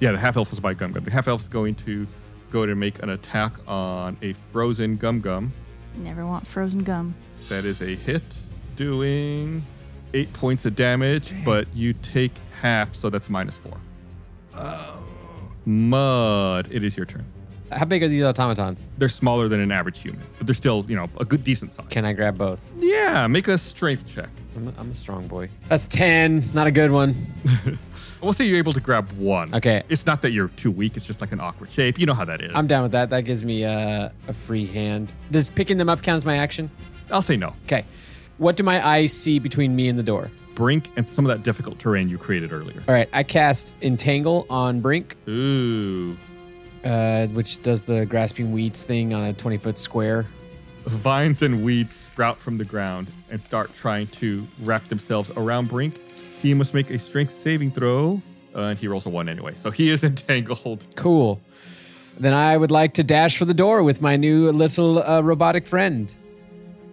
Speaker 3: Yeah, the half elf was by Gum Gum. The half elf's going to go to make an attack on a frozen Gum Gum.
Speaker 20: Never want frozen gum.
Speaker 3: That is a hit, doing eight points of damage, but you take half, so that's minus four. Oh. Mud, it is your turn.
Speaker 7: How big are these automatons?
Speaker 3: They're smaller than an average human, but they're still, you know, a good decent size.
Speaker 7: Can I grab both?
Speaker 3: Yeah, make a strength check.
Speaker 7: I'm a, I'm a strong boy. That's ten. Not a good one.
Speaker 3: We'll say you're able to grab one.
Speaker 7: Okay.
Speaker 3: It's not that you're too weak, it's just like an awkward shape. You know how that is.
Speaker 7: I'm down with that. That gives me uh, a free hand. Does picking them up count as my action?
Speaker 3: I'll say no.
Speaker 7: Okay. What do my eyes see between me and the door?
Speaker 3: Brink and some of that difficult terrain you created earlier.
Speaker 7: All right, I cast Entangle on Brink.
Speaker 3: Ooh.
Speaker 7: Uh, which does the grasping weeds thing on a 20 foot square.
Speaker 3: Vines and weeds sprout from the ground and start trying to wrap themselves around Brink. He must make a strength saving throw, uh, and he rolls a one anyway. So he is entangled.
Speaker 7: Cool. Then I would like to dash for the door with my new little uh, robotic friend.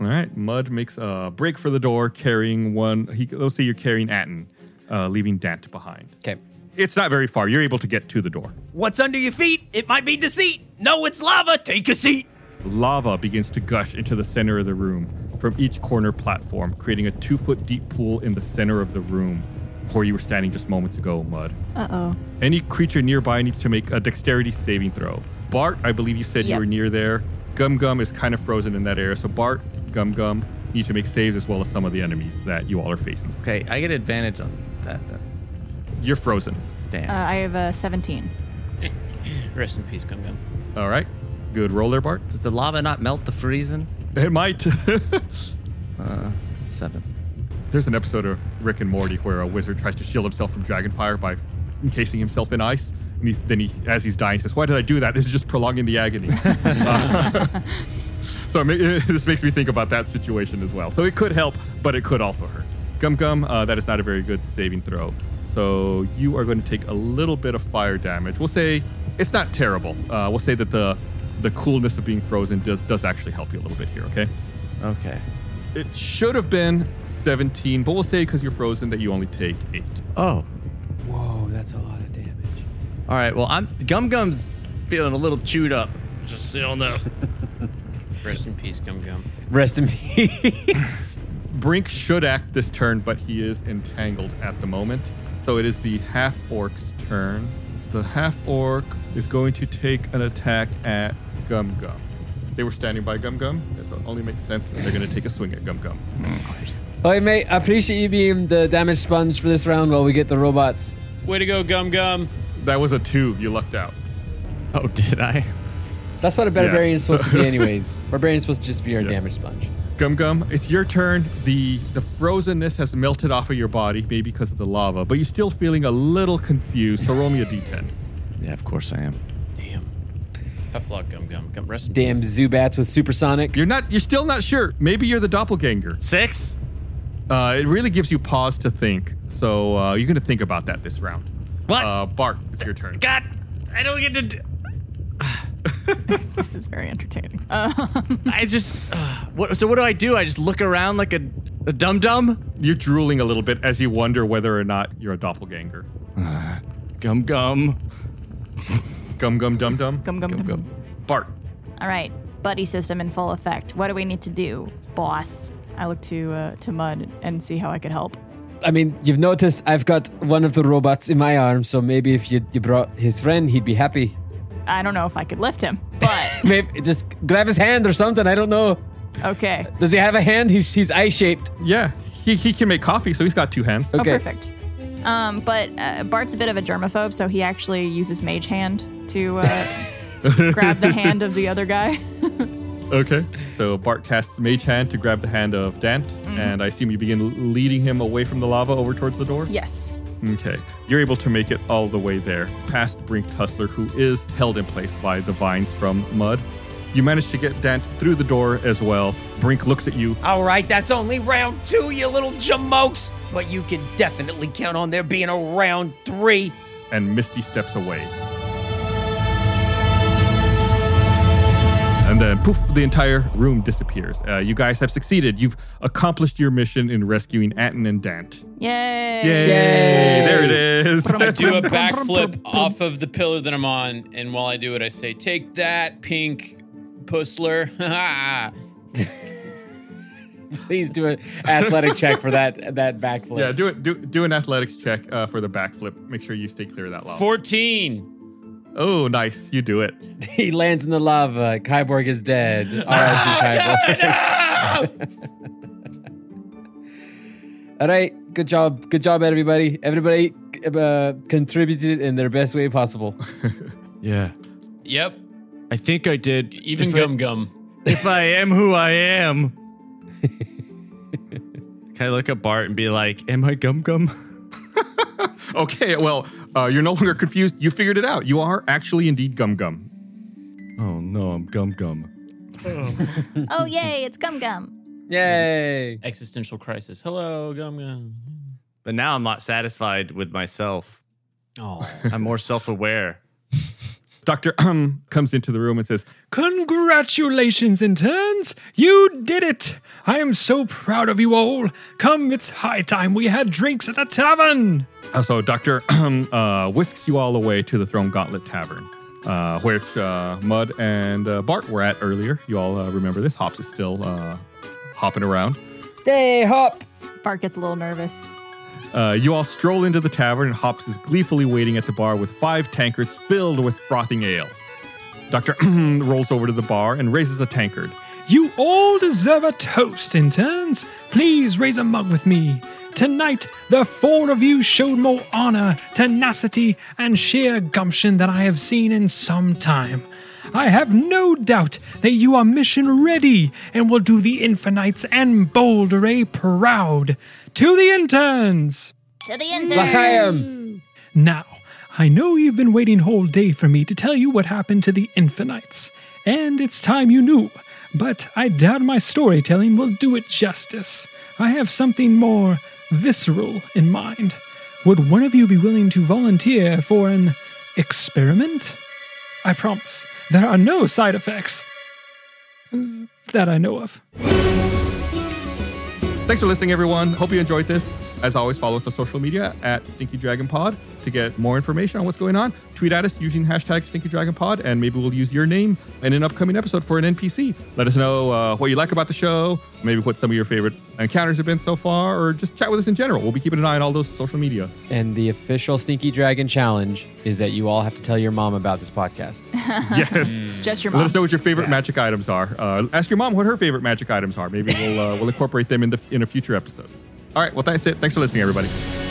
Speaker 3: All right, Mud makes a break for the door, carrying one. He, let's say you're carrying Atten, uh, leaving Dant behind.
Speaker 7: Okay.
Speaker 3: It's not very far. You're able to get to the door.
Speaker 1: What's under your feet? It might be deceit. No, it's lava. Take a seat.
Speaker 3: Lava begins to gush into the center of the room from each corner platform, creating a two foot deep pool in the center of the room where you were standing just moments ago, Mud.
Speaker 20: Uh oh.
Speaker 3: Any creature nearby needs to make a dexterity saving throw. Bart, I believe you said you
Speaker 20: Yep.
Speaker 3: were near there. Gum Gum is kind of frozen in that area. So, Bart, Gum Gum, need to make saves as well as some of the enemies that you all are facing.
Speaker 11: Okay, I get advantage on that. Then.
Speaker 3: You're frozen.
Speaker 20: Uh, I have a 17.
Speaker 4: Rest in peace, Gum Gum.
Speaker 3: All right. Good roll there, Bart.
Speaker 11: Does the lava not melt the freezing?
Speaker 3: It might.
Speaker 11: uh, seven.
Speaker 3: There's an episode of Rick and Morty where a wizard tries to shield himself from dragon fire by encasing himself in ice. And he's, then he, as he's dying, says, "Why did I do that? This is just prolonging the agony." Uh, so it ma- this makes me think about that situation as well. So it could help, but it could also hurt. Gum Gum, uh, that is not a very good saving throw. So you are going to take a little bit of fire damage. We'll say it's not terrible. Uh, we'll say that the the coolness of being frozen does does actually help you a little bit here. Okay.
Speaker 11: Okay.
Speaker 3: It should have been 17, but we'll say because you're frozen that you only take eight.
Speaker 11: Oh.
Speaker 7: Whoa, that's a lot of damage.
Speaker 11: All right. Well, I'm Gum Gum's feeling a little chewed up. Just so you'll know.
Speaker 4: Rest in peace, Gum Gum.
Speaker 7: Rest in peace.
Speaker 3: Brink should act this turn, but he is entangled at the moment. So it is the half orc's turn. The half orc is going to take an attack at Gum Gum. They were standing by Gum Gum, so it only makes sense that they're going to take a swing at Gum Gum.
Speaker 7: Hey, mate, I appreciate you being the damage sponge for this round while we get the robots.
Speaker 4: Way to go, Gum Gum.
Speaker 3: That was a two. You lucked out.
Speaker 11: Oh, did I?
Speaker 7: That's what a barbarian
Speaker 3: Yeah,
Speaker 7: is supposed
Speaker 3: so-
Speaker 7: to be, anyways. barbarian is supposed to just be our damage sponge.
Speaker 3: Gum Gum, it's your turn. The the frozenness has melted off of your body, maybe because of the lava, but you're still feeling a little confused. So roll me a d10.
Speaker 11: Yeah, of course I am.
Speaker 4: Tough luck, Gum Gum. Gum rest in
Speaker 7: Damn
Speaker 4: peace.
Speaker 7: Zubats with supersonic.
Speaker 3: You're not. You're still not sure. Maybe you're the doppelganger.
Speaker 11: Six.
Speaker 3: Uh, it really gives you pause to think. So uh, you're gonna think about that this round.
Speaker 11: What?
Speaker 3: Uh, Bart, it's your turn.
Speaker 11: God, I don't get to. D-
Speaker 20: this is very entertaining. Um,
Speaker 11: I just. Uh, what? So what do I do? I just look around like a, a dum dum.
Speaker 3: You're drooling a little bit as you wonder whether or not you're a doppelganger.
Speaker 11: Gum gum.
Speaker 3: Gum gum dum dum.
Speaker 20: Gum gum dum. dum.
Speaker 3: Bart.
Speaker 20: All right, buddy system in full effect. What do we need to do, boss? I look to uh, to Mud and see how I could help.
Speaker 7: I mean, you've noticed I've got one of the robots in my arm, so maybe if you, you brought his friend, he'd be happy.
Speaker 20: I don't know if I could lift him.
Speaker 7: Maybe just grab his hand or something. I don't know.
Speaker 20: Okay.
Speaker 7: Does he have a hand? He's he's eye shaped.
Speaker 3: Yeah, he, he can make coffee, so he's got two hands.
Speaker 20: Oh, perfect. Um, but uh, Bart's a bit of a germaphobe, so he actually uses Mage Hand to uh, grab the hand of the other guy.
Speaker 3: Okay. So Bart casts Mage Hand to grab the hand of Dant,
Speaker 20: Mhm.
Speaker 3: and I assume you begin leading him away from the lava over towards the door?
Speaker 20: Yes.
Speaker 3: Okay. You're able to make it all the way there, past Brink Tussler, who is held in place by the vines from mud. You manage to get Dant through the door as well. Brink looks at you.
Speaker 1: All right, that's only round two, you little jamokes. But you can definitely count on there being a round three.
Speaker 3: and Misty steps away. And then poof, the entire room disappears. Uh, you guys have succeeded. You've accomplished your mission in rescuing Anton and Dant.
Speaker 20: Yay!
Speaker 3: Yay! There it is.
Speaker 4: I do a backflip off of the pillar that I'm on, and while I do it, I say, "Take that, pink pussler!"
Speaker 7: Please do an athletic check for that that backflip.
Speaker 3: Yeah, do it. Do, do an athletics check uh, for the backflip. Make sure you stay clear of that lava.
Speaker 4: Fourteen.
Speaker 3: Oh, nice. You do it.
Speaker 7: He lands in the lava. Kyborg is dead. R.I.P. Kyborg. All right, good job, good job, everybody. Everybody uh, contributed in their best way possible.
Speaker 18: Yeah.
Speaker 4: Yep.
Speaker 18: I think I did.
Speaker 4: Even
Speaker 18: If I-
Speaker 4: Gum Gum.
Speaker 18: If I am who I am.
Speaker 11: Can I look at Bart and be like,
Speaker 18: Am I Gum Gum?
Speaker 3: Okay, well, uh, you're no longer confused. You figured it out. You are actually indeed Gum Gum.
Speaker 18: Oh no, I'm Gum Gum.
Speaker 5: oh, yay, it's Gum Gum.
Speaker 7: Yay!
Speaker 4: Existential crisis. Hello, Gum Gum.
Speaker 11: But now I'm not satisfied with myself.
Speaker 4: Oh.
Speaker 11: I'm more self-aware.
Speaker 3: Doctor um, comes into the room and says,
Speaker 19: Congratulations, interns! You did it! I am so proud of you all. Come, it's high time we had drinks at the tavern.
Speaker 3: Uh, So Doctor uh, whisks you all away to the Throne Gauntlet Tavern, uh, which uh, Mud and uh, Bart were at earlier. You all uh, remember this. Hops is still uh, hopping around.
Speaker 7: Hey, hop!
Speaker 20: Bart gets a little nervous.
Speaker 3: Uh, you all stroll into the tavern, and Hops is gleefully waiting at the bar with five tankards filled with frothing ale. Doctor rolls over to the bar and raises a tankard.
Speaker 9: You all deserve a toast in turns. Please raise a mug with me. Tonight, the four of you showed more honor, tenacity, and sheer gumption than I have seen in some time. I have no doubt that you are mission ready and will do the Infinites and Boulder A proud. To the interns!
Speaker 5: To the
Speaker 9: Now, I know you've been waiting whole day for me to tell you what happened to the Infinites, and it's time you knew, but I doubt my storytelling will do it justice. I have something more visceral in mind. Would one of you be willing to volunteer for an experiment? I promise, there are no side effects. Mm, That I know of.
Speaker 3: Thanks for listening, everyone. Hope you enjoyed this. As always, follow us on social media at Stinky Dragon Pod to get more information on what's going on. Tweet at us using hashtag Stinky Dragon Pod, and maybe we'll use your name in an upcoming episode for an NPC. Let us know uh, what you like about the show, maybe what some of your favorite encounters have been so far, or just chat with us in general. We'll be keeping an eye on all those social media.
Speaker 7: And the official Stinky Dragon challenge is that you all have to tell your mom about this podcast.
Speaker 3: yes.
Speaker 20: Just your
Speaker 3: Let
Speaker 20: mom.
Speaker 3: us know what your favorite magic items are. Uh, ask your mom what her favorite magic items are. Maybe we'll uh, we'll incorporate them in the in a future episode. All right. Well, that's it. Thanks for listening, everybody.